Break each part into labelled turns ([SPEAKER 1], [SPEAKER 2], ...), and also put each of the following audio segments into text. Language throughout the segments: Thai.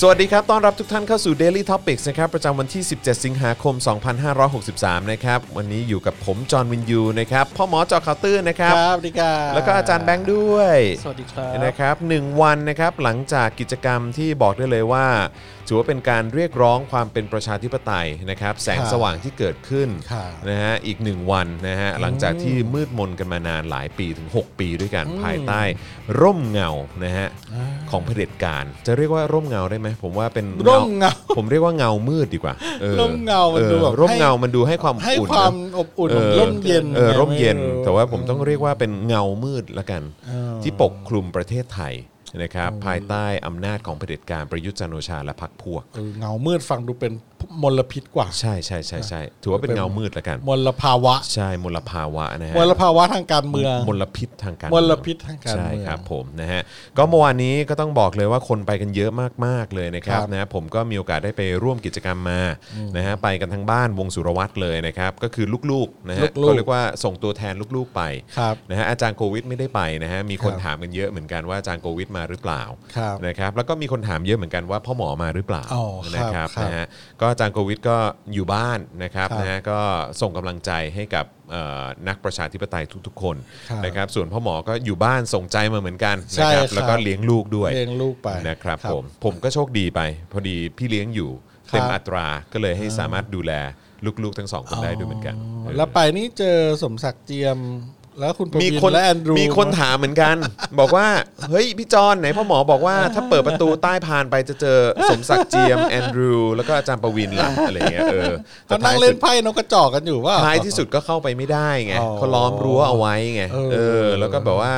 [SPEAKER 1] สวัสดีครับ ต้อนรับทุกท่านเข้าสู่ Daily Topics นะครับ ประจำวันที่ 17 สิงหาคม 2563 นะครับ วันนี้อยู่กับผม จอห์นวินยู นะครับ พ่อหมอจอคาวตื้นนะครับ
[SPEAKER 2] ครับสวัสดีครับ
[SPEAKER 1] แล้วก็อาจารย์แบงค์ด้วย
[SPEAKER 2] สวัสดีครับ
[SPEAKER 1] นะครับหนึ่งวันนะครับหลังจากกิจกรรมที่บอกได้เลยว่า ถือว่าเป็นการเรียกร้องความเป็นประชาธิปไตยนะครับแสง
[SPEAKER 2] ครับ
[SPEAKER 1] สว่างที่เกิดขึ้น
[SPEAKER 2] ครับ
[SPEAKER 1] นะฮะอีกหนึ่งวันนะฮะหลังจากที่มืดมนกันมานานหลายปีถึง 6 ปีด้วยกันภายใต้ ร่มเงานะฮะของเผด็จการ จะเรียกว่าร่มเงาได้ไหมผมว่าเป็น
[SPEAKER 2] ร่มเงา
[SPEAKER 1] ผมเรียกว่าเงามืดดีกว่าออ
[SPEAKER 2] ร่มเงามันดูแบบ
[SPEAKER 1] เออร่ม
[SPEAKER 2] ให้
[SPEAKER 1] เงามันดูให้ความอบ
[SPEAKER 2] ให้
[SPEAKER 1] อุ่น
[SPEAKER 2] ค
[SPEAKER 1] นะ
[SPEAKER 2] วามอบอุ่น
[SPEAKER 1] ออ
[SPEAKER 2] ร่มเย็น
[SPEAKER 1] ออร่มเย็น
[SPEAKER 2] ไรู้
[SPEAKER 1] แต่ว่าผมต้องเรียกว่าเป็นเงามืดละกัน
[SPEAKER 2] เออ
[SPEAKER 1] ที่ปกคลุมประเทศไทยนะครับ ภายใต้อำนาจของเผด็จการประยุทธ์จันทร์โอชาและพรรคพวก
[SPEAKER 2] เออเงามืดฟังดูเป็นมลพิษกว่า
[SPEAKER 1] ใช่ใช่ใช่ใช่ถือว่าเป็นเงามืดละกัน
[SPEAKER 2] มลภาวะ
[SPEAKER 1] ใช่มลภาวะนะฮะ
[SPEAKER 2] มลภาวะทางการเมือง
[SPEAKER 1] มลพิษทางการ
[SPEAKER 2] มลพิษทางการเมือง
[SPEAKER 1] ใช่ครับผมนะฮะก็เมื่อวานนี้ก็ต้องบอกเลยว่าคนไปกันเยอะมากๆเลยนะครับ
[SPEAKER 2] ครับ
[SPEAKER 1] นะฮะผมก็มีโอกาสได้ไปร่วมกิจกรรมมานะฮะไปกันทั้งบ้านวงสุรวัตรเลยนะครับก็คือลูกๆนะฮะเขาเรียกว่าส่งตัวแทนลูกๆไป
[SPEAKER 2] ครับ
[SPEAKER 1] นะฮะอาจารย์โควิดไม่ได้ไปนะฮะมีคน
[SPEAKER 2] ครับ
[SPEAKER 1] ถามกันเยอะเหมือนกันว่าอาจารย์โควิดมาหรือเปล่า
[SPEAKER 2] ครับ
[SPEAKER 1] นะครับแล้วก็มีคนถามเยอะเหมือนกันว่าพ่อหมอมาหรือเปล่า
[SPEAKER 2] อ๋อครับ
[SPEAKER 1] นะครับ
[SPEAKER 2] ครับ
[SPEAKER 1] นะฮะก็อาจารย์โควิดก็อยู่บ้านนะครับ
[SPEAKER 2] ครับ
[SPEAKER 1] นะฮะก็ส่งกำลังใจให้กับเอ่อนักประชาธิปไตยทุก ๆ คน
[SPEAKER 2] ครับ
[SPEAKER 1] นะครับส่วนพ่อหมอก็อยู่บ้านส่งใจมาเหมือนกัน
[SPEAKER 2] ใช่
[SPEAKER 1] นะค
[SPEAKER 2] ครั
[SPEAKER 1] รับบ แล้วก็เลี้ยงลูกด้วย
[SPEAKER 2] เลี้ยงลูกไป
[SPEAKER 1] นะครับผมผมก็โชคดีไป พอดีพี่เลี้ยงอยู่
[SPEAKER 2] ครับ
[SPEAKER 1] เต็มอัตราก็เลยให้สามารถดูแลลูกๆทั้งสองคนได้ด้วยเหมือนกันเออ
[SPEAKER 2] แล้วไปนี่เจอสมศักดิ์เจียม แล้วคุณประ
[SPEAKER 1] มี
[SPEAKER 2] วิน
[SPEAKER 1] คน
[SPEAKER 2] และแอนดรู
[SPEAKER 1] มีคนถามเหมือนกัน บอกว่า เฮ้ย พี่จอนไหนพ่อหมอบอก ว่า ถ้าเปิดประตูใต้พานไปจะเจอสมศักดิ์เจียม แอนดรู แล้วก็อาจารย์ประวินล่ะ อะไรเงี้ยเออแต่
[SPEAKER 2] เขานั่งเล่นไพ่นกกระจอกกันอยู่ว่า
[SPEAKER 1] ท้ายที่สุดก็เข้าไปไม่ได้ไง
[SPEAKER 2] อ๋อ
[SPEAKER 1] เขาล้อมรั้วเอาไว้ไง
[SPEAKER 2] เออ
[SPEAKER 1] เออ แล้วก็แบบว่า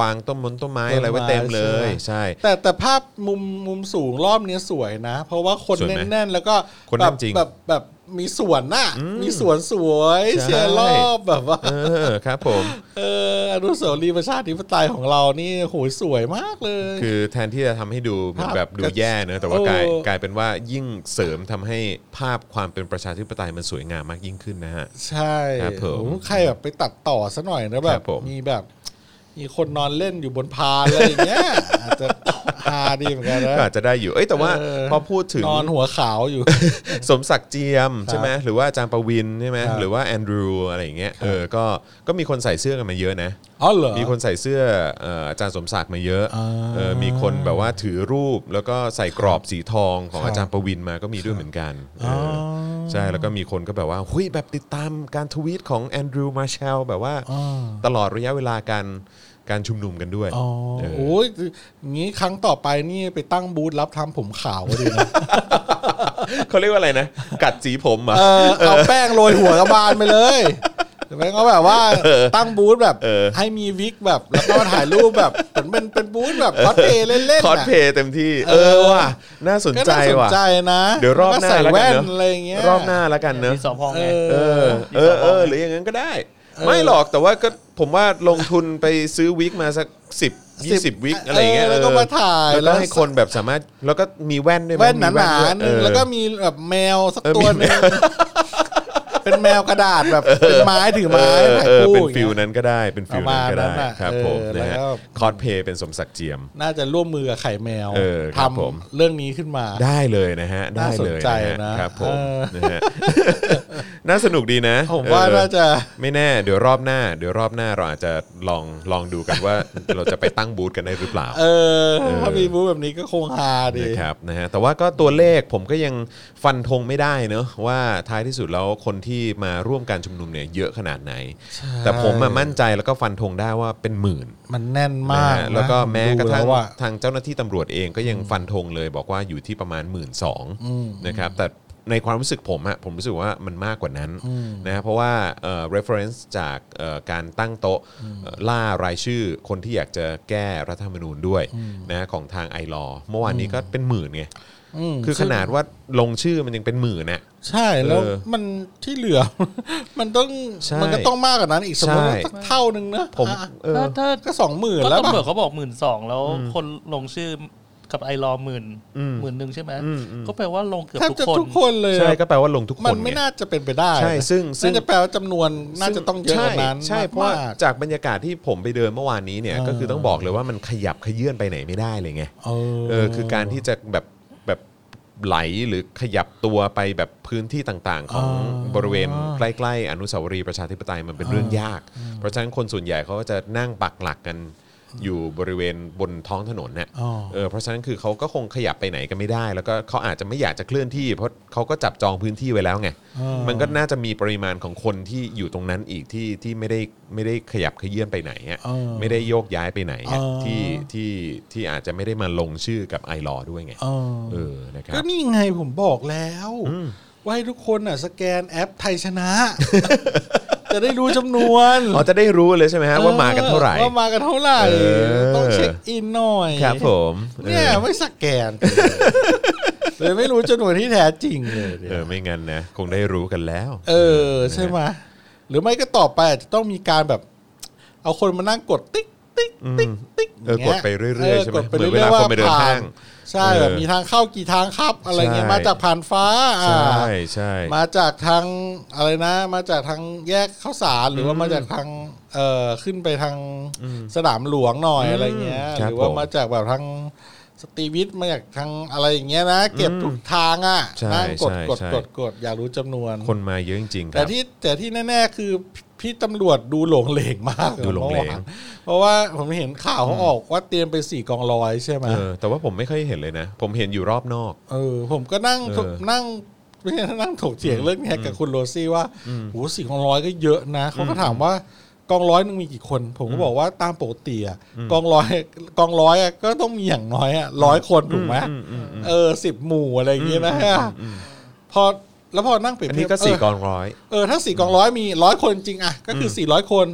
[SPEAKER 1] วางต้นมนต้นไม้อะไรไว้เต็มเลย
[SPEAKER 2] ต้นไม้ใช่ไห
[SPEAKER 1] ใช่
[SPEAKER 2] มแต่แต่ภาพมุมมุมสูงรอบเนี้ยสวยนะ เพราะว่าคน
[SPEAKER 1] สวยไหม
[SPEAKER 2] แน่นๆ แล้วก็
[SPEAKER 1] คนแน่
[SPEAKER 2] แบ
[SPEAKER 1] น
[SPEAKER 2] บ
[SPEAKER 1] จริง
[SPEAKER 2] แบบแบบมีสวนน่ะมีสวนสวย
[SPEAKER 1] ใช่
[SPEAKER 2] เชียร์รอบแบบว่า
[SPEAKER 1] เออครับผม
[SPEAKER 2] เอออนุสาวรีย์ประชาธิปไตยของเรานี่โหยสวยมากเลย
[SPEAKER 1] คือแทนที่จะทำให้ดูเหมือน
[SPEAKER 2] ภาพ
[SPEAKER 1] แบบดูแย่เนอะแต่ว่ากลาย
[SPEAKER 2] โอ้
[SPEAKER 1] กลายเป็นว่ายิ่งเสริมทำให้ภาพความเป็นประชาธิปไตยมันสวยงามมากยิ่งขึ้นนะฮะ
[SPEAKER 2] ใช่
[SPEAKER 1] ครับผม
[SPEAKER 2] โอ้โหใครแบบไปตัดต่อซะหน่อยนะแบ
[SPEAKER 1] ครับ บผม
[SPEAKER 2] มีแบบ มีคนนอนเล่นอยู่บนพานอะไรอย่างเงี้ย อาจจะฮาดีเหมือนกันนะ
[SPEAKER 1] ก็อาจจะได้อยู่เอ้ยแต่ว่า
[SPEAKER 2] เออ
[SPEAKER 1] พอพูดถึง
[SPEAKER 2] นอนหัวขาว อยู่
[SPEAKER 1] สมศักดิ์เจียมใช่ไหมหรือว่าอาจารย์ประวินใช่ไหม
[SPEAKER 2] ครับ
[SPEAKER 1] หรือว่าแอนดรูอะไรอย่างเงี้ยเออก็ก็มีคนใส่เสื้อกันมาเยอะนะ
[SPEAKER 2] อ๋อเหรอ
[SPEAKER 1] มีคนใส่เสื้อเอ่ออาจารย์สมศักดิ์มาเยอะ
[SPEAKER 2] อ่า
[SPEAKER 1] เออมีคนแบบว่าถือรูปแล้วก็ใส่กรอบสีทองของ
[SPEAKER 2] ครับ
[SPEAKER 1] อาจารย์ประวินมาก็มีด้วยเหมือนกันเอออ
[SPEAKER 2] อ
[SPEAKER 1] ใช่แล้วก็มีคนก็แบบว่าหุยแบบติดตามการทวีตของแอนดรูมาเชลแบบว่า
[SPEAKER 2] อ๋อ
[SPEAKER 1] ตลอดระยะเวลาการการชุมนุมกันด้วย
[SPEAKER 2] อ๋อ
[SPEAKER 1] เออ
[SPEAKER 2] โอ้ยอย่างงี้ครั้งต่อไปนี่ไปตั้งบูธรับทำผมขาวก็ดีนะ
[SPEAKER 1] เขาเรียกว่าอะไรนะ กัดสีผมเหรอ่ะ
[SPEAKER 2] เออเอาแป้งโรยหัวกระบาลไป เลยหรือไม่ก็แบบว่าตั้งบูธแบบ
[SPEAKER 1] เออ
[SPEAKER 2] ให้มีวิกแบบแล้วก็ถ่ายรูปแบบเหมือนเป็นเป็นบูธแบบคอสเพลย์เล่นๆ
[SPEAKER 1] คอส
[SPEAKER 2] น่ะ
[SPEAKER 1] เพลย์เต็มที่เอ
[SPEAKER 2] เออ
[SPEAKER 1] อว่ะน่าสน
[SPEAKER 2] ก็
[SPEAKER 1] ใจ
[SPEAKER 2] น่าสน
[SPEAKER 1] ว่ะ
[SPEAKER 2] ใจนะ
[SPEAKER 1] เดี๋ยวรอบหน้า
[SPEAKER 2] แล้ก็ใส่
[SPEAKER 1] แล้วกั
[SPEAKER 2] แว่
[SPEAKER 1] น
[SPEAKER 2] น
[SPEAKER 1] เนอะ
[SPEAKER 2] อะไรอย่างเงี้ย
[SPEAKER 1] รอบหน้าแล้วกันเนอะ
[SPEAKER 3] มีสอพองไง
[SPEAKER 1] เออเออเออหรืออย่างนั้นก็ได้ ไม่หรอกแต่ว่าก็ผมว่าลงทุนไปซื้อวิกมาสักสิบยี่สิบวิกอะไรอย่างเงี้ย
[SPEAKER 2] เออแล้วก็มาถ่าย
[SPEAKER 1] แล้ว
[SPEAKER 2] แล้
[SPEAKER 1] ก็
[SPEAKER 2] ว
[SPEAKER 1] ให้คนแบบสามารถแล้วก็มีแว่นด้วยไหม
[SPEAKER 2] แว่นห
[SPEAKER 1] มี
[SPEAKER 2] น
[SPEAKER 1] ด้
[SPEAKER 2] า
[SPEAKER 1] วย
[SPEAKER 2] ๆ
[SPEAKER 1] เอ
[SPEAKER 2] นึง
[SPEAKER 1] อ
[SPEAKER 2] แล้วก็มีแบบแมวสัก
[SPEAKER 1] เออ
[SPEAKER 2] ตัวหนึง เป็นแมวกระดาษแบบเป็นไม้ถือ
[SPEAKER 1] เอ
[SPEAKER 2] ไม้
[SPEAKER 1] อ
[SPEAKER 2] ถ่าย
[SPEAKER 1] เออ
[SPEAKER 2] คู่
[SPEAKER 1] เป็น
[SPEAKER 2] อย่าง
[SPEAKER 1] ฟิล
[SPEAKER 2] เงี้ย
[SPEAKER 1] นั้นก็ได้เป็นฟิลนั้นก็ได้
[SPEAKER 2] ประมาณนั้นน่ะ
[SPEAKER 1] ครับผม
[SPEAKER 2] เออ
[SPEAKER 1] นะฮะ
[SPEAKER 2] แล้ว
[SPEAKER 1] คอสเพลย์เป็นสมศักดิ์เจียม
[SPEAKER 2] น่าจะร่วมมือกับไข่แมว
[SPEAKER 1] เออค
[SPEAKER 2] ท
[SPEAKER 1] รับผม
[SPEAKER 2] ำเรื่องนี้ขึ้นมา
[SPEAKER 1] ได้เลยนะฮะได้
[SPEAKER 2] น่าสน
[SPEAKER 1] เลย
[SPEAKER 2] ใจ
[SPEAKER 1] นะ
[SPEAKER 2] นะ
[SPEAKER 1] ฮะครับผม
[SPEAKER 2] เออ
[SPEAKER 1] นะฮะ น่าสนุกดีนะ
[SPEAKER 2] ผมว่า
[SPEAKER 1] เออ
[SPEAKER 2] น่าจะ
[SPEAKER 1] ไม่แน่เดี๋ยวรอบหน้า เดี๋ยวรอบหน้าเราอาจจะลองลองดูกันว่า เราจะไปตั้งบูธกันได้หรือเปล่า
[SPEAKER 2] เออถ้ามีบูธแบบนี้ก็คงฮา ดี
[SPEAKER 1] นะครับนะฮะแต่ว่าก็ตัวเลขผมก็ยังฟันธงไม่ได้เนอะว่าท้ายที่สุดแล้วคนที่มาร่วมการชุมนุมเนี่ยเยอะขนาดไหน แต่ผมอะมั่นใจแล้วก็ฟันธงได้ว่าเป็นหมื่น
[SPEAKER 2] มันแน่นมา
[SPEAKER 1] นะ
[SPEAKER 2] ก
[SPEAKER 1] ฮะแล้วก็แม้กระทั่ง
[SPEAKER 2] ว่า
[SPEAKER 1] ทางเจ้าหน้าที่ตำรวจเองก็ยังฟันธงเลย บอกว่าอยู่ที่ประมาณหมื่นสองนะครับแต่ในความรู้สึกผมอะผมรู้สึกว่ามันมากกว่านั้นนะฮะเพราะว่าเอ่อ reference จากเอ่อการตั้งโต๊ะเอ่อล่ารายชื่อคนที่อยากจะแก้รัฐธรรมนูญด้วยนะฮะของทางไอรอเมื่อวานนี้ก็เป็นหมื่นไง คือขนาดว่าลงชื่อมันยังเป็นหมื่นน่ะ
[SPEAKER 2] ใช่แล้ว
[SPEAKER 1] เออ
[SPEAKER 2] มันที่เหลือ มันต้อง
[SPEAKER 1] ใช่
[SPEAKER 2] มันก็ต้องมากกว่านั้นอีกสมมติว่า
[SPEAKER 1] ใช่
[SPEAKER 2] สักเท่านึงนะ
[SPEAKER 1] ผม
[SPEAKER 2] อ่ะ
[SPEAKER 1] เออ
[SPEAKER 3] ถ้าถ้า
[SPEAKER 2] ก็สองหมื่น
[SPEAKER 3] ก็
[SPEAKER 2] แล้ว
[SPEAKER 3] ตำรว
[SPEAKER 2] ป่ะ
[SPEAKER 3] จเขาบอกหมื่นสองแล้วคนลงชื่อ กับไอรอหมื่น
[SPEAKER 1] อืม
[SPEAKER 3] หมื่นหนึ่งใช่ไหม
[SPEAKER 1] อืมอืม
[SPEAKER 3] ก็แปลว่าลงเกือบ
[SPEAKER 2] แทบ
[SPEAKER 3] ทุก
[SPEAKER 2] จะ
[SPEAKER 3] คน
[SPEAKER 2] ทุกคนเลย
[SPEAKER 1] ใช่
[SPEAKER 2] ค
[SPEAKER 1] ก็
[SPEAKER 2] รับ
[SPEAKER 1] แปลว่าลงทุกคน
[SPEAKER 2] มันไม่
[SPEAKER 1] ไง
[SPEAKER 2] น่าจะเป็นไปได้
[SPEAKER 1] ใช่ซึ่งซึ่ง
[SPEAKER 2] น่าจะแปลว่าจำนวนน่าจะต้องเยอะกว่านั้น
[SPEAKER 1] ใช่ใช่เพราะว่า
[SPEAKER 2] าก
[SPEAKER 1] จากบรรยากาศที่ผมไปเดินเมื่อวานนี้เนี่ย
[SPEAKER 2] เออ
[SPEAKER 1] ก็คือต้องบอกเลยว่ามันขยับขยื่นไปไหนไม่ได้เลยไง
[SPEAKER 2] เออ
[SPEAKER 1] เออคือการที่จะแบบแบบไหลหรือขยับตัวไปแบบพื้นที่ต่างๆ ของ
[SPEAKER 2] อ๋อบ
[SPEAKER 1] ริเวณใกล้ๆ อนุสาวรีย์ประชาธิปไตยมันเป็นเรื่องยาก เพราะฉะนั้นคนส่วนใหญ่เขาก็จะนั่งปักหลักกันอยู่บริเวณบนท้องถนนเนี่ย
[SPEAKER 2] อ๋อ
[SPEAKER 1] เออเพราะฉะนั้นคือเขาก็คงขยับไปไหนกันไม่ได้ แล้วก็เขาอาจจะไม่อยากจะเคลื่อนที่ เพราะเขาก็จับจองพื้นที่ไว้แล้วไง
[SPEAKER 2] เออ
[SPEAKER 1] มันก็น่าจะมีปริมาณของคนที่อยู่ตรงนั้นอีกที่ที่ไม่ได้ไม่ได้ขยับเขยื่อนไปไหนอะ
[SPEAKER 2] เออ
[SPEAKER 1] ไม่ได้โยกย้ายไปไหนอะ
[SPEAKER 2] เออ
[SPEAKER 1] ที่ที่ที่อาจจะไม่ได้มาลงชื่อกับไอรอด้วยไง
[SPEAKER 2] เออ
[SPEAKER 1] เออนะครับ
[SPEAKER 2] ก็นี่ไงผมบอกแล้วว่าให้ทุกคนอ่ะสแกนแอปไทยชนะ จะได้รู้จำนวน
[SPEAKER 1] อ๋อจะได้รู้เลยใช่ไหมฮะว่ามากันเท่าไหร่
[SPEAKER 2] ว่ามากันเท่าไหร่
[SPEAKER 1] เออ
[SPEAKER 2] ต้องเช็คอินหน่อย
[SPEAKER 1] ครับผมออ
[SPEAKER 2] เนี่ยไม่สแกนเลย ไม่รู้จำนวนที่แท้จริงเลยเนี่ย
[SPEAKER 1] เออไม่งั้นนะคงได้รู้กันแล้ว
[SPEAKER 2] เออ ใช่ไหมหรือไม่ก็ต่อไปอาจจะต้องมีการแบบ เอาคนมานั่งกดติ๊กติ๊กติ๊กติ๊ก
[SPEAKER 1] เออ
[SPEAKER 2] างงี้
[SPEAKER 1] กดไปเรื่อยๆใช่ไหม
[SPEAKER 2] กด
[SPEAKER 1] เห
[SPEAKER 2] ป
[SPEAKER 1] มือน
[SPEAKER 2] รื่ยๆ
[SPEAKER 1] เวลาคนไปเดิน
[SPEAKER 2] ว่
[SPEAKER 1] ห้าง
[SPEAKER 2] ใช่แบบ
[SPEAKER 1] เออ
[SPEAKER 2] มีทางเข้ากี่ทางครับ อะไรเงี้ย
[SPEAKER 1] ใช่
[SPEAKER 2] มาจากผ่านฟ้าอ่า
[SPEAKER 1] ใช่ใช่
[SPEAKER 2] มาจากทางอะไรนะ มาจากทางแยกข้าวสารหรือว่ามาจากทางเอ่อขึ้นไปทางสนามหลวงหน่อยอะไรเงี้ย
[SPEAKER 1] ครับ
[SPEAKER 2] หรือว่า
[SPEAKER 1] ผม
[SPEAKER 2] มาจากแบบทางสตรีวิทย์มาจากทางอะไรอย่างเงี้ยนะ เก็บทุกทางอ่ะ
[SPEAKER 1] ใช่
[SPEAKER 2] นั่งกด
[SPEAKER 1] ใช่
[SPEAKER 2] กด
[SPEAKER 1] ใช่
[SPEAKER 2] กดกดอยากรู้จำนวน
[SPEAKER 1] คนมาเยอะจริงๆค
[SPEAKER 2] แต่
[SPEAKER 1] รับ
[SPEAKER 2] ที่แต่ที่แน่ ๆ คือพี่ตำรวจดูหลงเหลงมาก
[SPEAKER 1] ดูหลงเหลง
[SPEAKER 2] เพราะว่าผมเห็นข่าวเขาออกว่าเตรียมไปสี่กองร้อยใช่ไหม
[SPEAKER 1] เออแต่ว่าผมไม่เคยเห็นเลยนะ ผมเห็นอยู่รอบนอก
[SPEAKER 2] เออผมก็นั่ง
[SPEAKER 1] เออ
[SPEAKER 2] นั่งไม่ใช่นั่งถกเถียงเรื่องเนี้ยกับคุณโรซี่ว่าโหสี่กองร้อยก็เยอะนะเขาก็ถามว่ากองร้อยหนึงมีกี่คน ผมก็บอกว่าตามปกติอะกองร้อยกองร้อยอะก็ต้องมีอย่างน้อยอะร้อยคนถูกไหม
[SPEAKER 1] อืมอืมอืม
[SPEAKER 2] เออสิบหมู่อะไรอย่างเงี้ยนะพอแล้วพอนั่งเปรียบ
[SPEAKER 1] อัน
[SPEAKER 2] เที
[SPEAKER 1] นี้
[SPEAKER 2] ยบ
[SPEAKER 1] ก็สี่
[SPEAKER 2] เออก
[SPEAKER 1] องร้อย
[SPEAKER 2] เออถ้าสี่กองร้อยมีร้อยคนจริงอะก็คือสี่ร้อยคน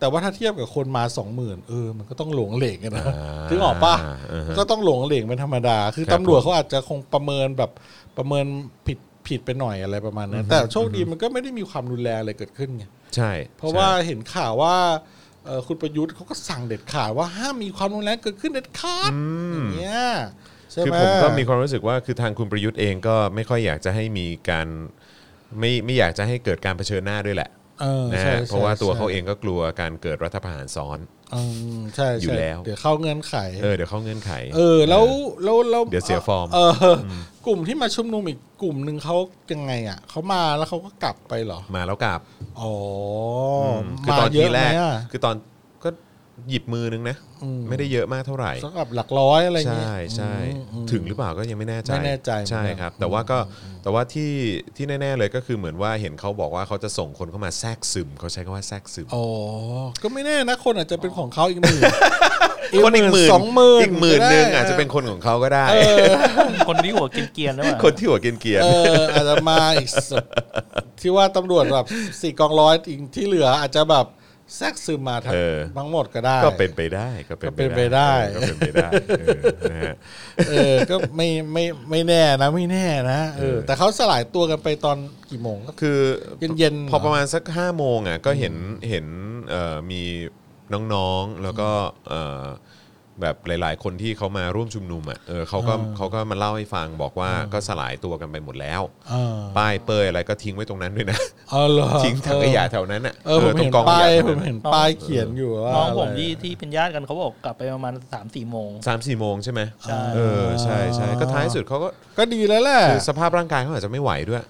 [SPEAKER 2] แต่ว่าถ้าเทียบกับคนมาสองหมื่นเออมันก็ต้องหลงเหลงกันนะ
[SPEAKER 1] อ่า
[SPEAKER 2] ถึงออกปะ
[SPEAKER 1] อ่าฮะ
[SPEAKER 2] ก็ต้องหลงเหลงเป็นธรรมดา คือ
[SPEAKER 1] ครับ
[SPEAKER 2] ตำรวจเขาอาจจะคงประเมินแบบประเมินผิดผิดไปหน่อยอะไรประมาณนั้นแต่โชคดีมันก็ไม่ได้มีความรุนแรงอะไรเกิดขึ้นไง
[SPEAKER 1] ใช่
[SPEAKER 2] เพราะว่าเห็นข่าวว่าเอ่อคุณประยุทธ์เขาก็สั่งเด็ดขาดว่าห้ามมีความรุนแรงเกิดขึ้นเด็ดขาดอย่างเงี้ยใช่
[SPEAKER 1] คือ
[SPEAKER 2] ไหม
[SPEAKER 1] ผมก็มีความรู้สึกว่าคือทางคุณประยุทธ์เองก็ไม่ค่อยอยากจะให้มีการไม่ไม่อยากจะให้เกิดการเผชิญหน้าด้วยแหละ
[SPEAKER 2] เออ
[SPEAKER 1] นะ
[SPEAKER 2] ใช่
[SPEAKER 1] ฮะ
[SPEAKER 2] ใช่
[SPEAKER 1] เพราะว่าตัว
[SPEAKER 2] ใช่
[SPEAKER 1] เขาเองก็กลัวการเกิดรัฐประหารซ้อน
[SPEAKER 2] อืมใช่ใช่
[SPEAKER 1] อยู่แล้ว
[SPEAKER 2] เดี๋ยวเข้าเงื่อนไข
[SPEAKER 1] เออเดี๋ยวเข้าเงื่อนไข
[SPEAKER 2] เออแล้วแล้วแล้ว
[SPEAKER 1] เดี๋ยวเสียฟอร์ม
[SPEAKER 2] เออกลุ่มที่มาชุมนุมอีกกลุ่มหนึ่งเขายังไงอ่ะเขามาแล้วเขาก็กลับไปเหรอ
[SPEAKER 1] มาแล้วกลับ
[SPEAKER 2] อ๋อ
[SPEAKER 1] มคื
[SPEAKER 2] มา
[SPEAKER 1] อตอน
[SPEAKER 2] เย
[SPEAKER 1] ที
[SPEAKER 2] อะ
[SPEAKER 1] แรก
[SPEAKER 2] ไหมอะ
[SPEAKER 1] คือตอนก็หยิบมือนึงนะ
[SPEAKER 2] อืม
[SPEAKER 1] ไม่ได้เยอะมากเท่าไหร่
[SPEAKER 2] สักแบบหลักร้อยอะไรอย่างเงี้ย
[SPEAKER 1] ใช่ใช่ถึงหรือเปล่าก็ยังไม่แน่ใจ
[SPEAKER 2] ไม่แน่ใจเหมือนกัน
[SPEAKER 1] ใช่ครับ แต่ว่าก็แต่ว่าที่ที่แน่ ๆ เลยก็คือเหมือนว่าเห็นเขาบอกว่าเขาจะส่งคนเข้ามาแทรกซึมเขาใช้คำว่าแทรกซึม
[SPEAKER 2] อ๋อก็ไม่แน่นะคนอาจจะเป็นของเขาอีกหมื่น
[SPEAKER 1] คนอีกหมื่น
[SPEAKER 2] สองหมื่น
[SPEAKER 1] อีกหมื่นหนึ่งอาจจะเป็น
[SPEAKER 2] ก็
[SPEAKER 1] คนของเขาก็ได้
[SPEAKER 3] คนที่หัวเกรียนๆแล้วอะ
[SPEAKER 1] คนที่หัวเกรียน
[SPEAKER 2] ได้เอออาจจะมาอีกสักที่ว่าตำรวจแบบสี่กองร้อยอีกที่เหลืออาจจะแบบแทรกซึมมาทั้งทั้งหมดก็ได้
[SPEAKER 1] ๆก็เป็นไปได้ก็เป็นไปได้
[SPEAKER 2] ก็
[SPEAKER 1] ก็
[SPEAKER 2] เป็
[SPEAKER 1] เป็นไป
[SPEAKER 2] นไปได้
[SPEAKER 1] ได้เออนะฮะ
[SPEAKER 2] เออ ก็ไม่ไม่ไม่แน่นะไม่แน่นะเออ แต่เขาสลายตัวกันไปตอนกี่โมงก็
[SPEAKER 1] คือ
[SPEAKER 2] เย็นๆ
[SPEAKER 1] พอประมาณสัก5้าโมงอ่ะก็เห็นเห็นเอ่อมีน้องๆแล้วก็เอ่อแบบหลาย ๆ คนที่เขามาร่วมชุมนุมอ่ะเออเขาก็เขาก็มาเล่าให้ฟังบอกว่าก็สลายตัวกันไปหมดแล้ว
[SPEAKER 2] เออ
[SPEAKER 1] ป้ายเปยอะไรก็ทิ้งไว้ตรงนั้นด้วยนะ
[SPEAKER 2] เออเหรอ
[SPEAKER 1] ทิ้งถังขยะแถวนั้นอ่ะ
[SPEAKER 2] เออผม
[SPEAKER 1] ตร
[SPEAKER 2] เห็
[SPEAKER 1] ง
[SPEAKER 2] น
[SPEAKER 1] กองข
[SPEAKER 2] ป้าย
[SPEAKER 1] ยะแถว
[SPEAKER 2] ผม
[SPEAKER 1] นั้น
[SPEAKER 2] เห็นป้ายเขียนอยู่ว่า
[SPEAKER 3] น้องผม
[SPEAKER 2] ะไร
[SPEAKER 3] ที่ที่เป็นญาติกันเขาบอกกลับไปประมาณสามสี่โมง
[SPEAKER 1] สามสี่โมงใช่ไหม
[SPEAKER 3] ใช่
[SPEAKER 1] เออใช่ใช่ก็ท้ายสุดเขาก็
[SPEAKER 2] ก็ดีแล้วแหละ
[SPEAKER 1] คือสภาพร่างกายเขาอาจจะไม่ไหวด้วย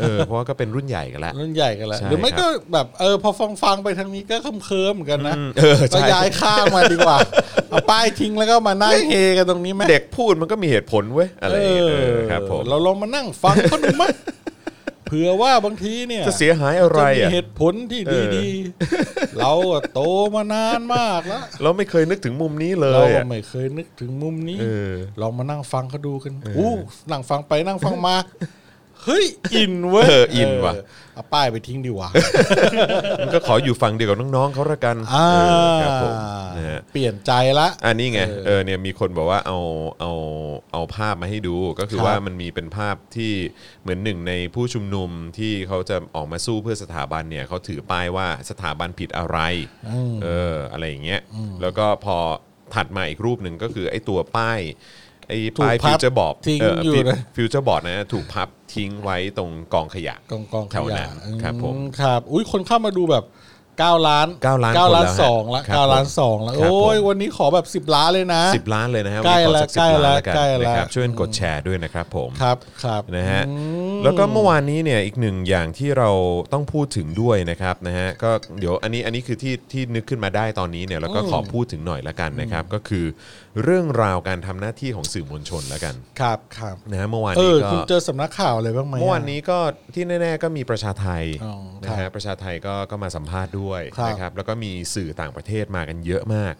[SPEAKER 1] เออ เพราะว่าก็เป็นรุ่นใหญ่กันแล้ว
[SPEAKER 2] รุ่นใหญ่กันแล้ว
[SPEAKER 1] ใช่
[SPEAKER 2] หรือไม่
[SPEAKER 1] ครับ
[SPEAKER 2] ก็แบบเออพอฟังฟังๆไปทางนี้ก็คำเคิมๆเหมือนกันนะ
[SPEAKER 1] เออ
[SPEAKER 2] ก็
[SPEAKER 1] ใช่
[SPEAKER 2] ย้ายข้างมาดี กว่า เอาป้ายทิ้งแล้วก็มานั่งเฮกันตรงนี้ไหม
[SPEAKER 1] เด็กพูดมันก็มีเหตุผลเว้ย อะไรอย่างเงี้ยเออครับผม
[SPEAKER 2] เราลองมานั่งฟังเขาดูมั้ ยเผื่อว่าบางทีเนี่ย
[SPEAKER 1] จะเสียหายอะไร
[SPEAKER 2] จะมี
[SPEAKER 1] อ่ะ
[SPEAKER 2] เหตุผลที่
[SPEAKER 1] เออ
[SPEAKER 2] ดีๆ เราอะโตมานานมากแล้ว
[SPEAKER 1] เราไม่เคยนึกถึงมุมนี้เล
[SPEAKER 2] เรา
[SPEAKER 1] ย
[SPEAKER 2] ก็
[SPEAKER 1] อ่ะ
[SPEAKER 2] ไม่เคยนึกถึงมุมนี้
[SPEAKER 1] เออ
[SPEAKER 2] ลองมานั่งฟังเขาดูกันอู้นั่งฟังไปนั่งฟังมา เฮ้ย อินเว้ย
[SPEAKER 1] เอออินว่ะ
[SPEAKER 2] เออเอาป้ายไปทิ้งดีกว่า
[SPEAKER 1] มันก็ขออยู่ฝั่งเดียวกับน้องๆเขาละกัน
[SPEAKER 2] อ่า
[SPEAKER 1] เออครับผมนะฮะ
[SPEAKER 2] เปลี่ยนใจละ
[SPEAKER 1] อันนี้ไง เออเนี่ยมีคนบอกว่าเอาเอาเอาภาพมาให้ดู ก็คือ
[SPEAKER 2] ครับ
[SPEAKER 1] ว่ามันมีเป็นภาพที่เหมือนหนึ่งในผู้ชุมนุมที่เขาจะออกมาสู้เพื่อสถาบันเนี่ยเขาถือป้ายว่าสถาบันผิดอะไร เอออะไรอย่างเงี้ยแล้วก็พอถัดมาอีกรูปหนึ่งก็คือไอ้ตัวป้าย ไอ้
[SPEAKER 2] ถูก
[SPEAKER 1] ปลาย
[SPEAKER 2] พั
[SPEAKER 1] ฟิว
[SPEAKER 2] บ
[SPEAKER 1] เจอร์บอร์ด
[SPEAKER 2] ทิ้งอยู่นะ
[SPEAKER 1] ฟิวเจอร์บอร์ดนะถูกพับทิ้งไว้ตรงกองขยะ
[SPEAKER 2] กองกองๆข
[SPEAKER 1] แถวย
[SPEAKER 2] ะ
[SPEAKER 1] นั้นครับผม
[SPEAKER 2] อืครับ อุ้ยคนเข้ามาดูแบบ9ล้าน
[SPEAKER 1] 9ล้าน
[SPEAKER 2] เก้า
[SPEAKER 1] คนแล้ว
[SPEAKER 2] ล้านสอง
[SPEAKER 1] ฮะ
[SPEAKER 2] ละ
[SPEAKER 1] ครับ
[SPEAKER 2] เก้าล้านสองละ
[SPEAKER 1] ครับผม
[SPEAKER 2] โอ้ยวันนี้ขอแบบสิบ10 ล้านเลยนะ
[SPEAKER 1] สิบล้านเลยนะฮะ
[SPEAKER 2] ใกล้
[SPEAKER 1] วันนี้ขอ
[SPEAKER 2] ละ
[SPEAKER 1] สัสิ
[SPEAKER 2] ใกล้
[SPEAKER 1] บาน
[SPEAKER 2] ละ
[SPEAKER 1] แล้วกัน
[SPEAKER 2] ใกล้ละ
[SPEAKER 1] นะครับช่วยกันกดแชร์ด้วยนะครับผม
[SPEAKER 2] ครับครับ
[SPEAKER 1] นะฮะแล้วก็เมื่อวานนี้เนี่ยอีกหนึ่งอย่างที่เราต้องพูดถึงด้วยนะครับนะฮะก็เดี๋ยวอันนี้อันนี้คือที่ที่นึกขึ้นมาได้ตอนนี้เนี่ยเราก็ขอพูดถึงหน่อยละกันนะครับก็คือเรื่องราวการทำหน้าที่ของสื่อมวลชนละกัน
[SPEAKER 2] ครับครับ
[SPEAKER 1] นะฮะเมื่อวาน
[SPEAKER 2] เอ
[SPEAKER 1] นี้
[SPEAKER 2] อ
[SPEAKER 1] ก็
[SPEAKER 2] คุณเจอสำนักข่าวอะไรบ้างไหม
[SPEAKER 1] เมื่อวานนี้ก็ที่แน่ ๆ ก็มีประชาไทย
[SPEAKER 2] อ๋อครั
[SPEAKER 1] นะ
[SPEAKER 2] บ
[SPEAKER 1] ฮะประชาไทยก็ก็มาสัมภาษณ์ด้วย
[SPEAKER 2] ครับ
[SPEAKER 1] นะครับแล้วก็มีสื่อต่างประเทศมากันเยอะมาก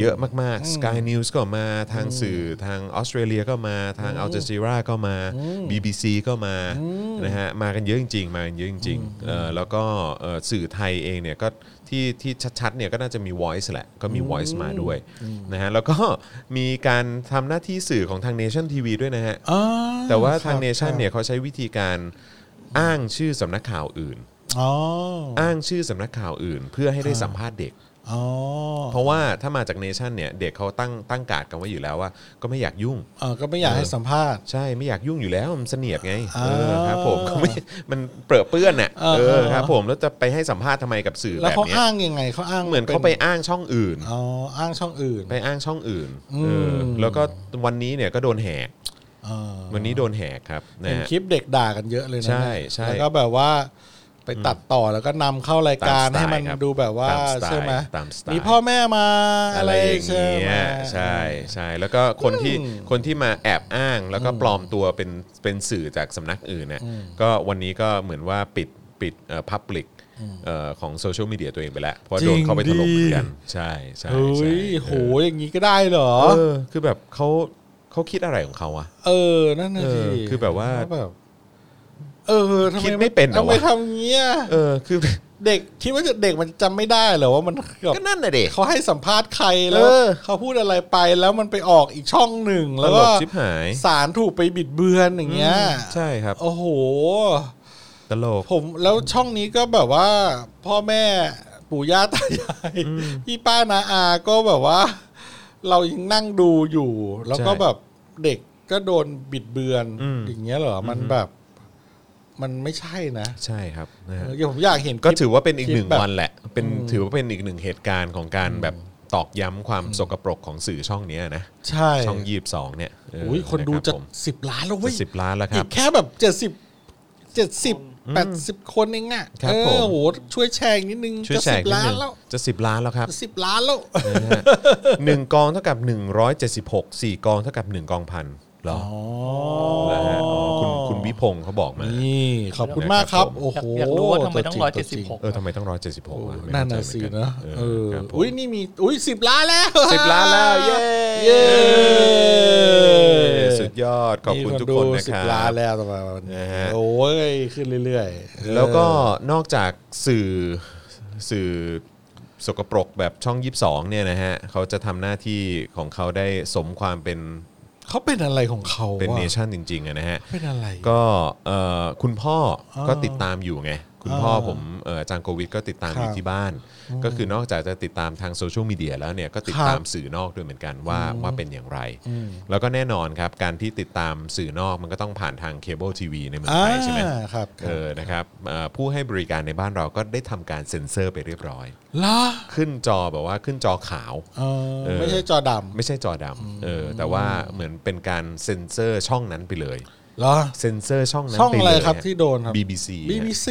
[SPEAKER 1] เยอะมากๆ Sky News ก็มาทางสื่อทางออสเตรเลียก็มาทางอัลจ z ซีราก็มา BBC ก็มานะฮะมากันเยอะจริง ๆ มากันเยอะจริงๆเอ่อแล้วก็เอ่อสื่อไทยเองเนี่ยก็ที่ที่ชัดๆเนี่ยก็น่าจะมี Voice แหละ ก็มี Voice มาด้วยนะฮะแล้วก็มีการทำหน้าที่สื่อของทาง Nation TV ด้วยนะฮะ
[SPEAKER 2] อ่
[SPEAKER 1] แต่ว่าทาง
[SPEAKER 2] ครับ
[SPEAKER 1] Nation เนี่ยเขาใช้วิธีการอ้างชื่อสำนักข่าวอื่น
[SPEAKER 2] อ๋อ
[SPEAKER 1] อ้างชื่อสำนักข่าวอื่น เพื่อให้ได้สัมภาษณ์เด็ก
[SPEAKER 2] อ๋อ
[SPEAKER 1] เพราะว่าถ้ามาจากเนชั่นเนี่ยเด็กเขาตั้งตั้งการ์ดกันไว้อยู่แล้วว่า ก็ไม่อยากยุ่ง
[SPEAKER 2] เออก็ไม่อยากให้สัมภาษณ์
[SPEAKER 1] ใช่ไม่อยากยุ่งอยู่แล้วมันเสนียดไง
[SPEAKER 2] อ่า
[SPEAKER 1] เออครับผม ก็ไม่มันเปรอะเปื้อนน่ะ
[SPEAKER 2] อ่า
[SPEAKER 1] เออครับผมแล้วจะไปให้สัมภาษณ์ทำไมกับสื่อ
[SPEAKER 2] แล้ว
[SPEAKER 1] แบบ
[SPEAKER 2] เขา
[SPEAKER 1] เนี้ย
[SPEAKER 2] อ้างยังไงเขาอ้าง
[SPEAKER 1] เหมือนเขาไปอ้างช่องอื่น
[SPEAKER 2] อ๋ออ้างช่องอื่น
[SPEAKER 1] ไปอ้างช่องอื่น
[SPEAKER 2] อืม
[SPEAKER 1] เออแล้วก็วันนี้เนี่ยก็โดนแหก
[SPEAKER 2] เออ
[SPEAKER 1] วันนี้โดนแหกครับนะ
[SPEAKER 2] เห็น
[SPEAKER 1] ฮะ
[SPEAKER 2] คลิปเด็กด่ากันเยอะเลยนะ
[SPEAKER 1] ใช่ใช่
[SPEAKER 2] แล้วก็แบบว่าไปตัดต่อแล้วก็นำเข้ารายการ
[SPEAKER 1] ตามสไตล์
[SPEAKER 2] ให้มัน
[SPEAKER 1] ครับ
[SPEAKER 2] ดูแบบว่า
[SPEAKER 1] ตามสไตล์
[SPEAKER 2] ใช่ไหม
[SPEAKER 1] ตามสไตล์
[SPEAKER 2] มีพ่อแม่มา
[SPEAKER 1] อะไรอย่าง
[SPEAKER 2] ใช่
[SPEAKER 1] เงี้
[SPEAKER 2] ไหม
[SPEAKER 1] ยใช่ใช่แล้วก็คนที่คนที่มาแอบอ้างแล้วก็ปลอมตัวเป็นเป็นสื่อจากสำนักอื่นเนี่ยก็วันนี้ก็เหมือนว่าปิดปิดเอ่อพับลิกของโซเชียลมีเดียตัวเองไปแล้ว เพราะโดน
[SPEAKER 2] จริง
[SPEAKER 1] เขาไปถล่ม
[SPEAKER 2] ดิ
[SPEAKER 1] เหมือนกัน ใช่ใช่
[SPEAKER 2] เฮ้
[SPEAKER 1] ใช่
[SPEAKER 2] ยโหอย่างนี้ก็ได้เหรอ
[SPEAKER 1] เออคือแบบเขาเขาคิดอะไรของเขาอะ
[SPEAKER 2] เออนั่นน่ะ
[SPEAKER 1] เออ
[SPEAKER 2] สิ
[SPEAKER 1] คือแบบว่า
[SPEAKER 2] แบบเออทำไม
[SPEAKER 1] คิดไม่เป็นเหรอ
[SPEAKER 2] ทำไม
[SPEAKER 1] วะ
[SPEAKER 2] ทำเงี้ย
[SPEAKER 1] เออคือ
[SPEAKER 2] เด็กคิดว่าจะเด็กมันจำไม่ได้เหรอว่ามันแบบ
[SPEAKER 1] ก็นั่นน่ะเด็ก
[SPEAKER 2] เขาให้สัมภาษณ์ใครแล้ว
[SPEAKER 1] เออ
[SPEAKER 2] เขาพูดอะไรไปแล้วมันไปออกอีกช่องหนึ่ง
[SPEAKER 1] ต
[SPEAKER 2] แล้ว
[SPEAKER 1] ล
[SPEAKER 2] ก็
[SPEAKER 1] กชิบหาย
[SPEAKER 2] สารถูกไปบิดเบือนอย่างเงี้ย
[SPEAKER 1] ใช่ครับ
[SPEAKER 2] โอ้โห
[SPEAKER 1] ตลก
[SPEAKER 2] ผมแล้วช่องนี้ก็แบบว่า พ่อแม่ปู่ย่าตายายพี่ป้านาอาก็แบบว่า เรายังนั่งดูอยู่ แล้วก็
[SPEAKER 1] ใช่
[SPEAKER 2] แบบเด็กก็โดนบิดเบือน
[SPEAKER 1] อืม
[SPEAKER 2] อย่างเงี้ยเหรอมันแบบ มันไม่ใช่นะ
[SPEAKER 1] ใช่ครับนะฮะ
[SPEAKER 2] เดี๋ยวผมอยากเห็น
[SPEAKER 1] ก็
[SPEAKER 2] คลิป
[SPEAKER 1] ถือว่าเป็นอีก
[SPEAKER 2] คิด
[SPEAKER 1] หนึ่ง
[SPEAKER 2] แบบ
[SPEAKER 1] วันแหละ เป็นถือว่าเป็นอีกหนึ่งเหตุการณ์ของการแบบตอกย้ำความสกปรกของสื่อช่องเนี้ยนะ
[SPEAKER 2] ใช่
[SPEAKER 1] ช่องยีบสองเนี่ยเ
[SPEAKER 2] โอ้ยคนดูจะ
[SPEAKER 1] รับผม
[SPEAKER 2] สิบล้านแล้วเว้
[SPEAKER 1] จะ
[SPEAKER 2] ย
[SPEAKER 1] สิบล้านแล้วค
[SPEAKER 2] อี
[SPEAKER 1] รับ
[SPEAKER 2] กแค่แบบเจ็ดสิบเจ็ดสิบแปดสิบคนเองอ่ะ
[SPEAKER 1] ครับ
[SPEAKER 2] เอ
[SPEAKER 1] ผม
[SPEAKER 2] อโหช่วยแชร์อีกนิดนึง
[SPEAKER 1] ช่วย
[SPEAKER 2] จะ
[SPEAKER 1] แช
[SPEAKER 2] สิ
[SPEAKER 1] ร์
[SPEAKER 2] บ
[SPEAKER 1] นิด
[SPEAKER 2] ล้า
[SPEAKER 1] นึ
[SPEAKER 2] น
[SPEAKER 1] ง
[SPEAKER 2] แล้ว
[SPEAKER 1] จะสิบล้านแล้ว ครับ
[SPEAKER 2] จะสิบล้านแล้ว
[SPEAKER 1] นะฮะหนึ่งกองเท่ากับ 176สี่กองเท่ากับหนึ่งกองพันเหรอเหรอฮะอ๋อคุณคุณวิพงศ์เขาบอกมา
[SPEAKER 2] นี่ขอบคุณมากครับ
[SPEAKER 1] นะครับผม
[SPEAKER 2] โอ้โห
[SPEAKER 3] อยากรู้ว่าทำไมต้อง
[SPEAKER 2] จจ
[SPEAKER 3] 176
[SPEAKER 1] เออทำไมต้อง 176วะไม่เข้าใจเหมือ
[SPEAKER 2] นั่นน่ะสินะ
[SPEAKER 1] เอ
[SPEAKER 2] เอ
[SPEAKER 1] อ
[SPEAKER 2] อ
[SPEAKER 1] ครับผม
[SPEAKER 2] อุ้ยนี่มีอุ้ยสิบล้านแล้ว
[SPEAKER 1] สิบล้านแล้วเย้
[SPEAKER 2] เย้
[SPEAKER 1] สุดยอดขอบคุณทุกคนนะ
[SPEAKER 2] สิ
[SPEAKER 1] ค
[SPEAKER 2] บ
[SPEAKER 1] รับ
[SPEAKER 2] ล้านแล้วต่อมาวัน
[SPEAKER 1] นะ
[SPEAKER 2] นี้
[SPEAKER 1] ฮะ
[SPEAKER 2] โอ้ยขึ้นเรื่อยๆ
[SPEAKER 1] แล้วก็นอกจากสื่อสื่อสกปรกแบบช่องยีสองเนี่ยนะฮะเขาจะทำหน้าที่ของเขาได้สมความเป็น
[SPEAKER 2] เขาเป็นอะไรของเขา
[SPEAKER 1] เป็น
[SPEAKER 2] วะ
[SPEAKER 1] เนชั่นจริงๆอะนะฮะ
[SPEAKER 2] เป็นอะไร
[SPEAKER 1] ก็เอ่อคุณพ่ออ
[SPEAKER 2] อ
[SPEAKER 1] ก็ติดตามอยู่ไง คุณพ่ออา ผมเอ่ออาจางโควิดก็ติดตาม
[SPEAKER 2] ค
[SPEAKER 1] อ
[SPEAKER 2] รับ
[SPEAKER 1] ยู่ที่บ้าน ก็คือนอกจากจะติดตามทางโซเชียลมีเดียแล้วเนี่ยก็ติด
[SPEAKER 2] ครับ
[SPEAKER 1] ตามสื่อนอกด้วยเหมือนกันว่าว่าเป็นอย่างไร แล้วก็แน่นอนครับการที่ติดตามสื่อนอกมันก็ต้องผ่านทางเคเบิลทีวีในเมืองไทยใช่ไหม
[SPEAKER 2] อ่าครับ
[SPEAKER 1] เออ นะครับเอ่อผู้ให้บริการในบ้านเราก็ได้ทำการเซ็นเซอร์ไปเรียบร้อย
[SPEAKER 2] ล่ะ
[SPEAKER 1] ขึ้นจอแบบว่าขึ้นจอขาว
[SPEAKER 2] เออ
[SPEAKER 1] เออ
[SPEAKER 2] ไม่ใช่จอด
[SPEAKER 1] ไม่ใช่จอดำเออ แต่ว่าเหมือนเป็นการเซ็นเซอร์ช่องนั้นไปเลย
[SPEAKER 2] ำเหรอ
[SPEAKER 1] เซ็นเซอร์ช่องนั้น
[SPEAKER 2] ช่อง
[SPEAKER 1] ป
[SPEAKER 2] อะไร
[SPEAKER 1] เลย
[SPEAKER 2] ครับที่โดนครับ
[SPEAKER 1] BBC ฮะ
[SPEAKER 2] BBC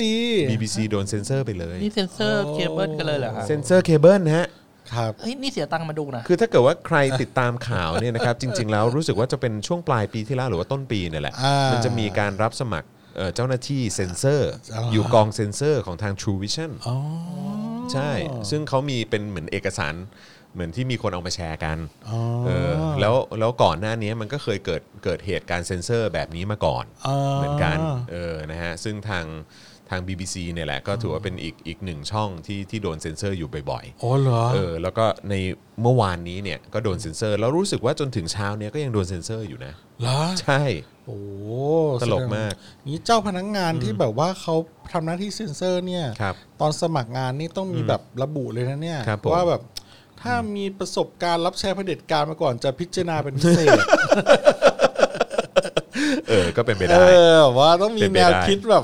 [SPEAKER 1] BBC โดนเซ็นเซอร์ไปเลย
[SPEAKER 3] นี่เซนเซอร์เคเบิลกันเลยเหรอครับ
[SPEAKER 1] เซ็นเซอร์เคเบิลนะฮะ
[SPEAKER 2] ครับ
[SPEAKER 3] เฮ้ยนี่เสียตังค์มาดูนะ
[SPEAKER 1] คือถ้าเกิดว่าใครติดตามข่าวเนี่ยนะครับ จริง ๆ แล้วรู้สึกว่าจะเป็นช่วงปลายปีที่แล้วหรือว่าต้นปีเนี่ยแหละ
[SPEAKER 2] อ่ามั
[SPEAKER 1] มันจะมีการรับสมัครเอ่อเจ้าหน้าที่เซ็นเซอร์
[SPEAKER 2] อ๋อ
[SPEAKER 1] อ
[SPEAKER 2] อ
[SPEAKER 1] ยู่กองเซ็นเซอร์ของทาง True Vision
[SPEAKER 2] อ๋อ
[SPEAKER 1] ใช่ ซึ่งเขามีเป็นเหมือนเอกสารเหมือนที่มีคนเอามาแชร์กัน
[SPEAKER 2] อ๋อ
[SPEAKER 1] เออแล้วแล้วก่อนหน้านี้มันก็เคยเกิดเกิดเหตุการณ์เซ็นเซอร์แบบนี้มาก่อน เหมือนกันเออนะฮะซึ่งทางทาง BBC เนี่ยแหละก็ถือว่าเป็นอีกอีกหนึ่งช่องที่ที่โดนเซ็นเซอร์อยู่บ่อย
[SPEAKER 2] อ๋อเหรอ
[SPEAKER 1] ๆเออแล้วก็ในเมื่อวานนี้เนี่ยก็โดนเซ็นเซอร์ แล้วรู้สึกว่าจนถึงเช้าเนี้ยก็ยังโดนเซ็นเซอร์อยู่นะ
[SPEAKER 2] เหรอ
[SPEAKER 1] ใช่
[SPEAKER 2] โอ้
[SPEAKER 1] ตลกมาก
[SPEAKER 2] แสดงนี้เจ้าพนักงานที่แบบว่าเขาทำหน้าที่เซ็นเซอร์เนี่ย
[SPEAKER 1] ครับ
[SPEAKER 2] ตอนสมัครงานนี่ต้องมีแบบระบุเลยนะเนี่ย
[SPEAKER 1] ครับผม
[SPEAKER 2] ว่าแบบ ถ้ามีประสบการณ์รับใช้เผด็จการมาก่อนจะพิจารณาเป็นพิเศษ
[SPEAKER 1] เอ อ ก็เป็นไป
[SPEAKER 2] เอ
[SPEAKER 1] ได้
[SPEAKER 2] อว่าต้องมี
[SPEAKER 1] เป็นไป
[SPEAKER 2] แน
[SPEAKER 1] ได้
[SPEAKER 2] วคิดแบบ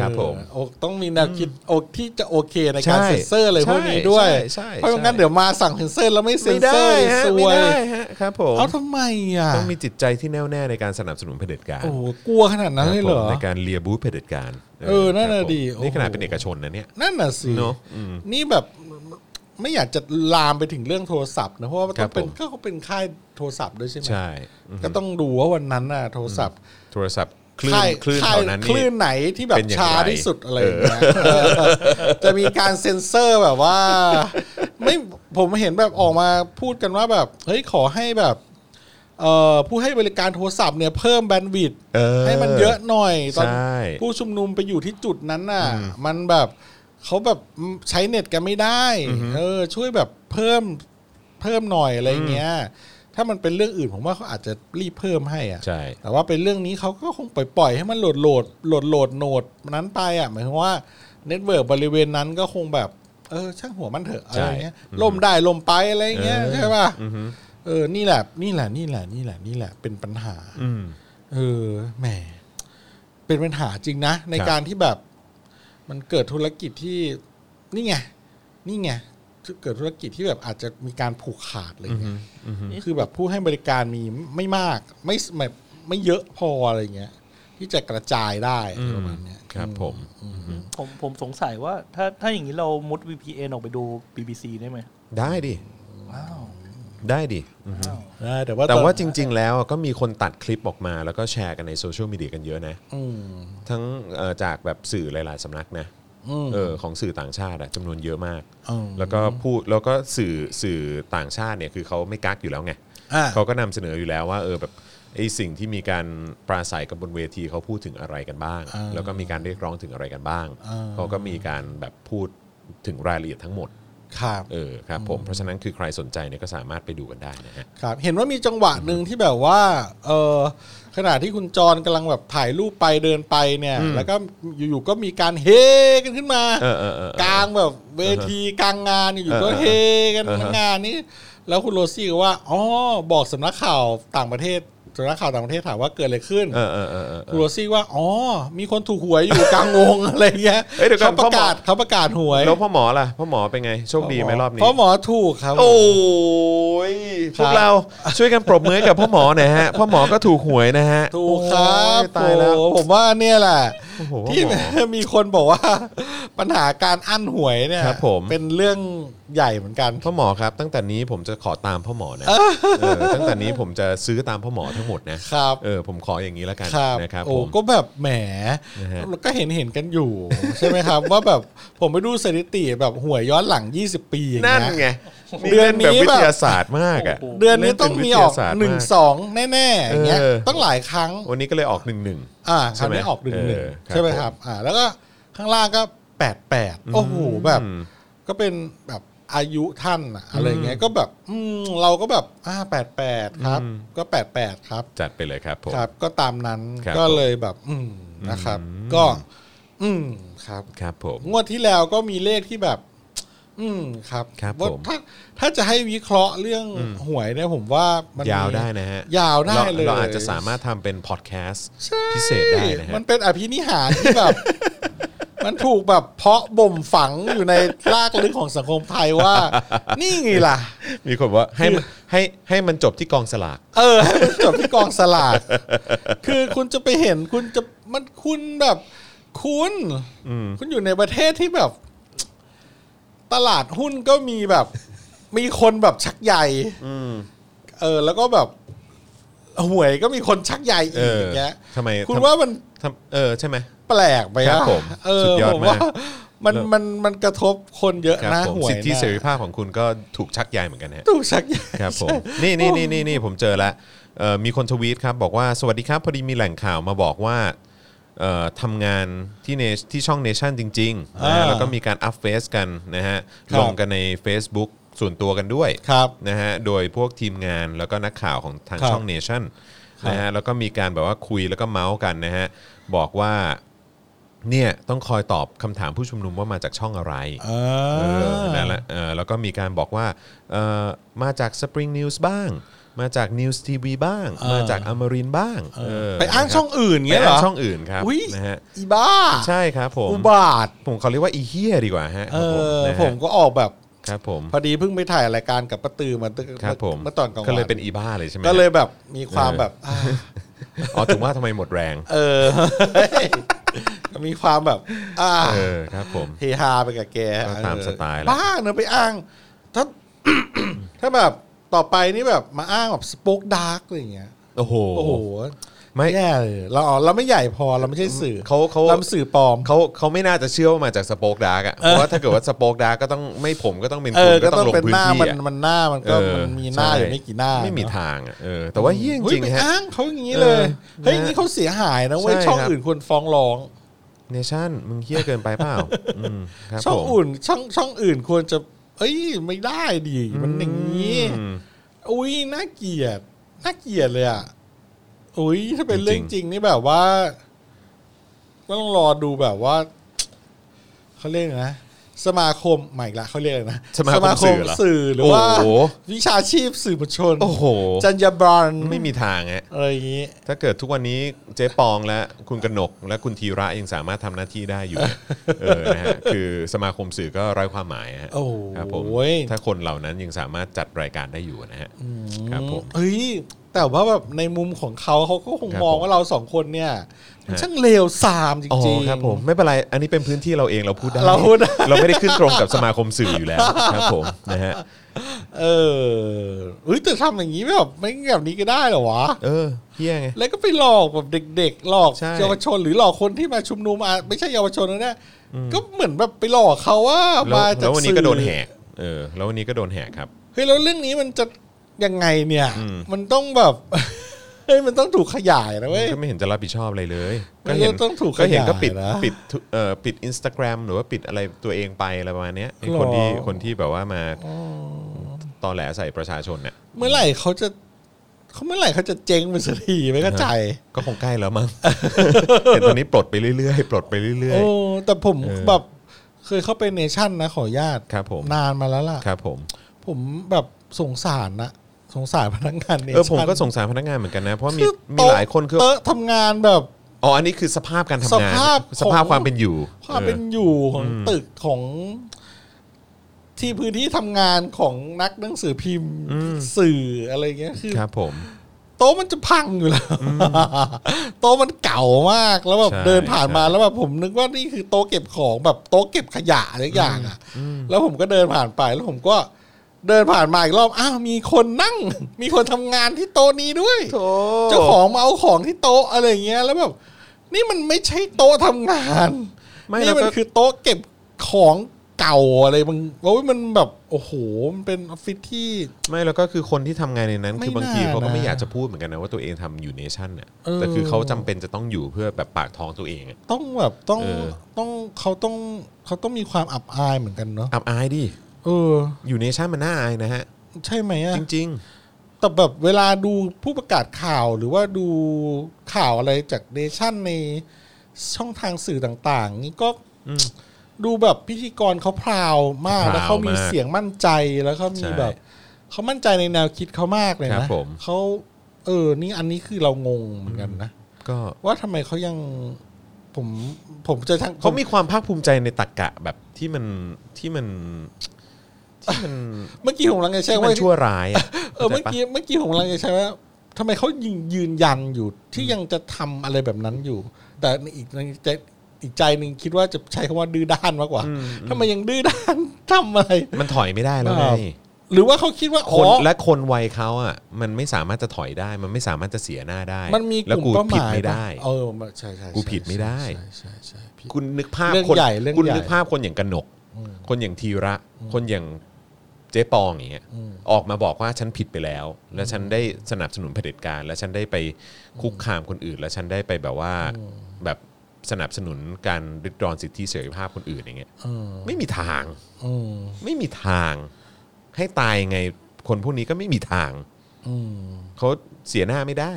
[SPEAKER 1] ครับผม
[SPEAKER 2] เออโอต้องมีแนวคิดโอที่จะโอเคในการ
[SPEAKER 1] ใช่
[SPEAKER 2] เซ็นเซอร์อะไรพวกนี้ด้วย
[SPEAKER 1] ใช่ใช่ใช่
[SPEAKER 2] เพราะไม่งั้นเดี๋ยวมาสั่งเซ็นเซอร์แล้วไม่เซ็น
[SPEAKER 1] ไม่
[SPEAKER 2] เซอ
[SPEAKER 1] ได้
[SPEAKER 2] ร์
[SPEAKER 1] ฮะ
[SPEAKER 2] ซ
[SPEAKER 1] ไม่
[SPEAKER 2] วย
[SPEAKER 1] ได้ฮะครับผม
[SPEAKER 2] เอาทำไมอ่ะ
[SPEAKER 1] ต้องมีจิตใจที่แน่วแน่ในการสนับสนุนเผด็จการ
[SPEAKER 2] โอ้โหกลัวขนาดนั้นเลยเหร
[SPEAKER 1] ค
[SPEAKER 2] อ
[SPEAKER 1] บผมในการเลียบูธเผด็จการ
[SPEAKER 2] เออนั่นน่ะ
[SPEAKER 1] ครับผม
[SPEAKER 2] ดิโอ้โห
[SPEAKER 1] นี่ขนาดเป็นเอกชนนะเนี่ย
[SPEAKER 2] นั่นน่ะสิ
[SPEAKER 1] เนอะอืม
[SPEAKER 2] นี่แบบไม่อยากจะลามไปถึงเรื่องโทรศัพท์นะเพราะว่ามัน
[SPEAKER 1] ครั
[SPEAKER 2] ต้อบ งเป็น
[SPEAKER 1] ผม
[SPEAKER 2] ก็เขาเป็นค่ายโทรศัพท์ด้วยใช่ไหม
[SPEAKER 1] ใช่อืม
[SPEAKER 2] ก็ต้องดูว่าวันนั้นน่ะโทรศัพท์
[SPEAKER 1] โทรศัพท์คลื่น
[SPEAKER 2] ค่าย
[SPEAKER 1] คลื่น
[SPEAKER 2] ค่าย
[SPEAKER 1] แถวนั้น
[SPEAKER 2] ค
[SPEAKER 1] นี่
[SPEAKER 2] ลื่นไหนที่แบ
[SPEAKER 1] เป็
[SPEAKER 2] บ
[SPEAKER 1] นอย่างไร
[SPEAKER 2] ช้าที่สุดอะไรอย่างเงี้ยเออจะมีการเซ็นเซอร์แบบว่า ไม่ผมเห็นแบบออกมาพูดกันว่าแบบเฮ้ยขอให้แบบเอ่อผู้ให้บริการโทรศัพท์เนี่ยเพิ่มแบนด์วิดต์
[SPEAKER 1] เออ
[SPEAKER 2] ให้มันเยอะหน่อยตอน
[SPEAKER 1] ใช่
[SPEAKER 2] ผู้ชุมนุมไปอยู่ที่จุดนั้นน่ะ มันแบบเขาแบบใช้เน็ตกันไม่ได้เออช่วยแบบเพิ่มเพิ่มหน่อยอะไรเงี้ย ถ้ามันเป็นเรื่องอื่นผมว่าเขาอาจจะรีบเพิ่มให้อ่ะ
[SPEAKER 1] ใช่
[SPEAKER 2] แต่ว่าเป็นเรื่องนี้เขาก็คงปล่อยปล่อยให้มันโหลดโหลดโหลดโหลดโหนดนั้นไปอ่ะหมายความว่าเน็ตเวิร์กบริเวณนั้นก็คงแบบเออช่างหัวมันเถอะอะไรเงี้ยล่มได้ล่มไปอะไรเงี้ย
[SPEAKER 1] เออ
[SPEAKER 2] ใช่ป่ะ
[SPEAKER 1] อือฮึ
[SPEAKER 2] เออนี่แหละนี่แหละนี่แหละนี่แหละนี่แหละเป็นปัญหา
[SPEAKER 1] อืม
[SPEAKER 2] เออแหมเป็นปัญหาจริงนะ ใน
[SPEAKER 1] ครับ
[SPEAKER 2] การที่แบบ มันเกิดธุรกิจที่นี่ไงนี่ไงเกิดธุรกิจที่แบบอาจจะมีการผูกขาดอะไร
[SPEAKER 1] อือฮึ
[SPEAKER 2] เงี้ย
[SPEAKER 1] อือฮึ
[SPEAKER 2] คือแบบผู้ให้บริการมีไม่มาก ไม่แบบไม่เยอะพออะไรเงี้ย ที่จะกระจายได้
[SPEAKER 1] อืม
[SPEAKER 2] ประมาณเนี้ย
[SPEAKER 1] ครับผม
[SPEAKER 3] ผมผมสงสัยว่าถ้าถ้าอย่างนี้เรามุด VPN ออกไปดู BBC ได้ไหม
[SPEAKER 1] ได้ดิ
[SPEAKER 3] ว้าว
[SPEAKER 1] ได้ดิอือฮึ
[SPEAKER 3] ว้าว
[SPEAKER 2] เออแต่ว่า
[SPEAKER 1] แต่ว่า
[SPEAKER 2] อน
[SPEAKER 1] จริง ๆ แล้วอ่ะก็มีคนตัดคลิปออกมา แล้วก็แชร์กันในโซเชียลมีเดียกันเยอะนะ
[SPEAKER 2] อืม
[SPEAKER 1] ทั้งเอ่อจากแบบสื่อหลาย ๆ สำนักนะ
[SPEAKER 2] อืม
[SPEAKER 1] เออของสื่อต่างชาติอะจำนวนเยอะมาก
[SPEAKER 2] ม
[SPEAKER 1] แล้วก็พูดแล้วก็สื่อสื่อต่างชาติเนี่ยคือเขาไม่กักอยู่แล้วไง
[SPEAKER 2] อ่ะ
[SPEAKER 1] เขาก็นำเสนออยู่แล้วว่าเออแบบไอ้สิ่งที่มีการปราศัยกันบนเวทีเขาพูดถึงอะไรกันบ้าง แล้วก็มีการเรียกร้องถึงอะไรกันบ้างเขาก็มีการแบบพูดถึงรายละเอียดทั้งหมด
[SPEAKER 2] ครับ
[SPEAKER 1] เออครับผมเพราะฉะนั้นคือใครสนใจเนี่ยก็สามารถไปดูกันได้นะฮะ
[SPEAKER 2] ครับเห็นว่ามีจังหวะหนึ่งที่แบบว่าเออขณะที่คุณจรกำลังแบบถ่ายรูปไปเดินไปเนี่ย แล้วก็อยู่ๆก็มีการเฮกันขึ้นมา
[SPEAKER 1] เออเออเออ
[SPEAKER 2] กลางแบบเวทีกลางงานอยู่ๆ
[SPEAKER 1] เอ
[SPEAKER 2] ก็
[SPEAKER 1] อเออ
[SPEAKER 2] เฮกัน
[SPEAKER 1] เออ
[SPEAKER 2] ทั้งงานนี่แล้วคุณโรซี่ก็ว่าอ๋อบอกสำนักข่าวต่างประเทศสำนักข่าวต่างประเทศถามว่าเกิดอะไรขึ้น
[SPEAKER 1] เออเออเออเออ
[SPEAKER 2] คุณโรซี่ว่าอ๋อมีคนถูกหวยอยู่กลางวง อะไรเงี้ย
[SPEAKER 1] เอ้ยเดี๋ยวก่อ
[SPEAKER 2] เขา
[SPEAKER 1] น
[SPEAKER 2] ประกาศเขาประกาศหวย
[SPEAKER 1] แล้วพ่อหมอล่ะพ่อหมอเป็นไงโชคดีไหมรอบนี้
[SPEAKER 2] เพราะหมอถูกครับ
[SPEAKER 1] โอ้ย
[SPEAKER 2] ค
[SPEAKER 1] พ
[SPEAKER 2] รั
[SPEAKER 1] ว
[SPEAKER 2] บ
[SPEAKER 1] กเราช่วยกันปรบมือให้กับพ่อหมอหน่อยฮะ พ่อหมอก็ถูกหวยนะฮะ
[SPEAKER 2] ถูกครับ
[SPEAKER 1] โอ้ยตายแล้ว
[SPEAKER 2] โอ้โหผมว่าเนี่ยแหละ
[SPEAKER 1] โอ้โหพ่อ
[SPEAKER 2] ที่
[SPEAKER 1] หมอ
[SPEAKER 2] มีคนบอกว่า ปัญหาการอั้นหวยเนี่ย
[SPEAKER 1] ครับผม
[SPEAKER 2] เป็นเรื่องใหญ่เหมือนกัน
[SPEAKER 1] พ่อหมอครับ ตั้งแต่นี้ผมจะขอตามพ่อหมอนะเออตั้งแต่นี้ผมจะซื้อตามพ่อหมอทั้งหมดนะครับ เออผมขออย่างนี้แล้วกัน
[SPEAKER 2] ครับ
[SPEAKER 1] นะครับ
[SPEAKER 2] โอ้
[SPEAKER 1] ผม
[SPEAKER 2] ก็แบบแหม
[SPEAKER 1] นะฮะ
[SPEAKER 2] แล้วก็เห็นเห็นกันอยู่ ใช่ไหมครับ ว่าแบบผมไปดูสถิติแบบหวยย้อนหลัง 20 ปีอย่าง
[SPEAKER 1] นั่น
[SPEAKER 2] เงี้ย
[SPEAKER 1] ไง
[SPEAKER 2] เดื
[SPEAKER 1] เดื
[SPEAKER 2] อ
[SPEAKER 1] อน นแบบ
[SPEAKER 2] นี้
[SPEAKER 1] วิ
[SPEAKER 2] แบบ
[SPEAKER 1] ทยาศาสตร์มากอ่ะ
[SPEAKER 3] โโห
[SPEAKER 2] เดือนนี้ต้องมีออก
[SPEAKER 1] เล่นเป็นวิทยาศาสตร์มาก
[SPEAKER 2] 1 2 แน่ๆอย่างเงี้ย
[SPEAKER 1] เออ
[SPEAKER 2] ต้องหลายครั้ง
[SPEAKER 1] วันนี้ก็เลยออกหนึ่งหนึ่ง
[SPEAKER 2] อ่าค
[SPEAKER 1] ใช่
[SPEAKER 2] รั้ง
[SPEAKER 1] ไหม
[SPEAKER 2] นี้ออกหนึ่งหนึ่ง
[SPEAKER 1] เออครับ
[SPEAKER 2] ใช่ไหมครับ อ่า แล้วก็ข้างล่างก็แปดแปดโอ้โหแบบ ก็เป็นแบบอายุท่านอะอะไรเงี้ยก็แบบ อืมเราก็แบบอ่าแปดแปดครับ
[SPEAKER 1] อืม
[SPEAKER 2] ก็แปดแปดครับ
[SPEAKER 1] จัดไปเลยครับผม
[SPEAKER 2] ครับ ก็ตามนั้น
[SPEAKER 1] ครับ
[SPEAKER 2] ก็เลยแบบ อืมนะครับ
[SPEAKER 1] อืม
[SPEAKER 2] ก็ อืมครับ
[SPEAKER 1] ครับผม
[SPEAKER 2] งวดที่แล้วก็มีเลขที่แบบ อืมครับ
[SPEAKER 1] ครับ
[SPEAKER 2] ว่า
[SPEAKER 1] ผม
[SPEAKER 2] ถ้าถ้าจะให้วิเคราะห์เรื่อง
[SPEAKER 1] อืม
[SPEAKER 2] หวยเนี่ยผมว่ามันมี
[SPEAKER 1] ยาวได้นะฮะ
[SPEAKER 2] ยาวได้เลย
[SPEAKER 1] เราอาจจะสามารถทำเป็นพอดแคสต์
[SPEAKER 2] ใช่
[SPEAKER 1] พิเศษได้นะฮะ
[SPEAKER 2] มันเป็นอภินิหารที่แบบ มันถูกแบบเพาะบ่มฝังอยู่ในรากลึกของสังคมไทยว่า นี่ไงล่ะ
[SPEAKER 1] มีคนบอกว่าให้มันให้ให้มันจบที่กองสลาก
[SPEAKER 2] เออให้มันจบที่กองสลาก คือคุณจะไปเห็นคุณจะมันคุณแบบ คุณ คุณอยู่ในประเทศที่แบบ ตลาดหุ้นก็มีแบบ มีคนแบบชักใหญ่เออ แล้วก็แบบหวยก็มีคนชักใหญ่
[SPEAKER 1] เอ
[SPEAKER 2] อีก
[SPEAKER 1] อ
[SPEAKER 2] อ
[SPEAKER 1] อย่าง
[SPEAKER 2] เงี้ย
[SPEAKER 1] ทำไม
[SPEAKER 2] คุณ
[SPEAKER 1] ทำ
[SPEAKER 2] ว่ามัน
[SPEAKER 1] ทำเออใช่ไหม
[SPEAKER 2] แปลกไป
[SPEAKER 1] ค
[SPEAKER 2] อะ
[SPEAKER 1] รับผม
[SPEAKER 2] เออ
[SPEAKER 1] สุดยอด
[SPEAKER 2] ผมว่าม
[SPEAKER 1] าก
[SPEAKER 2] มันมันมันกระทบคนเยอะ
[SPEAKER 1] ครับ
[SPEAKER 2] นะ
[SPEAKER 1] ผม
[SPEAKER 2] หวย
[SPEAKER 1] สิทธิ
[SPEAKER 2] นะ
[SPEAKER 1] เสรีภาพของคุณก็ถูกชักใยเหมือนกันฮะ
[SPEAKER 2] ตู้ชักใหญ่
[SPEAKER 1] ครับผมนี่นี่นี่นี่นี่ผมเจอละเอ่อมีคนทวีตครับ บอกว่าสวัสดีครับ พอดีมีแหล่งข่าวมาบอกว่าเอ่อทำงานที่เนที่ช่องเนชั่นจริงๆนะฮะแล้วก็มีการอัพเฟซกันนะฮะลงกันใน Facebook ส่วนตัวกันด้วย
[SPEAKER 2] ครับ
[SPEAKER 1] นะฮะ โดยพวกทีมงานแล้วก็นักข่าวของทาง
[SPEAKER 2] ครับ
[SPEAKER 1] ช่องเนชั่นนะฮะ แล้วก็มีการแบบว่าคุยแล้วก็เมาส์กันนะฮะ บอกว่า เนี่ยต้องคอยตอบคำถามผู้ชุมนุมว่ามาจากช่องอะไร
[SPEAKER 2] เอ
[SPEAKER 1] เออ
[SPEAKER 2] อ
[SPEAKER 1] นั่นแหละเออแล้วก็มีการบอกว่าเอ่อมาจาก Spring News บ้าง มาจาก News TV บ้าง
[SPEAKER 2] เออ
[SPEAKER 1] มาจากอมรินทร์บ้างเออ
[SPEAKER 2] ไปอ้างช่องอื่น
[SPEAKER 1] ไป
[SPEAKER 2] เงี้ยเหร
[SPEAKER 1] อ้า
[SPEAKER 2] อ
[SPEAKER 1] งช่องอื่นครับ
[SPEAKER 2] อุ๊ย
[SPEAKER 1] นะฮะ
[SPEAKER 2] อีบ้า
[SPEAKER 1] ใช่ครับผม
[SPEAKER 2] อุบาท
[SPEAKER 1] ผมเขาเรียกว่าอีเฮียดีกว่าฮะ
[SPEAKER 2] เออ
[SPEAKER 1] นะฮะ
[SPEAKER 2] ผมก็ออกแบบ
[SPEAKER 1] ครับผม
[SPEAKER 2] พอดีเพิ่งไปถ่ายรายการกับป้าตือมาตึก
[SPEAKER 1] ครับผม
[SPEAKER 2] เมื่อตอนกลางวัน
[SPEAKER 1] ก็เลยเป็นอีบ้าเลยใช่ไหม
[SPEAKER 2] ก็เลยแบบมีความแบบอ่า
[SPEAKER 1] อ๋อถึงว่าทำไมหมดแรง
[SPEAKER 2] เออ มีความแบบ อ่า
[SPEAKER 1] เออครับผม
[SPEAKER 2] เฮฮาไปกับแก
[SPEAKER 1] ก็ตาม
[SPEAKER 2] เออ
[SPEAKER 1] สไตล์แหละ
[SPEAKER 2] บ้าเนอะไปอ้าง ถ้า ถ้าแบบต่อไปนี่แบบมาอ้างแบบสป o อ e ดาร์กอะไรอย่างเงี้ย
[SPEAKER 1] โอ้โห
[SPEAKER 2] โอ้โห
[SPEAKER 1] ไม่
[SPEAKER 2] แย่เลยเราอ๋อเราไม่ใหญ่พอเราไม่ใช่สื่อ
[SPEAKER 1] เขาเขา
[SPEAKER 2] เราเป็นสื่อปลอม
[SPEAKER 1] เขาเขาไม่น่าจะเชื่อว่ามาจากสโปกดาร์กอ่ะเพราะว่าถ้าเกิดว่าสโปกดาร์กก็ต้องไม่ผมก็ต้องเป็น
[SPEAKER 2] เอ
[SPEAKER 1] คุณ
[SPEAKER 2] อ ก็
[SPEAKER 1] ก็ต้
[SPEAKER 2] ต้
[SPEAKER 1] อ
[SPEAKER 2] อ
[SPEAKER 1] ง
[SPEAKER 2] ง
[SPEAKER 1] ลง
[SPEAKER 2] เป็น
[SPEAKER 1] พื้น
[SPEAKER 2] หน้า
[SPEAKER 1] ที่
[SPEAKER 2] มัน
[SPEAKER 1] อะ
[SPEAKER 2] มันหน้ามันก็
[SPEAKER 1] เออ
[SPEAKER 2] มันมีหน้าอยู่
[SPEAKER 1] ใช่
[SPEAKER 2] ไม่กี่หน้า
[SPEAKER 1] ไม่มี
[SPEAKER 2] เนอะ
[SPEAKER 1] ทางอะเออแต่ว่าเฮี้ยจริง
[SPEAKER 2] เฮ้
[SPEAKER 1] ๆ
[SPEAKER 2] ยไป
[SPEAKER 1] ฮะ
[SPEAKER 2] อ้างเขาอย่างนี้เล
[SPEAKER 1] เอ
[SPEAKER 2] ย
[SPEAKER 1] อ
[SPEAKER 2] เฮ้ยอย่างนี้เขาเสียหายนะเว้ย
[SPEAKER 1] ใช่
[SPEAKER 2] ช่อง
[SPEAKER 1] ครับ
[SPEAKER 2] อื่นควรฟ้องร้อง
[SPEAKER 1] เนชั่นมึงเฮี้ยเกินไปเป ล่าอืมครับ
[SPEAKER 2] ช่อง
[SPEAKER 1] ผม
[SPEAKER 2] อื่นช่องช่องอื่นควรจะ เอ้ยไม่ได้ดิมันอย่างนี้
[SPEAKER 1] อืม
[SPEAKER 2] อุ้ยน่าเกลียดน่าเกลียดเลยอ่ะอุ้ยถ้าเป็น
[SPEAKER 1] จริงๆ
[SPEAKER 2] เรื่องจริงนี่แบบว่าก็ต้องรอดูแบบว่าเขาเรียกนะ สมาคมใหม่ละเขาเรียกอะไรนะ
[SPEAKER 1] สมาคมสื่อเหรอ
[SPEAKER 2] สื่อหรือว่า
[SPEAKER 1] โอ้โห
[SPEAKER 2] วิชาชีพสื่อมวลชน
[SPEAKER 1] โอ้โห
[SPEAKER 2] จัญญาบรรณ
[SPEAKER 1] ไม่มีทางฮะ
[SPEAKER 2] อะไรอย่างนี้
[SPEAKER 1] ถ้าเกิดทุกวันนี้เจ๊ปองและคุณกนก และคุณธีระยังสามารถทำหน้าที่ได้อยู่ เนี่ยเออนะฮะคือสมาคมสื่อก็ไร้ความหมายฮะ
[SPEAKER 2] โอ้โห
[SPEAKER 1] ครับผมถ้าคนเหล่านั้นยังสามารถจัดรายการได้อยู่นะฮะ ครับผม
[SPEAKER 2] เฮ้ยแต่ว่าแบบในมุมของเขาเขาก็คง
[SPEAKER 1] ครับ
[SPEAKER 2] มอง
[SPEAKER 1] ผม
[SPEAKER 2] ว่าเราสองคนเนี่ยมัน
[SPEAKER 1] ฮะ
[SPEAKER 2] ช่างเลวทรามจ
[SPEAKER 1] อ๋อ
[SPEAKER 2] ริงๆ
[SPEAKER 1] ครับผมไม่เป็นไร อันนี้เป็นพื้นที่เราเองเราพูดได้
[SPEAKER 2] เราพูดได้
[SPEAKER 1] เราไม่ได้ขึ้นตรงกับสมาคมสื่ออยู่แล้วครับ ผมนะฮะ
[SPEAKER 2] เออเฮ้ยแต่ทำอย่างนี้แบบไม่แบบนี้ก็ได้เหรอวะ
[SPEAKER 1] เออเฮี้ยไง
[SPEAKER 2] แล้วก็ไปหลอกแบบเด็กๆหลอก
[SPEAKER 1] ใช่
[SPEAKER 2] เยาวชนหรือหลอกคนที่มาชุมนุมอ่ะไม่ใช่เยาวชนนะเนี่ยก็เหมือนแบบไปหลอกเขาว่า
[SPEAKER 1] แล้ว
[SPEAKER 2] มาจาก
[SPEAKER 1] แล้ววันนี้
[SPEAKER 2] สื่อ
[SPEAKER 1] ก็โดนแหก เออ แล้ววันนี้ก็โดนแหกครับ
[SPEAKER 2] เฮ้ยแล้วเรื่องนี้มันจะยังไงเนี่ย
[SPEAKER 1] อืม
[SPEAKER 2] มันต้องแบบ เฮ้ยมันต้องถูกขยายนะเว้ย
[SPEAKER 1] ก็ไม่เห็นจะรับผิดชอบอะไรเลย
[SPEAKER 2] ไม่
[SPEAKER 1] ก็เห็น
[SPEAKER 2] ต้องถูก
[SPEAKER 1] ก็เห็นก็ปิด
[SPEAKER 2] ขยายนะ
[SPEAKER 1] ปิดทุเอ่อปิดอินสตาแกรมหรือว่าปิดอะไรตัวเองไปอะไรประมาณเนี้ยไอ้
[SPEAKER 2] หรอ
[SPEAKER 1] คนที่คนที่แบบว่ามาตอแหลใส่ประชาชนเนี่ย
[SPEAKER 2] เมื่อไหร่เขาจะเขาเมื่อไหร่เขาจะเจ๊งไปสักทีไม่เข้าใจ
[SPEAKER 1] ก็คงใกล้แล้วมั้ง เห็นตอนนี้ปลดไปเรื่อยๆปลดไปเรื่อย
[SPEAKER 2] โอ้แต่ผม
[SPEAKER 1] เออ
[SPEAKER 2] แบบเคยเข้าไปเนชั่นนะขออนุญาต
[SPEAKER 1] ครับผม
[SPEAKER 2] นานมาแล้วล่ะ
[SPEAKER 1] ๆครับผม
[SPEAKER 2] ผมแบบสงสารนะสงสารพนักงานเนชั่น
[SPEAKER 1] เออผมก็สงสารพนักงานเหมือนกันนะ เพราะมี
[SPEAKER 2] คือ
[SPEAKER 1] มีหลายคนคือ
[SPEAKER 2] โต๊ะทำงานแบบ
[SPEAKER 1] อ๋ออันนี้คือสภาพการทำงาน
[SPEAKER 2] สภาพ
[SPEAKER 1] สภาพ
[SPEAKER 2] ของ
[SPEAKER 1] ความเป็นอยู่
[SPEAKER 2] ความเป็น
[SPEAKER 1] ออ
[SPEAKER 2] อยู่ของ
[SPEAKER 1] อืม
[SPEAKER 2] ตึกของ ที่พื้นที่ทำงานของนักหนังสือพิมพ์สื่ออะไรเงี้ยคือ
[SPEAKER 1] ครับผม
[SPEAKER 2] โต๊ะมันจะพังอยู่แล้ว โต๊ะมันเก่ามากแล้วแบบ
[SPEAKER 1] ใช่
[SPEAKER 2] เดินผ่านมา
[SPEAKER 1] ใช่
[SPEAKER 2] แล้วแบบผมนึกว่านี่คือโต๊ะเก็บของแบบโต๊ะเก็บขยะอะไรอย่างอ่ะ แล้วผมก็เดินผ่านไปแล้วผมก็เดินผ่านมาอีกรอบอ้าวมีคนนั่ง มีคนทำงานที่โต๊ะนี้ด้วย เจ้าของมาเอาของที่โต๊ะอะไรอย่างเงี้ย แล้วแบบนี่มันไม่ใช่โต๊ะทำงาน
[SPEAKER 1] ไม่
[SPEAKER 2] นี่
[SPEAKER 1] แล้ว
[SPEAKER 2] มั
[SPEAKER 1] ก็
[SPEAKER 2] นคือโต๊ะเก็บของเก่าอะไรบางโอ้ยมันแบบโอ้โหมันเป็นออฟฟิศที่
[SPEAKER 1] ไม่แล้วก็คือคนที่ทำงานในนั้น
[SPEAKER 2] ไม่
[SPEAKER 1] คือบางที
[SPEAKER 2] น่า
[SPEAKER 1] เขาก็ไม่
[SPEAKER 2] นะ
[SPEAKER 1] อยากจะพูดเหมือนกันนะว่าตัวเองทำอยู่เนชั่นน่ะ
[SPEAKER 2] เออ
[SPEAKER 1] แต่คือเขาจำเป็นจะต้องอยู่เพื่อแบบปากท้องตัวเองอะ
[SPEAKER 2] ต้องแบบต้อง
[SPEAKER 1] เออ
[SPEAKER 2] ต้องเขาต้องเขาต้องมีความอับอายเหมือนกันเนาะ
[SPEAKER 1] อับอายดิ
[SPEAKER 2] เออ
[SPEAKER 1] อยู่เนชั่นมันน่าอายนะฮะ
[SPEAKER 2] ใช่ไหมอะ
[SPEAKER 1] จริง
[SPEAKER 2] แต่แบบเวลาดูผู้ประกาศข่าวหรือว่าดูข่าวอะไรจากเดชั่นในช่องทางสื่อต่าง ๆ นี่ก็
[SPEAKER 1] อืม
[SPEAKER 2] ดูแบบพิธีกรเขาพราวมาก
[SPEAKER 1] พราว
[SPEAKER 2] แล้วเขามี
[SPEAKER 1] มาก
[SPEAKER 2] เสียงมั่นใจแล้วเขามี
[SPEAKER 1] ใช่
[SPEAKER 2] แบบเขามั่นใจในแนวคิดเขามากเลย
[SPEAKER 1] ครั
[SPEAKER 2] นะ
[SPEAKER 1] บผม
[SPEAKER 2] เขาเออ นี่อันนี้คือเรางงเหมือนกันนะ
[SPEAKER 1] ๆ ก็
[SPEAKER 2] ว่าทำไมเขายังผมผมจะทั้ง
[SPEAKER 1] เขามีความภาคภูมิใจในตรกกะแบบที่มันที่มันที่มัน
[SPEAKER 2] เมื่อกี้ผมกำลังจะใช้
[SPEAKER 1] ที่มั
[SPEAKER 2] ว่า
[SPEAKER 1] นชั่วร้ายอะ
[SPEAKER 2] เออ
[SPEAKER 1] ข้า
[SPEAKER 2] เมื่อ
[SPEAKER 1] ใจปะ
[SPEAKER 2] กี้เมื่อกี้ผมกำลังจะใช้ว่าทำไมเขายืนยืนยันอยู่ที่ยังจะทำอะไรแบบนั้นอยู่ แต่ในอีกในใจอีกใจหนึ่งคิดว่าจะใช้คำว่าดื้อด้านมากกว่า
[SPEAKER 1] อืม
[SPEAKER 2] ทำไมยังดื้อด้าน ทำอะไร
[SPEAKER 1] มันถอยไม่ได้แล้วไง
[SPEAKER 2] อ่า หรือว่าเขาคิดว่า
[SPEAKER 1] ค
[SPEAKER 2] อ๋อน
[SPEAKER 1] และคนวัยเขาอ่ะ มันไม่สามารถจะถอยได้ มันไม่สามารถจะเสียหน้าได้
[SPEAKER 2] มันมีก
[SPEAKER 1] แล้ว
[SPEAKER 2] ลุ่ม
[SPEAKER 1] กู
[SPEAKER 2] เป้าห
[SPEAKER 1] ผิด
[SPEAKER 2] มาย
[SPEAKER 1] ไม่ได้
[SPEAKER 2] ปะเออใช่ใช่ใช่
[SPEAKER 1] กูผิดไม่ได้
[SPEAKER 2] ใช่ใช่ใช่ใช่ผิด
[SPEAKER 1] คุณนึกภาพ
[SPEAKER 2] เรื่อง
[SPEAKER 1] คน
[SPEAKER 2] ใหญ่เรื่อง
[SPEAKER 1] คุณ
[SPEAKER 2] ใหญ่
[SPEAKER 1] นึกภาพคนอย่างกนก
[SPEAKER 2] อืม
[SPEAKER 1] คนอย่างธีระ คนอย่างเจ๊ปองอย่างเงี้ย
[SPEAKER 2] อืม
[SPEAKER 1] ออกมาบอกว่าฉันผิดไปแล้ว และฉันได้สนับสนุนเผด็จการและฉันได้ไปคุกคามคนอื่น และฉันได้ไปแบบว่าแบบสนับสนุนการริดรอนสิทธิเสรีภาพคนอื่นอย่างเงี้ย
[SPEAKER 2] อืม
[SPEAKER 1] ไม่มีทาง
[SPEAKER 2] อืม
[SPEAKER 1] ไม่มีทาง ให้ตายยังไงคนพวกนี้ก็ไม่มีทาง
[SPEAKER 2] อืม
[SPEAKER 1] เขาเสียหน้าไม่ได้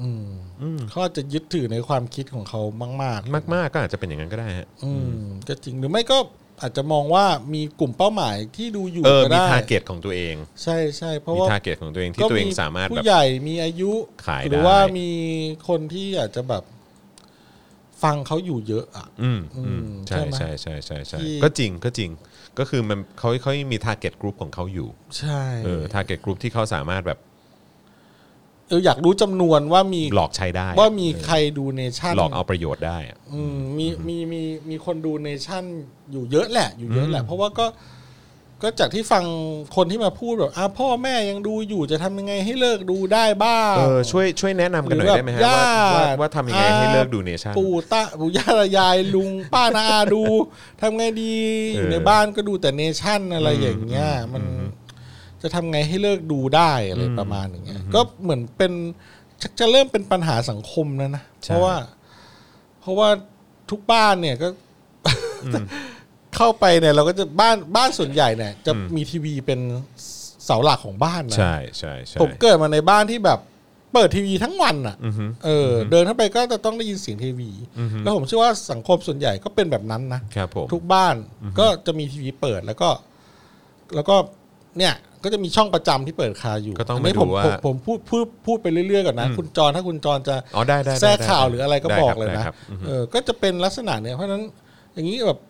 [SPEAKER 2] อืม
[SPEAKER 1] อืม
[SPEAKER 2] เขาอาจจะยึดถือในความคิดของเขามากๆ
[SPEAKER 1] มากๆก็อาจจะเป็นอย่างนั้นก็ได้ฮะ
[SPEAKER 2] อืมก็จริงหรือไม่ก็อาจจะมองว่ามีกลุ่มเป้าหมายที่ดูอยู่
[SPEAKER 1] เออ
[SPEAKER 2] ก็
[SPEAKER 1] มี
[SPEAKER 2] ได้
[SPEAKER 1] ทาร์เก็ตของตัวเอง
[SPEAKER 2] ใช่ใช่เพราะ
[SPEAKER 1] มี
[SPEAKER 2] ว่า
[SPEAKER 1] ทาร์เก็ตของตัวเองที่
[SPEAKER 2] ก็
[SPEAKER 1] ตัวเองสามารถแบบ
[SPEAKER 2] ผู้ใหญ่มีอายุ
[SPEAKER 1] ขายได้
[SPEAKER 2] หรือว่ามีคนที่อาจจะแบบ ฟังเขาอยู่เยอะอ่ะ
[SPEAKER 1] อืมอืม
[SPEAKER 2] อืม
[SPEAKER 1] ใช่
[SPEAKER 2] ใช่
[SPEAKER 1] ใช่
[SPEAKER 2] ไหม
[SPEAKER 1] ใช่ใช่ใช่
[SPEAKER 2] ที่
[SPEAKER 1] ก็จริงก็จริงก็คือมันเขาเขามีทาร์เก็ตกลุ่มของเขาอยู่
[SPEAKER 2] ใช่
[SPEAKER 1] เออทาร์เก็ตกลุ่มที่เขาสามารถแบบ
[SPEAKER 2] เอออยากรู้จำนวนว่ามี
[SPEAKER 1] หลอกใช้ได้
[SPEAKER 2] ว่ามีใครดูเนชั่น
[SPEAKER 1] หลอกเอาประโยชน์ได้อะ
[SPEAKER 2] อืมมีมีมีมีคนดูเนชั่นอยู่เยอะแหละ อยู่เยอะแหละ
[SPEAKER 1] อืม
[SPEAKER 2] เพราะว่าก็ ก็จากที่ฟังคนที่มาพูดแบบอ่ะพ่อแม่ยังดูอยู่จะทำยังไงให้เลิกดูได้บ้าง
[SPEAKER 1] เออช่วยช่วยแนะนำกันหน่อยได้ไหมฮะ
[SPEAKER 2] หรือ
[SPEAKER 1] ว่า
[SPEAKER 2] แบบ
[SPEAKER 1] ว่า
[SPEAKER 2] ญาติ
[SPEAKER 1] ว่าทำยังไงให้
[SPEAKER 2] อ่า
[SPEAKER 1] เลิกดูเนชั่น
[SPEAKER 2] ปู่ตาปู่ย่าตายายลุงป้านาอาดูทำไงดี
[SPEAKER 1] เอออ
[SPEAKER 2] อยู่ในบ้านก็ดูแต่เนชั่นอะไรอย่างเงี้ย มันจะทำไงให้เลิกดูได้อะไร
[SPEAKER 1] อืม
[SPEAKER 2] ประมาณอย่างเงี้ย ก็เหมือนเป็นจะจะเริ่มเป็นปัญหาสังคมแล้วนะ
[SPEAKER 1] ใช่
[SPEAKER 2] เพราะว่า เพราะว่าทุกบ้านเนี่ยก็ เข้าไปเนี่ย เราก็จะบ้านบ้านส่วนใหญ่เนี่ย จะมีทีวีเป็นเสาหลักของบ้านนะ
[SPEAKER 1] ใช่ใช่ใช่
[SPEAKER 2] ผมเกิดมาในบ้านที่แบบเปิดทีวีทั้งวันอ่ะ
[SPEAKER 1] อือฮึ
[SPEAKER 2] เออเดินเข้าไปก็จะต้องได้ยินเสียงทีวี
[SPEAKER 1] อือฮึ
[SPEAKER 2] แล้วผมเชื่อว่าสังคมส่วนใหญ่ก็เป็นแบบนั้นนะครับ
[SPEAKER 1] ผม
[SPEAKER 2] ทุกบ้านก็จะมีทีวีเปิดแล้วก็ แล้วก็เนี่ยก็จะมีช่องประจำที่เปิดคาอยู่
[SPEAKER 1] ก็ต้อง
[SPEAKER 2] นนี้
[SPEAKER 1] มาดู
[SPEAKER 2] ผม
[SPEAKER 1] ว่า
[SPEAKER 2] ผมผมพูดพูดพูดไปเรื่อยๆก่อนนะ
[SPEAKER 1] อืม
[SPEAKER 2] คุณจรถ้าคุณจรจะ
[SPEAKER 1] อ๋อได้ได้ได้
[SPEAKER 2] แทรก
[SPEAKER 1] ด้
[SPEAKER 2] ข่าวหรืออะไรก็
[SPEAKER 1] ด้
[SPEAKER 2] บอก
[SPEAKER 1] ค
[SPEAKER 2] เลย
[SPEAKER 1] ได้
[SPEAKER 2] นะครับ
[SPEAKER 1] อือฮึ
[SPEAKER 2] เออก็จะเป็นลักษณะเนี่ยเพราะฉะนั้นอย่างนี้แบบ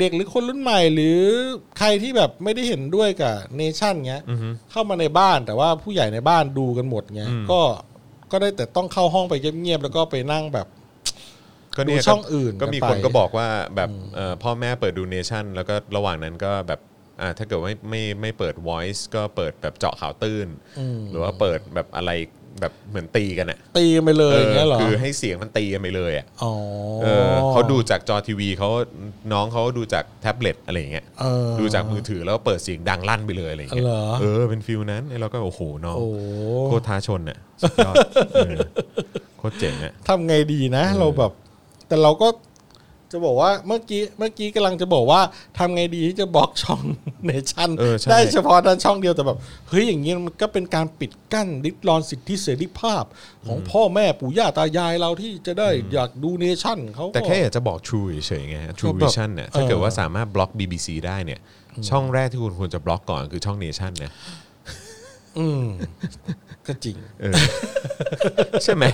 [SPEAKER 2] เด็กๆ หรือคนรุ่นใหม่ หรือใครที่แบบไม่ได้เห็นด้วยกับเนชั่นเงี้ย
[SPEAKER 1] อือฮึ
[SPEAKER 2] เข้ามาในบ้านแต่ว่าผู้ใหญ่ในบ้านดูกันหมดไง
[SPEAKER 1] อืม
[SPEAKER 2] ก็ก็ได้แต่ต้องเข้าห้องไปเงียบๆแล้วก็ไปนั่งแบบ
[SPEAKER 1] ก็เนี่ย
[SPEAKER 2] ดูช่องอื่น
[SPEAKER 1] ก็มี
[SPEAKER 2] กัน
[SPEAKER 1] ค
[SPEAKER 2] ไป
[SPEAKER 1] นก็บอกว่าแบบเอ่อพ่อแม่เปิดดูเนชั่นแล้วก็ระหว่างนั้นก็แบบอ่าถ้าเกิดว่าไม่ไม่ไม่เปิด voice ก็เปิดแบบเจาะข่าวตื้น
[SPEAKER 2] อืม
[SPEAKER 1] หรือว่าเปิดแบบอะไรแบบเหมือนตีกันอ่ะ
[SPEAKER 2] ตีกันไปเลยอย่างเงี้ยเหรอ
[SPEAKER 1] คือให้เสียงมันตีกันไปเลยอ่ะ
[SPEAKER 2] อ๋อ
[SPEAKER 1] เออเขาดูจากจอทีวีเขาน้องเขาดูจากแท็บเล็ตอะไรอย่างเงี้ย
[SPEAKER 2] เออ
[SPEAKER 1] ดูจากมือถือแล้วเปิดเสียงดังลั่นไปเลยอะไรอย่างเงี้ย
[SPEAKER 2] เหรอ
[SPEAKER 1] เออเป็นฟิลนั้นแล้วเราก็โอ้โหน้อง
[SPEAKER 2] โอ้
[SPEAKER 1] โคตรท้าชนน่ะสุดยอดเออโคตรเจ๋งอ่ะ
[SPEAKER 2] ทำไงดีนะ
[SPEAKER 1] เออ
[SPEAKER 2] เราแบบ แต่เราก็จะบอกว่าเมื่อกี้เมื่อกี้กำลังจะบอกว่าทำไงดีที่จะบล็อกช่อง เนชั่น
[SPEAKER 1] เออใช่
[SPEAKER 2] ได้เฉพาะด้านช่องเดียวแต่แบบเฮ้ยอย่างเงี้ยมันก็เป็นการปิดกั้นลิดรอนสิทธิเสรีภาพ ของพ่อแม่ปู่ย่าตายายเราที่จะได้อยากดูเนชั่นเขาก็
[SPEAKER 1] แต่แค่อยากจะบอก True เฉยๆไงฮะ True
[SPEAKER 2] ก็แบบ
[SPEAKER 1] Vision เนี่ยถ้าเกิดว่าสามารถบล็อก BBC ได้เนี่ย ช่องแรกที่คุณควรจะบล็อกก่อนคือช่อง Nation นะ
[SPEAKER 2] อืม ก็จริง
[SPEAKER 1] เออ ใช่ไหม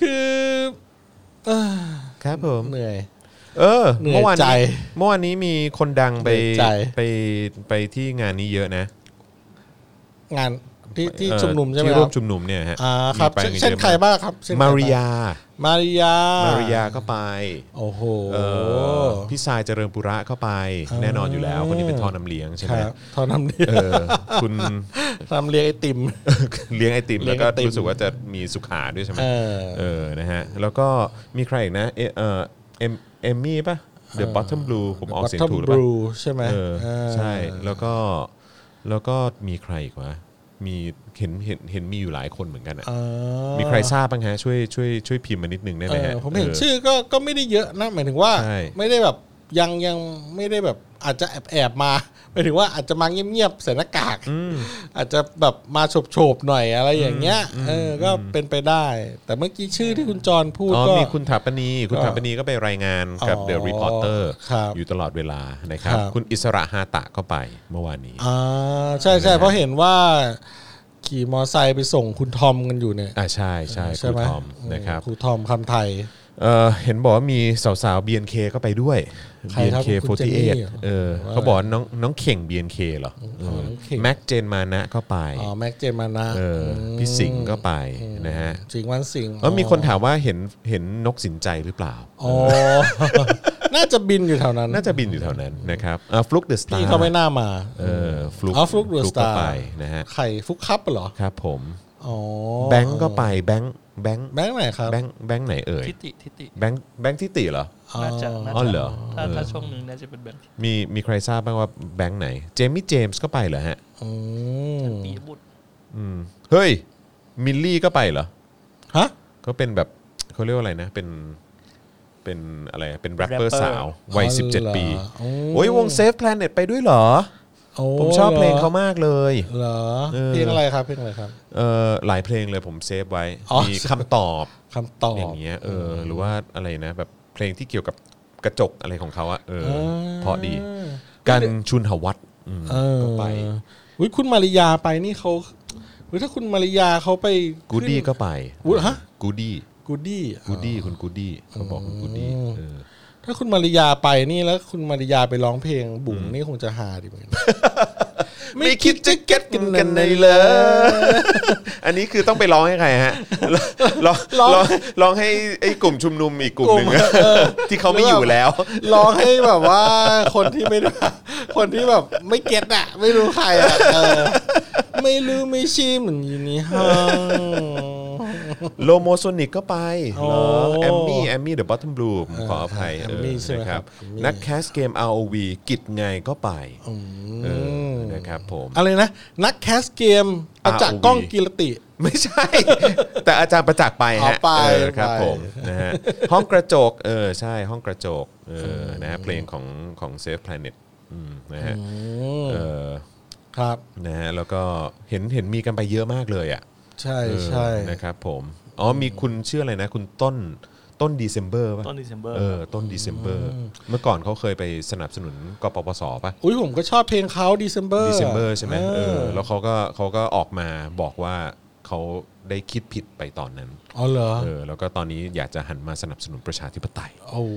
[SPEAKER 2] คือเอ้อ
[SPEAKER 1] ครับผม
[SPEAKER 2] เหนื่อย
[SPEAKER 1] เออ
[SPEAKER 2] เหนื่อย
[SPEAKER 1] เมื่อวาน
[SPEAKER 2] ใจ
[SPEAKER 1] นี้เมื่อวานนี้มีคนดังไป
[SPEAKER 2] เหนื่อยใจ
[SPEAKER 1] ไปไปที่งานนี้เยอะนะ
[SPEAKER 2] งานที่ที่
[SPEAKER 1] เอ่อ
[SPEAKER 2] ชุมนุมใช่ไหม
[SPEAKER 1] ที่
[SPEAKER 2] ค
[SPEAKER 1] ร่
[SPEAKER 2] รั
[SPEAKER 1] ว
[SPEAKER 2] บ
[SPEAKER 1] มชุมนุมเนี่ยฮะ
[SPEAKER 2] อ่าครับ
[SPEAKER 1] มีไปกั
[SPEAKER 2] เช่นเช่น
[SPEAKER 1] ยอะ
[SPEAKER 2] ใครบ้างครับเช่นใค
[SPEAKER 1] มา
[SPEAKER 2] บ้ง
[SPEAKER 1] ริยา
[SPEAKER 2] มาริยา
[SPEAKER 1] มา
[SPEAKER 2] มา
[SPEAKER 1] ริยาก็ไป
[SPEAKER 2] โอ้โห
[SPEAKER 1] เอ่อพี่ชายเจริญปุระเข้าไป แน่นอนอยู่แล้ว คนนี้เป็นทอน้ำเลี้ยงใช่
[SPEAKER 2] ค
[SPEAKER 1] ไหม
[SPEAKER 2] รับทอนทำเลี้ยง
[SPEAKER 1] เออคุณ
[SPEAKER 2] ทำเลี้ยงไอติม
[SPEAKER 1] เลี้ยงไอติม
[SPEAKER 2] เลี้
[SPEAKER 1] แล้
[SPEAKER 2] ยว ง
[SPEAKER 1] ก็
[SPEAKER 2] ไอติม
[SPEAKER 1] รู้สึกว่าจะมีสุขาด้วยใช่ไหม
[SPEAKER 2] เออ
[SPEAKER 1] เออนะฮะแล้วก็มีใครอีกนะเอเออเอ็มเอมมี่ป่ะ The Bottom Blue ผมออกเสียงถูกหรือเปล่า
[SPEAKER 2] รูใช่ไหม
[SPEAKER 1] เออ
[SPEAKER 2] เออ
[SPEAKER 1] ใช่แล้วก็แล้วก็มีใครอีกวะมีเห็นเห็นเห็นมีอยู่หลายคนเหมือนกันอะ
[SPEAKER 2] เออ
[SPEAKER 1] มีใครทราบบ้างฮะช่วยช่วยช่วยพิมพ์มานิดนึงได้ไหมฮะ
[SPEAKER 2] เออผมเห็น
[SPEAKER 1] ออ
[SPEAKER 2] ชื่อก็ก็ไม่ได้เยอะนะหมายถึงว่า
[SPEAKER 1] ใช่
[SPEAKER 2] ไม่ได้แบบยังยังไม่ได้แบบอาจจะแอบแอบๆมา หมายถึงว่าอาจจะมาเงียบๆใส่หน้ากาก
[SPEAKER 1] ม
[SPEAKER 2] อาจจะแบบมาโฉบๆหน่อยอะไรอย่างเงี้ย เออ ก็เป็นไปได้ แต่เมื่อกี้ชื่อที่คุณจรพูด
[SPEAKER 1] อ๋อ
[SPEAKER 2] ก็
[SPEAKER 1] มีคุณถาปนี คุณ
[SPEAKER 2] ก็
[SPEAKER 1] ถาปนีก็ไปรายงานกับ
[SPEAKER 2] อ๋อ
[SPEAKER 1] The Reporter
[SPEAKER 2] ครับ
[SPEAKER 1] อยู่ตลอดเวลานะครับ
[SPEAKER 2] ครับ
[SPEAKER 1] คุณอิสระฮาตะก็ไปเมื่อวานนี้
[SPEAKER 2] อ่าใช่ใช่เพราะเห็นว่า ขี่มอไซค์ไปส่งคุณทอมกันอยู่เนี่ย
[SPEAKER 1] อ่าใช่ใช่ครูทอมนะครับ
[SPEAKER 2] ครูทอมคำไทย
[SPEAKER 1] เออเห็นบอกว่ามีสาวๆ BNK ก็ไปด้วย
[SPEAKER 2] ใครครับ
[SPEAKER 1] BNK
[SPEAKER 2] คุณเจนนี่
[SPEAKER 1] 48
[SPEAKER 2] เหรอ
[SPEAKER 1] เออ
[SPEAKER 2] ว่า
[SPEAKER 1] เขาบอกว่าน้องน้องเข่ง BNK เหรอเออ
[SPEAKER 2] น้องเข่ง
[SPEAKER 1] แม็กเจนมานะก็ไป
[SPEAKER 2] อ๋อแม็กเจมานะ
[SPEAKER 1] เออพี่สิงห์ก็ไปนะฮะ
[SPEAKER 2] สิงห์วันสิงห์
[SPEAKER 1] แล้วมีคนถามว่าเห็นเห็นนกสินใจหรือเปล่า
[SPEAKER 2] อ๋อ น่าจะบินอยู่แถวนั้น
[SPEAKER 1] น่าจะบินอยู่แถวนั้นนะครับฟลุกเดอะสตา
[SPEAKER 2] พี่
[SPEAKER 1] ร์
[SPEAKER 2] เขาไม่น่ามา
[SPEAKER 1] เออฟลุก
[SPEAKER 2] อ๋อ Fluke the
[SPEAKER 1] ก็
[SPEAKER 2] Star
[SPEAKER 1] ไปนะฮะ
[SPEAKER 2] ไข่ฟุกคับเหรอ
[SPEAKER 1] ครับผม
[SPEAKER 2] อ๋อ
[SPEAKER 1] แบงก์ก็ไปแบงก์แบงก์
[SPEAKER 2] แบงค์ไหนครับ
[SPEAKER 1] แบงก์แบงก์ไหนเอ่ย
[SPEAKER 3] ทิติทิติ
[SPEAKER 1] แบงก์แบงก์ที่ติเหรอ
[SPEAKER 3] น่าจะน่า
[SPEAKER 1] อ๋อ
[SPEAKER 3] จะ
[SPEAKER 1] เหรอ
[SPEAKER 3] ถ้า
[SPEAKER 1] เออ
[SPEAKER 3] ถ้าช่วงหนึ่งน่าจะเป็นแบบ
[SPEAKER 1] มีมีใครทราบบ้างว่าแบงก์ไหน เจมี่เจมส์ก็ไปเหรอฮะ
[SPEAKER 2] อืม
[SPEAKER 3] ปีบุตร
[SPEAKER 1] อืมเฮ้ย มิลลี่ก็ไปเหรอ
[SPEAKER 2] ฮะ
[SPEAKER 1] ก็เป็นแบบเขาเรียกว่าอะไรนะ เป็นเป็นอะไรเป็นแรปเปอร์สาววัย
[SPEAKER 2] อ๋อเหรอ
[SPEAKER 1] 17 ปี
[SPEAKER 2] อืม
[SPEAKER 1] โอ้ยวงเซฟแพลเน็ตไปด้วยเหรอ
[SPEAKER 2] โอ้
[SPEAKER 1] ผมชอบเพลงเขามากเลย
[SPEAKER 2] เหรอ
[SPEAKER 1] เออ
[SPEAKER 2] เพลงอะไรครับเพลงอะไรครับ
[SPEAKER 1] เออหลายเพลงเลยผมเซฟไว้
[SPEAKER 2] อ๋อ
[SPEAKER 1] มีคำตอบ
[SPEAKER 2] คำตอบ
[SPEAKER 1] อย่างเงี้ยเออหรือว่าอะไรนะแบบเพลงที่เกี่ยวกับกระจกอะไรของเขาอะเออ
[SPEAKER 2] เออ
[SPEAKER 1] เพราะดี กันชุนหวัตอืม
[SPEAKER 2] เออ
[SPEAKER 1] ก็ไป
[SPEAKER 2] อุ้ยคุณมาริยาไปนี่เขาอุ้ยถ้าคุณมาริยาเขาไป
[SPEAKER 1] กูดี้
[SPEAKER 2] ขึ้น
[SPEAKER 1] ก็ไป
[SPEAKER 2] อุ๊ยฮะ
[SPEAKER 1] กูดี้
[SPEAKER 2] กูดี้อ่ะ
[SPEAKER 1] กูดี้คุณกูดี้เขาบอกคุณกูดี้
[SPEAKER 2] อืม
[SPEAKER 1] เออ
[SPEAKER 2] ถ้าคุณมาริยาไปนี่แล้วคุณมาริยาไปร้องเพลงบุ๋งนี่คงจะฮาดีเหมือนกัน
[SPEAKER 1] ไม่คิดจะเก็ตกันกันในเลยอันนี้คือต้องไปร้องให้ใครฮะร้องร้องร้องให้ไอ้กลุ่มชุมนุมอีกกลุ่มหนึ่งอะ ที่เขาไม่อยู่แล้ว
[SPEAKER 2] ร้องให้แบบว่าคนที่ไม่ได้ คนที่แบบไม่เก็ตอะไม่รู้ใครอะเออไม่รู้ไม่ชี้เหมือนอยู่นี่ฮะ
[SPEAKER 1] โลโมโซนิกก็ไป
[SPEAKER 2] โอ้
[SPEAKER 1] เหรอแอมมี่แอมมี่เดอะบอทเทิมบลูผมขออภัย
[SPEAKER 2] เออแอมมี่
[SPEAKER 1] เออ
[SPEAKER 2] ใช่ไหม
[SPEAKER 1] นะครับ
[SPEAKER 2] แอมมี่
[SPEAKER 1] นักแคสเกม ROV กิจไงก็ไป
[SPEAKER 2] อื
[SPEAKER 1] เออ
[SPEAKER 2] ม
[SPEAKER 1] นะครับผม
[SPEAKER 2] อะไรนะ นักแคสเกมอาจาก
[SPEAKER 1] ROV
[SPEAKER 2] กล้องกีรติ
[SPEAKER 1] ไม่ใช่ แต่อาจารย์ประจักษ์ไป
[SPEAKER 2] อ๋อ
[SPEAKER 1] ฮะ
[SPEAKER 2] ไป
[SPEAKER 1] เออครับ
[SPEAKER 2] ไป
[SPEAKER 1] ผมนะฮะห้องกระจกเออใช่ห้องกระจกเออนะฮะเพลงของของ Save Planet อืมนะฮะ
[SPEAKER 2] อืม
[SPEAKER 1] เออ
[SPEAKER 2] ครับ
[SPEAKER 1] นะฮะแล้วก็เห็นเห็นมีกันไปเยอะมากเลยอ่ะ
[SPEAKER 2] ใช่
[SPEAKER 1] เออ
[SPEAKER 2] ใช่
[SPEAKER 1] นะครับผม อ๋อมีคุณชื่ออะไรนะ คุณต้นต้นดีเซมเบอร์ป่ะ
[SPEAKER 3] ต้น December
[SPEAKER 1] เออต้นดีเซมเบอร์เมื่อก่อนเขาเคยไปสนับสนุนกปปสป่ะ
[SPEAKER 2] อุ้ยผมก็ชอบเพลงเขา December
[SPEAKER 1] ดีเซมเบอร์ใช่ไหมเออ
[SPEAKER 2] แล้
[SPEAKER 1] แล้ว วเขาก็เขาก็ออกมาบอกว่าเขาได้คิดผิดไปตอนนั้น
[SPEAKER 2] อ๋อเหรอ
[SPEAKER 1] เออแล้วก็ตอนนี้อยากจะหันมาสนับสนุนประชาธิปไตย
[SPEAKER 2] โอ้โห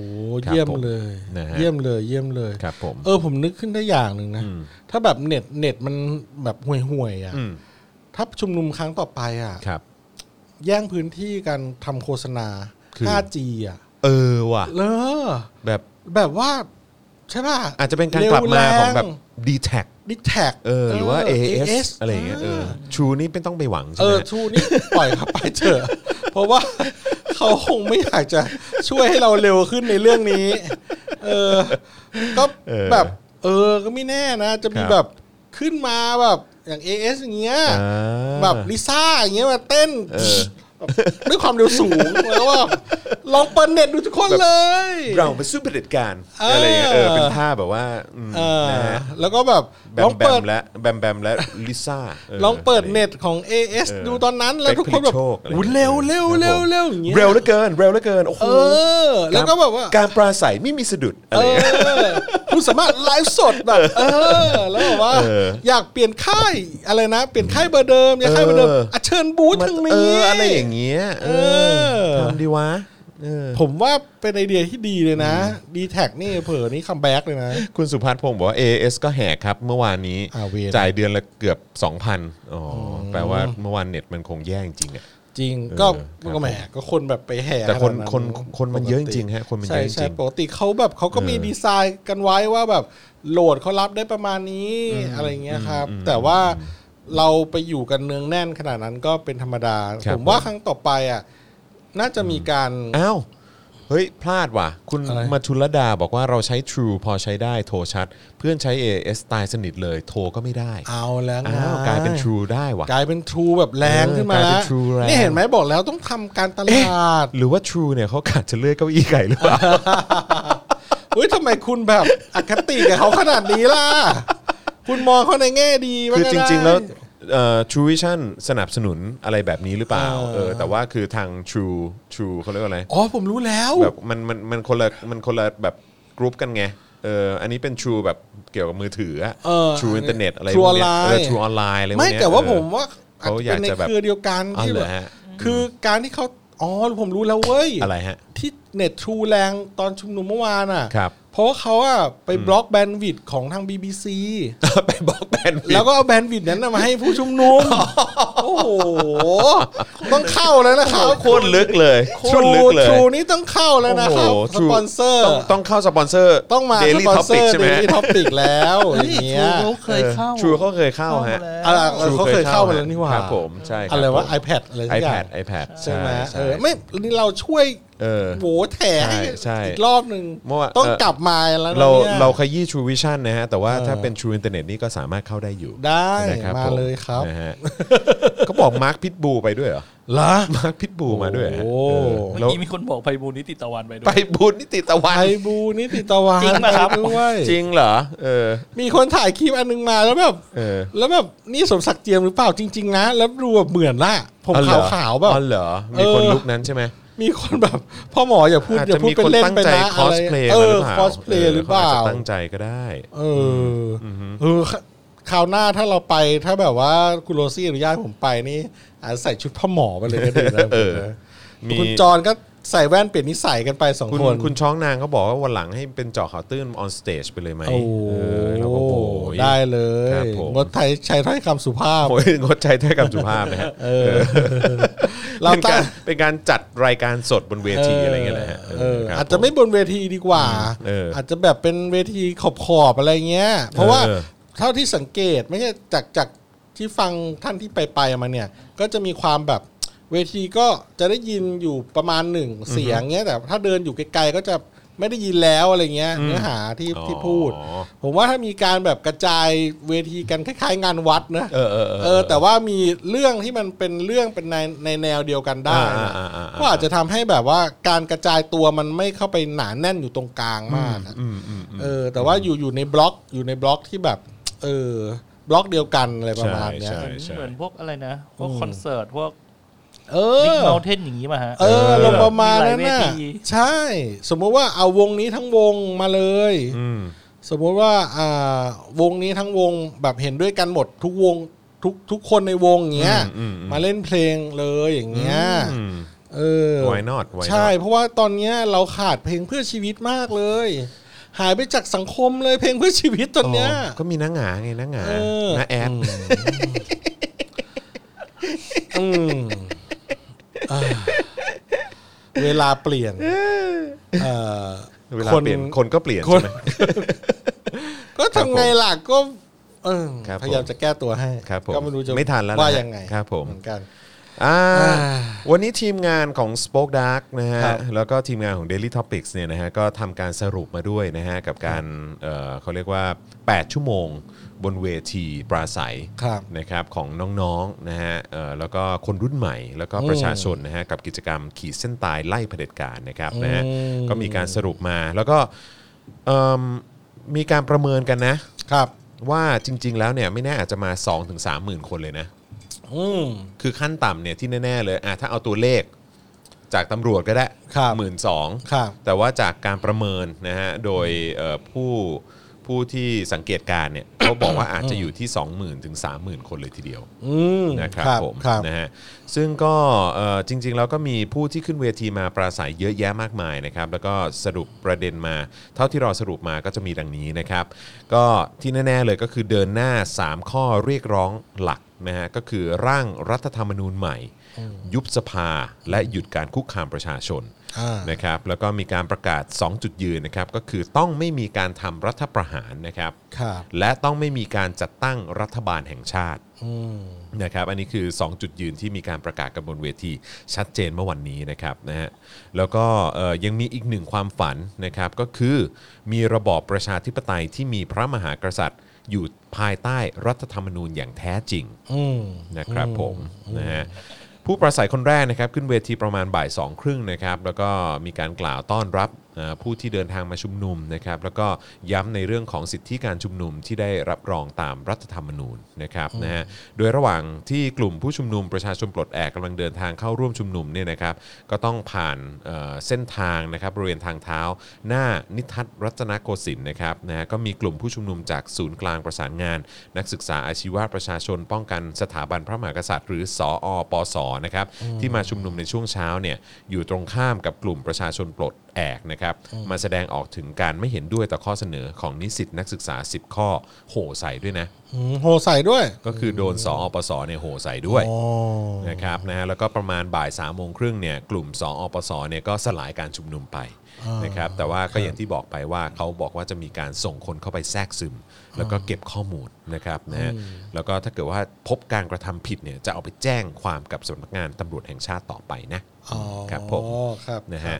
[SPEAKER 1] ครับ
[SPEAKER 2] เยี่ยม
[SPEAKER 1] ผม
[SPEAKER 2] เลย
[SPEAKER 1] นะฮะ
[SPEAKER 2] เยี่ยมเลยเยี่ยมเลย
[SPEAKER 1] ครับผม
[SPEAKER 2] เออผมนึกขึ้นได้อย่างหนึ่งนะ ถ้าแบบเน็ตเน็ตมันแบบห่วยห่วยๆอ่ะ
[SPEAKER 1] อืม
[SPEAKER 2] ถ้าชุมนุมครั้งต่อไปอ่ะ
[SPEAKER 1] ครับ
[SPEAKER 2] แย่งพื้นที่กันทำโฆษณา
[SPEAKER 1] คือ
[SPEAKER 2] 5G อ่ะ
[SPEAKER 1] เออว่ะ
[SPEAKER 2] เลอ
[SPEAKER 1] แบบ
[SPEAKER 2] แบบว่า ใช่ป่ะ
[SPEAKER 1] อาจจะเป็นการกลับมาของแบบดีแท็
[SPEAKER 2] ดิแท็ก
[SPEAKER 1] เออหรือว่า AS อะไรอย่างเงี้ยเออชูนี่ไม่ต้องไปหวัง
[SPEAKER 2] เอ
[SPEAKER 1] ใช่ไห
[SPEAKER 2] อ
[SPEAKER 1] ม
[SPEAKER 2] ชูนี่ ปล่อยครับไปเถอะ เพราะว่า เขาคงไม่อยากจะช่วยให้เราเร็วขึ้นในเรื่องนี้ เออ ก็
[SPEAKER 1] เออ
[SPEAKER 2] แบบ เออ ก็ไม่แน่นะ จะมี
[SPEAKER 1] ครับ
[SPEAKER 2] แบบขึ้นมาแบบอย่าง AS อย่างเงี้ย
[SPEAKER 1] อ่า
[SPEAKER 2] แบบลิซ่าอย่างเงี้ยมาเต้น
[SPEAKER 1] เออ
[SPEAKER 2] แบบด้วยความเร็วสู ง แล้วว่าลองเปิดเน็ตดูทุกคนเลย
[SPEAKER 1] เราเป็นสู้เผด็จการ
[SPEAKER 2] เอออ
[SPEAKER 1] อะไรอย่างเงี้ยเออเป็นท่าแบบว่าอืม
[SPEAKER 2] เออ
[SPEAKER 1] นะฮะ
[SPEAKER 2] แล้วก็แบบ
[SPEAKER 1] แบ
[SPEAKER 2] ลอ
[SPEAKER 1] ม
[SPEAKER 2] ง
[SPEAKER 1] แบ
[SPEAKER 2] เปิด
[SPEAKER 1] มและแบมแบมและลิซ่า
[SPEAKER 2] ลองเปิดเน็ตของ AS
[SPEAKER 1] เออ
[SPEAKER 2] ดูตอนนั้นแล้วทุกคนแบบ
[SPEAKER 1] เป๊กผลิตโชคอะไร
[SPEAKER 2] อุ๊ยเร็วเร็ว
[SPEAKER 1] ครับผม
[SPEAKER 2] เร็วเร็วอย่างเงี้ย
[SPEAKER 1] เร็วเหลือเกิน เร็วเหลือเกินโอ้โห
[SPEAKER 2] เออ แล้วก็แบบว่า
[SPEAKER 1] การปราศัยไม่มีสะดุดอะไร
[SPEAKER 2] เอ
[SPEAKER 1] อย่างเงี้ย
[SPEAKER 2] อคุณสามารถไลฟ์สดแบบเออแล้วแบบว่า
[SPEAKER 1] เออ
[SPEAKER 2] อยากเปลี่ยนค่ายอะไรนะ เปลี่ยนค่ายเบอร์เดิมอยากค่ายเบอร์เดิม
[SPEAKER 1] เออ
[SPEAKER 2] อ่ะเชิญบูธทาง
[SPEAKER 1] เอ
[SPEAKER 2] นี้
[SPEAKER 1] ออะไรอย่างเงี้ยเออ
[SPEAKER 2] เออ
[SPEAKER 1] ทำดีวะเออ
[SPEAKER 2] ผมว่าเป็นไอเดียที่ดีเลยนะดีแท็กนี่เผลอนี่คัมแบ็กเลยนะ
[SPEAKER 1] คุณสุพัฒน์พงศ์บอกว่า AS ก็แหกครับเมื่อวานนี้
[SPEAKER 2] อ่าเวร
[SPEAKER 1] จ่ายเดือนละเกือบ 2,000อ๋ออแปลว่าเมื่อวานเน็ตมันคงแย่จริงๆอะ
[SPEAKER 2] จริงก็
[SPEAKER 1] เออครับ
[SPEAKER 2] ก็แหมก็คนแบบไปแห่
[SPEAKER 1] แต่คน
[SPEAKER 2] ขาด
[SPEAKER 1] คนคนมันเยอะจริงๆฮะคนมัน
[SPEAKER 2] ใช่
[SPEAKER 1] เยอะจ
[SPEAKER 2] ใช่
[SPEAKER 1] ริง
[SPEAKER 2] ปกติเขาแบบเขาก็มี
[SPEAKER 1] เออ
[SPEAKER 2] ดีไซน์กันไว้ว่าแบบโหลดเขารับได้ประมาณนี้อะไรเงี้ยครับ แต่ว่าเราไปอยู่กันเนืองแน่นขนาดนั้นก็เป็นธรรมดา
[SPEAKER 1] ครับ
[SPEAKER 2] ผมว่า
[SPEAKER 1] ผม
[SPEAKER 2] ครั้งต่อไปอ่ะน่าจะมีการ
[SPEAKER 1] อ้าว เฮ้ย พลาดว่ะ คุณ
[SPEAKER 2] อะไร
[SPEAKER 1] มาทุลดาบอกว่าเราใช้ True พอใช้ได้โทรชัด เพื่อนใช้ AS ตายสนิทเลย โทรก็ไม่ได้
[SPEAKER 2] เอาแล้วไง
[SPEAKER 1] อ้าวกลายเป็น True ได้ว่ะ
[SPEAKER 2] กลายเป็น True แบบแรงขึ้นมา
[SPEAKER 1] เออกลายเป็
[SPEAKER 2] แล้
[SPEAKER 1] น
[SPEAKER 2] ว
[SPEAKER 1] True แรง
[SPEAKER 2] นี่เห็นไหมบอกแล้วต้องทำการตลาด
[SPEAKER 1] หรือว่า True เนี่ยเขาขาดจะเลื่อยเก้าอี้ไก่หรือเปล่า
[SPEAKER 2] เฮ้ยทำไมคุณแบบอคติกับเขาขนาดนี้ล่ะ คุณมองเขาในแง่ดีบ้า
[SPEAKER 1] คือ
[SPEAKER 2] ก็
[SPEAKER 1] จ
[SPEAKER 2] ได้
[SPEAKER 1] ริง ๆ แล้วเอ่อ True Vision สนับสนุนอะไรแบบนี้หรือเปล่า
[SPEAKER 2] เออ
[SPEAKER 1] เออแต่ว่าคือทาง True True เขาเรียกว่าอะไร
[SPEAKER 2] อ๋อผมรู้แล้ว
[SPEAKER 1] แบบมันมันมันคนละมันคนละแบบกรุ๊ปกันไงเอออันนี้เป็น True แบบเกี่ยวกับมือถืออะ
[SPEAKER 2] เออ
[SPEAKER 1] True Internet อะไรพ
[SPEAKER 2] True
[SPEAKER 1] วกเนี้ย
[SPEAKER 2] Online
[SPEAKER 1] เออ True Online อะไรพวก
[SPEAKER 2] ไม่
[SPEAKER 1] เนี้ย
[SPEAKER 2] แต่ว่า
[SPEAKER 1] เอ
[SPEAKER 2] ผ
[SPEAKER 1] อ
[SPEAKER 2] มว่า
[SPEAKER 1] เขาอยาก
[SPEAKER 2] เป็นใน
[SPEAKER 1] จะแบบ
[SPEAKER 2] เครือเดียวกัน
[SPEAKER 1] อ๋อ
[SPEAKER 2] ที่
[SPEAKER 1] เหรอ
[SPEAKER 2] แบ
[SPEAKER 1] บ ฮะ
[SPEAKER 2] คือการที่เขาอ๋อผมรู้แล้วเว้ย
[SPEAKER 1] อะไรฮะ
[SPEAKER 2] ที่เน็ตทรูแรงตอนชุมนุมเมื่อวานอ่ะ
[SPEAKER 1] ครับ
[SPEAKER 2] เพราะว่าเขาอ่ะไปบล็อกแบนด์วิดต์ของทาง BBC
[SPEAKER 1] ไปบล็ อกแบนด์ผิด
[SPEAKER 2] แล้วก็เอาแบนด์วิดต์นั้นน่ะมาให้ผู้ชุมนุ ม โอ้โห ต้องเข้าแล้วนะครับ
[SPEAKER 1] โคตรลึก เลย
[SPEAKER 2] ท
[SPEAKER 1] โคตรลึ
[SPEAKER 2] รู
[SPEAKER 1] กเลย
[SPEAKER 2] ทรูนี่ต้องเข้าแล้วนะครับ
[SPEAKER 1] โโห
[SPEAKER 2] ส
[SPEAKER 1] True
[SPEAKER 2] ปอนเซอร์
[SPEAKER 1] ต้องต้องเข้าสปอนเซอร์
[SPEAKER 2] ต้องมา
[SPEAKER 1] เดลี่ท็อปิกใช่ไหม
[SPEAKER 2] ลี่ท็อปิก แล้ว
[SPEAKER 3] เฮ้
[SPEAKER 2] อย ย่างเงี้ย
[SPEAKER 3] เขาเคยเข้า
[SPEAKER 1] ชูเขาเคยเข้า
[SPEAKER 3] เข้ามา
[SPEAKER 1] ฮะ
[SPEAKER 3] แล้ว
[SPEAKER 2] อะไรเออ
[SPEAKER 1] True
[SPEAKER 2] เขาเคยเข้ามาแล้วนี่หว่า
[SPEAKER 1] ครับผมใช่คบ
[SPEAKER 2] อะไรวะ
[SPEAKER 1] ผม
[SPEAKER 2] iPad อะไรสักอย่าง
[SPEAKER 1] iPad iPad
[SPEAKER 2] ใช่ไหม
[SPEAKER 1] ใช่
[SPEAKER 2] เออไม่นี่เราช่วย
[SPEAKER 1] เออ
[SPEAKER 2] โหแถให้
[SPEAKER 1] ใช่ใช่
[SPEAKER 2] อีกรอบหนึ่ง
[SPEAKER 1] เมื่อวาน
[SPEAKER 2] ต้อง
[SPEAKER 1] เอ่อ
[SPEAKER 2] กลับมาแล้วนะ
[SPEAKER 1] เรา
[SPEAKER 2] นี่ย
[SPEAKER 1] เราขยี้ True Vision นะฮะ แต่ว่า
[SPEAKER 2] เออ
[SPEAKER 1] ถ้าเป็น True Internet นี่ก็สามารถเข้าได้อยู่
[SPEAKER 2] ได้
[SPEAKER 1] นะครับ
[SPEAKER 2] มา
[SPEAKER 1] ผ
[SPEAKER 2] เลยครับ
[SPEAKER 1] นะฮ ะเขาบอกมาร์คพิทบูไปด้วยเหรอ
[SPEAKER 2] ละ
[SPEAKER 1] มาร์คพิทบูมาด้วยฮะ
[SPEAKER 2] โอ้
[SPEAKER 1] เออ
[SPEAKER 3] เมื่อ
[SPEAKER 1] แล้ว
[SPEAKER 3] กี้มีคนบอกไพบูลย์นิติตะวันไปด้ว
[SPEAKER 1] ไป
[SPEAKER 3] ย
[SPEAKER 1] บุญนิติตะวัน
[SPEAKER 2] ไอบูนิติตะวัน
[SPEAKER 3] จริงป่ะครับ
[SPEAKER 2] ไปด้วย
[SPEAKER 1] จริงเหรอ เออ
[SPEAKER 2] มีคนถ่ายคลิปอันนึงมาแล้วแบบ
[SPEAKER 1] เออ
[SPEAKER 2] แล้วแบบนี่สมศักดิ์เจียมหรือเปล่าจริง ๆ นะ แล้วดูแบบเหมือนล่ะ ผม
[SPEAKER 1] อ๋อเหรอ
[SPEAKER 2] ขาวๆแบบ
[SPEAKER 1] อ๋อเหรอ มีคน
[SPEAKER 2] เออ
[SPEAKER 1] ลุกนั้นใช่ไหม
[SPEAKER 2] มีคนแบบพ่อหมออย่าพูด
[SPEAKER 1] อาจ
[SPEAKER 2] อย่า
[SPEAKER 1] จะ
[SPEAKER 2] พูด
[SPEAKER 1] มี
[SPEAKER 2] เป็น
[SPEAKER 1] คน
[SPEAKER 2] เล่น
[SPEAKER 1] ตั้ง
[SPEAKER 2] ไป
[SPEAKER 1] ใจ
[SPEAKER 2] นะ
[SPEAKER 1] คอ
[SPEAKER 2] อะไร
[SPEAKER 1] สเพลย์
[SPEAKER 2] เอ
[SPEAKER 1] มาห
[SPEAKER 2] อ
[SPEAKER 1] รือเปล่า
[SPEAKER 2] คอสเพลย์หรือเป
[SPEAKER 1] ข
[SPEAKER 2] ล่า
[SPEAKER 1] จจะตั้งใจก็ได้
[SPEAKER 2] เอออเออคราวหน้าถ้าเราไปถ้าแบบว่าคุณโรซี่อนุญาตให้ผมไปนี่อาจจะใส่ชุดพ่อหมอไปเลยก็ได้นะ
[SPEAKER 1] เออ
[SPEAKER 2] ผมนะคุณจอนก็ใส่แว่นเปลี่ยนนิสัยกันไปสอง
[SPEAKER 1] คุณ
[SPEAKER 2] คน
[SPEAKER 1] คุณช้องนางเขาบอกว่าวันหลังให้เป็นเจาะข่าวตื้นออนสเตจไปเลยไหม
[SPEAKER 2] โอ้
[SPEAKER 1] เออแล้วก็โอ้
[SPEAKER 2] ได้เลย
[SPEAKER 1] ครับผม
[SPEAKER 2] งดไทยใช้ถ้อยคำสุภาพ
[SPEAKER 1] โอ้ย งดใช้ถ้อยคำสุภาพนะฮะ
[SPEAKER 2] เออ เรา
[SPEAKER 1] เป็น
[SPEAKER 2] ตั้
[SPEAKER 1] กาง รเป็นการจัดรายการสดบนเวทีอะไรเงี้ยนะฮะ
[SPEAKER 2] เออ
[SPEAKER 1] ครับ
[SPEAKER 2] อาจจะ
[SPEAKER 1] ผ
[SPEAKER 2] ไม่บนเวทีดีกว่า
[SPEAKER 1] เอออ
[SPEAKER 2] อาจจะแบบเป็นเวทีขอบขอบๆอะไรเงี้ย เพราะว่า
[SPEAKER 1] เออ
[SPEAKER 2] เท่าที่สังเกตไม่ใช่จากจากที่ฟังท่านที่ไปไปๆมาเนี่ย ก็จะมีความแบบเวทีก็จะได้ยินอยู่ประมาณหนึ่งเสียงเงี้ยแต่ถ้าเดินอยู่ไกลๆก็จะไม่ได้ยินแล้วอะไรเงี้ยเนื้อหาที่ที่พูด
[SPEAKER 1] อ๋อ
[SPEAKER 2] ผมว่าถ้ามีการแบบกระจายเวทีกันคล้าย ๆ งานวัดนะ
[SPEAKER 1] เออเออ
[SPEAKER 2] เออแต่ว่ามีเรื่องที่มันเป็นเรื่องเป็นในในแนวเดียวกันได้นะ
[SPEAKER 1] อ่ๆๆ
[SPEAKER 2] ก็อาจจะทำให้แบบว่าการกระจายตัวมันไม่เข้าไปหนาแน่นอยู่ตรงกลางมากอะ
[SPEAKER 1] อืมอืมอืม
[SPEAKER 2] เออแต่ว่าอยู่อยู่ในบล็อกอยู่ในบล็อกที่แบบ เออบล็อกเดียวกันอะไรประมาณเนี้ย
[SPEAKER 1] ใช่
[SPEAKER 3] เหมือนเหมือนพวกอะไรนะ พวกคอนเสิร์ต พวก
[SPEAKER 2] เอ
[SPEAKER 3] บิ๊
[SPEAKER 2] อก
[SPEAKER 3] เมลเทนอย่างนี้มาฮะ
[SPEAKER 2] เออลงประมาณนั้น
[SPEAKER 3] มีหลาย
[SPEAKER 2] น่ะ
[SPEAKER 3] เวที
[SPEAKER 2] ใช่ สมมุติว่าเอาวงนี้ทั้งวงมาเลย
[SPEAKER 1] อืม
[SPEAKER 2] สมมุติว่าอ่าวงนี้ทั้งวงแบบเห็นด้วยกันหมดทุกวงทุกทุกคนในวงเงี้ย
[SPEAKER 1] อืมอืม
[SPEAKER 2] มาเล่นเพลงเลยอย่างเงี้ย
[SPEAKER 1] อืม
[SPEAKER 2] เออ
[SPEAKER 1] why not why not
[SPEAKER 2] ใช่ เพราะว่าตอนเนี้ยเราขาดเพลงเพื่อชีวิตมากเลย หายไปจากสังคมเลยเพลงเพื่อชีวิตตอนเนี้ย
[SPEAKER 1] ก็มีนังหงาไงนังหงา
[SPEAKER 2] เออ
[SPEAKER 1] น้าแอ ด
[SPEAKER 2] อืมอ่าเวลาเปลี่ยนเอ่อ
[SPEAKER 1] เวลาเปลี่ยนคนก็เปลี่ยน
[SPEAKER 2] ค
[SPEAKER 1] ใช่
[SPEAKER 2] น
[SPEAKER 1] ไหม
[SPEAKER 2] ก็ทำไงล่ะก็เออ
[SPEAKER 1] ครับผม
[SPEAKER 2] พยายามจะแก้ตัวให้
[SPEAKER 1] ครับผม
[SPEAKER 2] ก็ไม่รู้จะ
[SPEAKER 1] ไม่ทันแล้วนะ
[SPEAKER 2] ว่ายังไง
[SPEAKER 1] ครับผม
[SPEAKER 2] เหมือนกัน
[SPEAKER 1] อ่า
[SPEAKER 2] อ่า
[SPEAKER 1] วันนี้ทีมงานของ Spoke Dark นะฮะ
[SPEAKER 2] ครับ
[SPEAKER 1] แล้วก็ทีมงานของ Daily Topics เนี่ยนะฮะก็ทำการสรุปมาด้วยนะฮะกับการเอ่อเขาเรียกว่า 8 ชั่วโมงบนเวทีปราศัย
[SPEAKER 2] ครับ
[SPEAKER 1] นะครับของน้องๆนะฮะเอ่อแล้วก็คนรุ่นใหม่ แล้วก็ประชาชนนะฮะกับกิจกรรมขีดเส้นตายไล่เผด็จการนะครับนะฮะ
[SPEAKER 2] อืม
[SPEAKER 1] ก็มีการสรุปมาแล้วก็เอิ่มมีการประเมินกันนะ
[SPEAKER 2] ครับ
[SPEAKER 1] ว่าจริง ๆ แล้วเนี่ยไม่แน่อาจจะมา 2-3ถึงหมื่นคนเลยนะ
[SPEAKER 2] อืม
[SPEAKER 1] คือขั้นต่ำเนี่ยที่แน่ ๆ เลยอ่ะถ้าเอาตัวเลขจากตำรวจก็ได้
[SPEAKER 2] ครับ
[SPEAKER 1] หมื่นสอง
[SPEAKER 2] ครับ
[SPEAKER 1] แต่ว่าจากการประเมินนะฮะโดยเอ่อผู้ผู้ที่สังเกตการณ์เนี่ย เขาบอกว่าอาจจะอยู่ที่ 20,000ถึง30,000 คนเลยทีเดียว
[SPEAKER 2] อืม
[SPEAKER 1] นะครับผม
[SPEAKER 2] ครับ
[SPEAKER 1] นะฮะซึ่งก็เอ่อจริง ๆ แล้วก็มีผู้ที่ขึ้นเวทีมาปราศัยเยอะแยะมากมายนะครับแล้วก็สรุปประเด็นมา เท่าที่เราสรุปมาก็จะมีดังนี้นะครับ ก็ที่แน่ ๆ เลยก็คือเดินหน้า 3 ข้อเรียกร้องหลักนะฮะก็คือร่างรัฐธรรมนูญใหม่ ยุบสภาและหยุดการคุกคามประชาชน
[SPEAKER 2] อ่าน
[SPEAKER 1] นะครับแล้วก็มีการประกาศ 2 จุดยืนนะครับก็คือต้องไม่มีการทำรัฐประหารนะครับ
[SPEAKER 2] ครับ
[SPEAKER 1] และต้องไม่มีการจัดตั้งรัฐบาลแห่งชาติ
[SPEAKER 2] อืม
[SPEAKER 1] นะครับอันนี้คือ 2 จุดยืนที่มีการประกาศกันบนเวทีชัดเจนเมื่อวันนี้นะครับนะฮะแล้วก็เอ่อยังมีอีกหนึ่งความฝันนะครับก็คือมีระบอบประชาธิปไตยที่มีพระมหากษัตริย์ อยู่ภายใต้รัฐธรรมนูญอย่างแท้จริง
[SPEAKER 2] อืม
[SPEAKER 1] นะครับผมนะฮะผู้ประสัยคนแรกนะครับขึ้นเวทีประมาณบ่ายสองครึ่งนะครับแล้วก็มีการกล่าวต้อนรับเอ่อผู้ที่เดินทางมาชุมนุมนะครับแล้วก็ย้ำในเรื่องของสิทธิการชุมนุมที่ได้รับรองตามรัฐธรรมนูญนะครับนะฮะโดยระหว่างที่กลุ่มผู้ชุมนุมประชาชนปลดแอกกำลังเดินทางเข้าร่วมชุมนุมเนี่ยนะครับก็ต้องผ่านเอ่อเส้นทางนะครับบริเวณทางเท้า หน้านิทัศน์รัตนโกสินทร์นะครับนะฮะก็มีกลุ่มผู้ชุมนุมจากศูนย์กลางประสานงาน นักศึกษาอาชีวะประชาชน ป้องกันสถาบันพระมหากษัตริย์ หรือสออปสนะครับที่มาชุมนุมในช่วงเช้าเนี่ยอยู่ตรงข้ามกับกลุ่มประชาชนปลดแอกนะครับมาแสดงออกถึงการไม่เห็นด้วยต่อข้อเสนอของนิสิตนักศึกษา 10 ข้อโห่ใส่ด้วยนะ
[SPEAKER 2] อืมโหใส่ด้วย
[SPEAKER 1] ก็คือโดนสออปสเนี่ยโห่ใส่ด้วย
[SPEAKER 2] อ๋อ
[SPEAKER 1] นะครับนะฮะแล้วก็ประมาณบ่าย3ามโมงครึ่งเนี่ยกลุ่ม 2ออปสเนี่ยก็สลายการชุมนุมไป
[SPEAKER 2] อ่าน
[SPEAKER 1] นะครับแต่ว่าก็อย่างที่บอกไปว่าเขาบอกว่าจะมีการส่งคนเข้าไปแทรกซึม แล้วก็เก็บข้อมูลนะครับนะฮะ
[SPEAKER 2] อืม
[SPEAKER 1] แล้วก็ถ้าเกิดว่าพบการกระทำผิดเนี่ยจะเอาไปแจ้งความกับสำนักงานตำรวจแห่งชาติต่อไปนะ
[SPEAKER 2] อ๋อ
[SPEAKER 1] ครับผม
[SPEAKER 2] ครับ
[SPEAKER 1] นะฮะ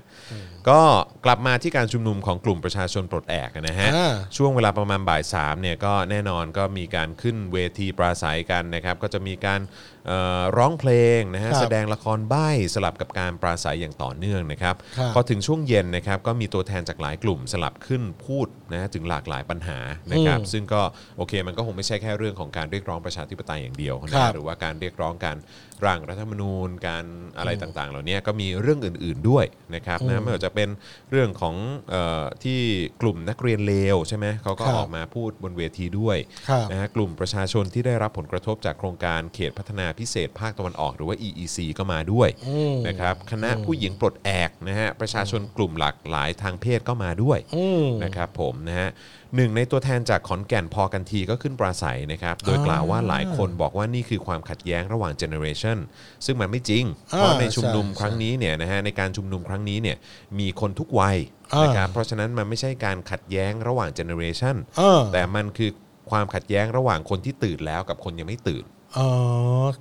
[SPEAKER 1] ก็กลับมาที่การชุมนุมของกลุ่มประชาชนปลดแอกนะฮะ
[SPEAKER 2] อ่า
[SPEAKER 1] ช่วงเวลาประมาณบ่ายสามเนี่ยก็แน่นอนก็มีการขึ้นเวทีปราศัยกันนะครับก็จะมีการเอ่อร้องเพลงนะฮะ
[SPEAKER 2] ครับ
[SPEAKER 1] แสดงละครใบ้สลับกับการปราศัยอย่างต่อเนื่องนะครับ
[SPEAKER 2] ครับ
[SPEAKER 1] พอถึงช่วงเย็นนะครับก็มีตัวแทนจากหลายกลุ่มสลับขึ้นพูดนะฮะถึงหลากหลายปัญหานะครับ
[SPEAKER 2] อืม
[SPEAKER 1] ซึ่งก็โอเคมันก็คงไม่ใช่แค่เรื่องของการเรียกร้องประชาธิปไตยอย่างเดียวนะ
[SPEAKER 2] ครั
[SPEAKER 1] ฮะ
[SPEAKER 2] บ
[SPEAKER 1] หรือว่าการเรียกร้องการร่างรัฐธรรมนูญการอะไรต่างๆ เหล่านี้ก็มีเรื่องอื่น ๆด้วยนะครับ นะครับนะไม่ว่าจะเป็นเรื่องของเออที่กลุ่มนักเรียนเลวใช่ไหมเขาก็
[SPEAKER 2] ครับ
[SPEAKER 1] ออกมาพูดบนเวทีด้วย
[SPEAKER 2] ครับ
[SPEAKER 1] นะฮะกลุ่มประชาชนที่ได้รับผลกระทบจากโครงการเขตพัฒนาพิเศษภาคตะวันออกหรือว่า EEC ก็มาด้วย
[SPEAKER 2] อืม
[SPEAKER 1] นะครับคณะผู้หญิงปลดแอกนะฮะประชาชนกลุ่มหลากหลายทางเพศก็มาด้วย
[SPEAKER 2] อืม
[SPEAKER 1] นะครับผมนะฮะหนึ่งในตัวแทนจากขอนแก่นพอกันทีก็ขึ้นปราศัยนะครับ โดยกล่าวว่าหลายคนบอกว่านี่คือความขัดแย้งระหว่างเจเนอเรชันซึ่งมันไม่จริง
[SPEAKER 2] อ่า
[SPEAKER 1] เพราะในชุมนุม
[SPEAKER 2] ใช่
[SPEAKER 1] ครั้งนี้เนี่ยนะฮะในการชุมนุมครั้งนี้เนี่ยมีคนทุกวัย
[SPEAKER 2] อ่าน
[SPEAKER 1] นะครับเพราะฉะนั้นมันไม่ใช่การขัดแย้งระหว่างเจเนอเรชัน
[SPEAKER 2] เออ
[SPEAKER 1] แต่มันคือความขัดแย้งระหว่างคนที่ตื่นแล้วกับคนยังไม่ตื่น
[SPEAKER 2] อ๋อ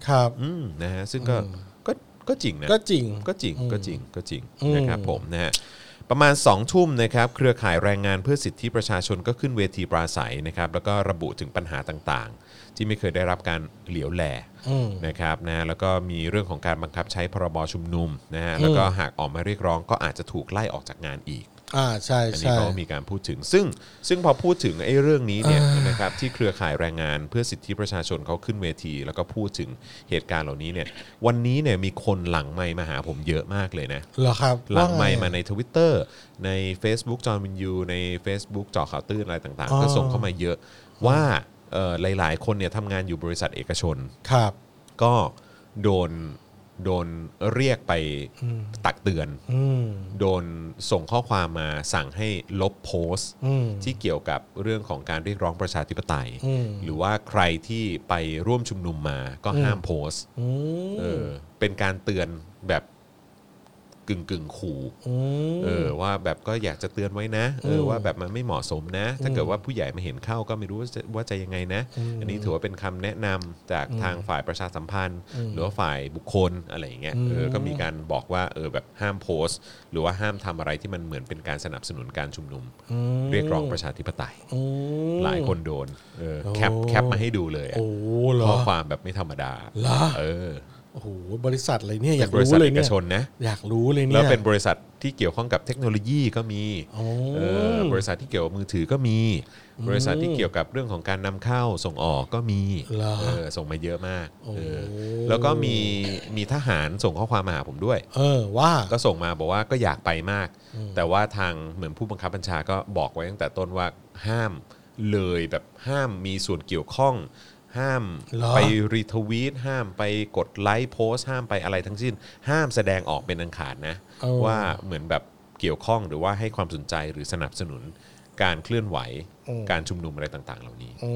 [SPEAKER 2] ครับ
[SPEAKER 1] อืมนะฮะซึ่งก็
[SPEAKER 2] อืม
[SPEAKER 1] ก็ก็จริงนะ
[SPEAKER 2] ก็จริง
[SPEAKER 1] ก็จริง
[SPEAKER 2] อืม
[SPEAKER 1] ก็จริงก็จริง
[SPEAKER 2] อืม
[SPEAKER 1] นะครับผมนะฮะประมาณ2ทุ่มนะครับเครือข่ายแรงงานเพื่อสิทธิประชาชนก็ขึ้นเวทีปราศัยนะครับแล้วก็ระบุถึงปัญหาต่างๆ ที่ไม่เคยได้รับการเหลียวแล
[SPEAKER 2] อืม
[SPEAKER 1] นะครับนะแล้วก็มีเรื่องของการบังคับใช้พรบชุมนุมนะฮะแล้วก็หากออกมาเรียกร้องก็อาจจะถูกไล่ออกจากงานอีก
[SPEAKER 2] ่าใช่
[SPEAKER 1] อันนี้
[SPEAKER 2] ใช่
[SPEAKER 1] เขาก็มีการพูดถึง ซึ่งซึ่งพอพูดถึงไอ้เรื่องนี้เนี่ยนะครับที่เครือข่ายแรงงานเพื่อสิทธิประชาชนเขาขึ้นเวที แล้วก็พูดถึงเหตุการณ์เหล่านี้เนี่ยวันนี้เนี่ยมีคนหลังไมค์มาหาผมเยอะมากเลยนะ
[SPEAKER 2] เหรอครับ
[SPEAKER 1] หลังไม
[SPEAKER 2] ว่
[SPEAKER 1] ค์
[SPEAKER 2] ง
[SPEAKER 1] มาใน Twitter ใน Facebook จอห์นวินยูใน Facebook จอข่าวตื้นอะไรต่าง
[SPEAKER 2] อ๋อ
[SPEAKER 1] ๆ ก็ส่งเข้ามาเยอะว่าเอ่อหลาย ๆ คนเนี่ยทำงานอยู่บริษัทเอกชน
[SPEAKER 2] ครับ
[SPEAKER 1] ก็โดนโดนเรียกไปตักเตือน
[SPEAKER 2] อืม
[SPEAKER 1] โดนส่งข้อความมาสั่งให้ลบโพสต์
[SPEAKER 2] อืม
[SPEAKER 1] ที่เกี่ยวกับเรื่องของการเรียกร้องประชาธิปไตย
[SPEAKER 2] อืม
[SPEAKER 1] หรือว่าใครที่ไปร่วมชุมนุมมาก็ห้ามโพสต์
[SPEAKER 2] อืม
[SPEAKER 1] เออเป็นการเตือนแบบกึ่งกึ่งๆขู่
[SPEAKER 2] ม
[SPEAKER 1] เออว่าแบบก็อยากจะเตือนไว้นะเออ
[SPEAKER 2] ม
[SPEAKER 1] ว่าแบบมันไม่เหมาะสมนะ ถ้าเกิดว่าผู้ใหญ่มาเห็นเข้าก็ไม่รู้ว่าจะว่าจะยังไงนะ อันนี้ถือว่าเป็นคำแนะนำจากทางฝ่ายประชาสัมพันธ์ หรือว่าฝ่ายบุคคลอะไรอย่างเงี้ยเออ
[SPEAKER 2] ม
[SPEAKER 1] ก็มีการบอกว่าเออแบบห้ามโพสต์ หรือว่าห้ามทำอะไรที่มันเหมือนเป็นการสนับสนุนการชุมนุม เรียกร้องประชาธิปไตย
[SPEAKER 2] อืม
[SPEAKER 1] หลายคนโดนเออแคป
[SPEAKER 2] โอ้
[SPEAKER 1] แคปมาให้ดูเลยอะ
[SPEAKER 2] โอ้เหร
[SPEAKER 1] ข้
[SPEAKER 2] อ
[SPEAKER 1] อความแบบไม่ธรรมดา
[SPEAKER 2] เหรอ
[SPEAKER 1] เออ
[SPEAKER 2] โอ้โหบริษัทอะไรเนี่ยอยาก
[SPEAKER 1] บริ
[SPEAKER 2] รู้
[SPEAKER 1] ษัท
[SPEAKER 2] เลย
[SPEAKER 1] เอก
[SPEAKER 2] เนี่ย
[SPEAKER 1] ชนนะ
[SPEAKER 2] อยากรู้เลยเนี่ย
[SPEAKER 1] แล้วเป็นบริษัทที่เกี่ยวข้องกับเทคโนโลยีก็มี
[SPEAKER 2] โอ้
[SPEAKER 1] เออบริษัทที่เกี่ยวกับมือถือก็มี บริษัทที่เกี่ยวกับเรื่องของการนำเข้าส่งออกก็มี
[SPEAKER 2] เหรอ
[SPEAKER 1] เออส่งมาเยอะมาก
[SPEAKER 2] โอ้
[SPEAKER 1] เออแล้วก็มีมีทหารส่งข้อความมาหาผมด้วย
[SPEAKER 2] เออว่า
[SPEAKER 1] ก็ส่งมาบอกว่าก็อยากไปมาก แต่ว่าทางเหมือนผู้บังคับบัญชาก็บอกไว้ตั้งแต่ต้นว่าห้ามเลยแบบห้ามมีส่วนเกี่ยวข้อง ห้าม
[SPEAKER 2] เหรอ
[SPEAKER 1] ไปรีทวีตห้ามไปกดไลค์โพสต์ห้ามไปอะไรทั้งสิ้น ห้ามแสดงออกเป็นอังขาดนะ
[SPEAKER 2] เออ
[SPEAKER 1] ว่าเหมือนแบบเกี่ยวข้องหรือว่าให้ความสนใจหรือสนับสนุนการเคลื่อนไหว
[SPEAKER 2] อืม
[SPEAKER 1] การชุมนุมอะไรต่าง ๆ เหล่านี้
[SPEAKER 2] อื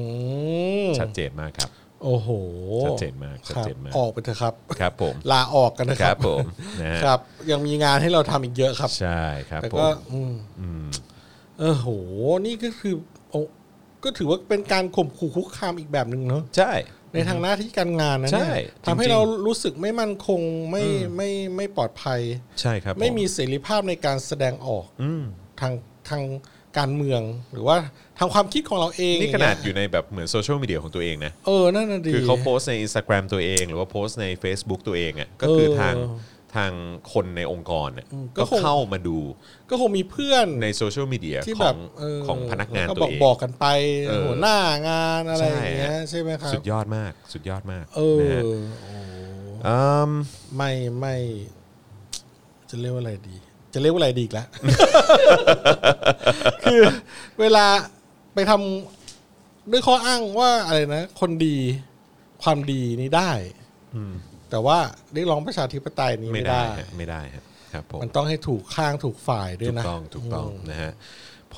[SPEAKER 2] ม
[SPEAKER 1] ชัดเจนมากครับ
[SPEAKER 2] โอ้โห
[SPEAKER 1] ชัดเจนมากชัดเจนมาก
[SPEAKER 2] ครับออกไปเถอะครับ
[SPEAKER 1] ครับผม
[SPEAKER 2] ลาออกกันนะ
[SPEAKER 1] ค
[SPEAKER 2] ค
[SPEAKER 1] รั
[SPEAKER 2] รั
[SPEAKER 1] บบ ผมนะฮะ
[SPEAKER 2] ครับ ยังมีงานให้เราทำอีกเยอะครับ
[SPEAKER 1] ใช่ครับ
[SPEAKER 2] แต่
[SPEAKER 1] ผ
[SPEAKER 2] ก็
[SPEAKER 1] ม
[SPEAKER 2] อืม
[SPEAKER 1] อืม
[SPEAKER 2] เออโห นี่ก็คือโอก็ถือว่าเป็นการข่มขู่คุกคามอีกแบบหนึ่งเนาะ
[SPEAKER 1] ใช่
[SPEAKER 2] ในทางหน้าที่การงานนะ
[SPEAKER 1] ใช่
[SPEAKER 2] เนี่ย
[SPEAKER 1] จริงๆ
[SPEAKER 2] ทำให้เรารู้สึกไม่มั่นคงไม่ไม่ไม่ปลอดภัย
[SPEAKER 1] ใช่ครับผ
[SPEAKER 2] ไม่มีเสรีภาพในการแสดงออก
[SPEAKER 1] อืม
[SPEAKER 2] ทางทางการเมืองหรือว่าทางความคิดของเราเอง
[SPEAKER 1] นี่ขนาด
[SPEAKER 2] อย่ง
[SPEAKER 1] อ
[SPEAKER 2] เงี้ย
[SPEAKER 1] ยู่ในแบบเหมือนโซเชียลมีเดียของตัวเองนะ
[SPEAKER 2] เออนั่นน่ะดี
[SPEAKER 1] คือเขาโพสต์ใน Instagram ตัวเอง หรือว่าโพสต์ใน Facebook ตัวเองอ่ะก็คือ
[SPEAKER 2] เออ
[SPEAKER 1] ทางทางคนในองค์กรเนี่ย
[SPEAKER 2] อืมก็
[SPEAKER 1] ก็
[SPEAKER 2] คง
[SPEAKER 1] เข้ามาดู
[SPEAKER 2] ก็คงมีเพื่อน
[SPEAKER 1] ในโซเชียลมีเดีย
[SPEAKER 2] ที่
[SPEAKER 1] ข
[SPEAKER 2] แบ
[SPEAKER 1] อบ ง
[SPEAKER 2] เ
[SPEAKER 1] ของพนักงาน
[SPEAKER 2] ก็
[SPEAKER 1] ตัว
[SPEAKER 2] บอก
[SPEAKER 1] เอง
[SPEAKER 2] บอกกันไป
[SPEAKER 1] เออ
[SPEAKER 2] หัวหน้างานอะไร
[SPEAKER 1] ใช่
[SPEAKER 2] อย่างเงี้ยใช่ไหมครับ
[SPEAKER 1] สุดยอดมาก สุดยอดมาก
[SPEAKER 2] เอ
[SPEAKER 1] นะ
[SPEAKER 2] อ
[SPEAKER 1] ฮะ
[SPEAKER 2] โอ้
[SPEAKER 1] อืม
[SPEAKER 2] ไม่ไม่ จะเรียกว่าอะไรดี จะเรียกว่าอะไร ดีอีกแล้ว คือเวลาไปทำด้วยข้ออ้างว่าอะไรนะ คนดีความดีนี่ได้
[SPEAKER 1] อืม
[SPEAKER 2] แต่ว่าเรียกร้องประชาธิปไตยนี้
[SPEAKER 1] ไม่
[SPEAKER 2] ไม่
[SPEAKER 1] ได้
[SPEAKER 2] ได้
[SPEAKER 1] ฮะไม่ได้ฮะครับผม
[SPEAKER 2] มันต้องให้ถูกข้างถูกฝ่ายด้ว
[SPEAKER 1] ถู
[SPEAKER 2] ย
[SPEAKER 1] ก
[SPEAKER 2] นะ
[SPEAKER 1] ต้องถูกต้อง
[SPEAKER 2] อืม
[SPEAKER 1] นะฮะ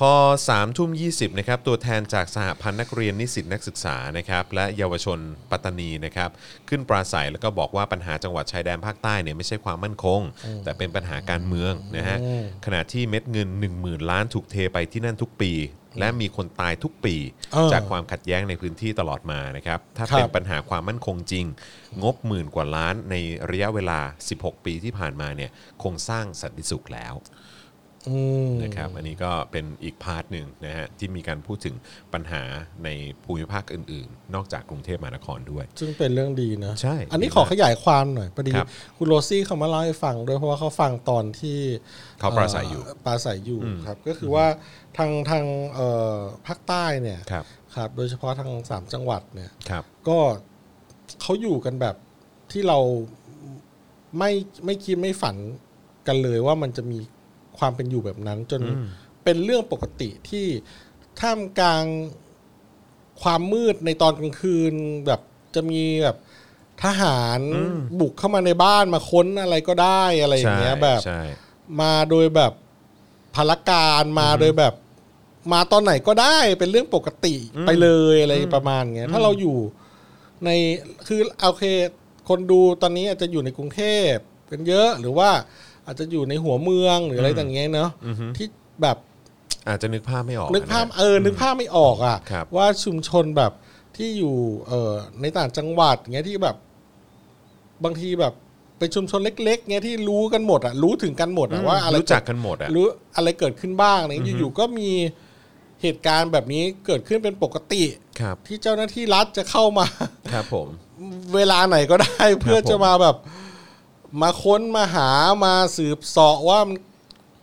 [SPEAKER 1] พอ3ามทุ่มยีนะครับตัวแทนจากสหพันธ์นักเรียนนิสิตนักศึกษานะครับและเยาวชนปัตตานีนะครับขึ้นปราศัยแล้วก็บอกว่าปัญหาจังหวัดชายแดนภาคใต้เนี่ยไม่ใช่ความมั่นคง แต่เป็นปัญหาการเมืองนะฮะขณะที่เม็ดเงิน 1 0,000 ล้านถูกเทไปที่นั่นทุกปี และมีคนตายทุกปี
[SPEAKER 2] เออ
[SPEAKER 1] จากความขัดแย้งในพื้นที่ตลอดมานะครับถ้า
[SPEAKER 2] ครับ
[SPEAKER 1] เป็นปัญหาความมั่นคงจริง งบหมื่นกว่าล้านในระยะเวลา 16 ปีที่ผ่านมาเนี่ยคงสร้างสันติสุขแล้ว
[SPEAKER 2] อืม
[SPEAKER 1] นะครับอันนี้ก็เป็นอีกพาร์ทหนึ่งนะฮะที่มีการพูดถึงปัญหาในภูมิภาคอื่นๆ นอกจากกรุงเทพมหานครด้วย
[SPEAKER 2] ซึ่งเป็นเรื่องดีนะ
[SPEAKER 1] ใช่
[SPEAKER 2] อันนี้ขอขยายความหน่อยพอดี
[SPEAKER 1] ครับ
[SPEAKER 2] คุณโรซี่เขามาเล่าให้ฟังด้วยเพราะว่าเขาฟังตอนที่
[SPEAKER 1] เขาปราศัยอยู่
[SPEAKER 2] เปราศัยอยู่ครับ ก็คือว่าทางทางเอ่อภาคใต้เนี่ย
[SPEAKER 1] ครับ
[SPEAKER 2] ครับ โดยเฉพาะทางสามจังหวัดเนี่ย
[SPEAKER 1] ครับ
[SPEAKER 2] ก็เขาอยู่กันแบบที่เราไม่ไม่คิดไม่ฝันกันเลยว่ามันจะมีความเป็นอยู่แบบนั้น จน
[SPEAKER 1] อืม
[SPEAKER 2] เป็นเรื่องปกติที่ท่ามกลางความมืดในตอนกลางคืน แบบจะมีแบบทหารบุกเข้ามาในบ้านมาค้นอะไรก็ได้อะไรอย่างเงี้ยแบบ
[SPEAKER 1] ใช่
[SPEAKER 2] มาโดยแบบพลการมาโดยแบบมาตอนไหนก็ได้เป็นเรื่องปกติ
[SPEAKER 1] อืม
[SPEAKER 2] ไปเลยอะไรประมาณเงี้ยถ้าเราอยู่ในคือโอเค คนดูตอนนี้อาจจะอยู่ในกรุงเทพเป็นเยอะหรือว่าอาจจะอยู่ในหัวเมืองหรืออะไร
[SPEAKER 1] อืม
[SPEAKER 2] ต่างเงี้ยเนาะ
[SPEAKER 1] อือฮึ
[SPEAKER 2] ที่แบบ
[SPEAKER 1] อาจจะนึกภาพไม่ออก
[SPEAKER 2] นึกภาพ
[SPEAKER 1] ะ
[SPEAKER 2] เออนึกภาพไม่ออกอ่ะ
[SPEAKER 1] ครับ
[SPEAKER 2] ว่าชุมชนแบบที่อยู่เออในต่างจังหวัดเงี้ยที่แบบบางทีแบบเป็นชุมชนเล็ก ๆเงี้ยที่รู้กันหมดอ่ะรู้ถึงกันหมด
[SPEAKER 1] อื
[SPEAKER 2] อ่ะ
[SPEAKER 1] ม
[SPEAKER 2] ว่าอะไร
[SPEAKER 1] รู้จักกันหมดอ่ะ
[SPEAKER 2] รู้อะไรเกิดขึ้นบ้างเนี่ย
[SPEAKER 1] อือฮึ
[SPEAKER 2] อยู่ๆก็มีเหตุการณ์แบบนี้เกิดขึ้นเป็นปกติ
[SPEAKER 1] ครับ
[SPEAKER 2] ที่เจ้าหน้าที่รัฐจะเข้ามา
[SPEAKER 1] ครับผม
[SPEAKER 2] เวลาไหนก็ได้ เพื่อ
[SPEAKER 1] ผม
[SPEAKER 2] จะมาแบบ มาค้นมาหามาสืบเสาะว่ามัน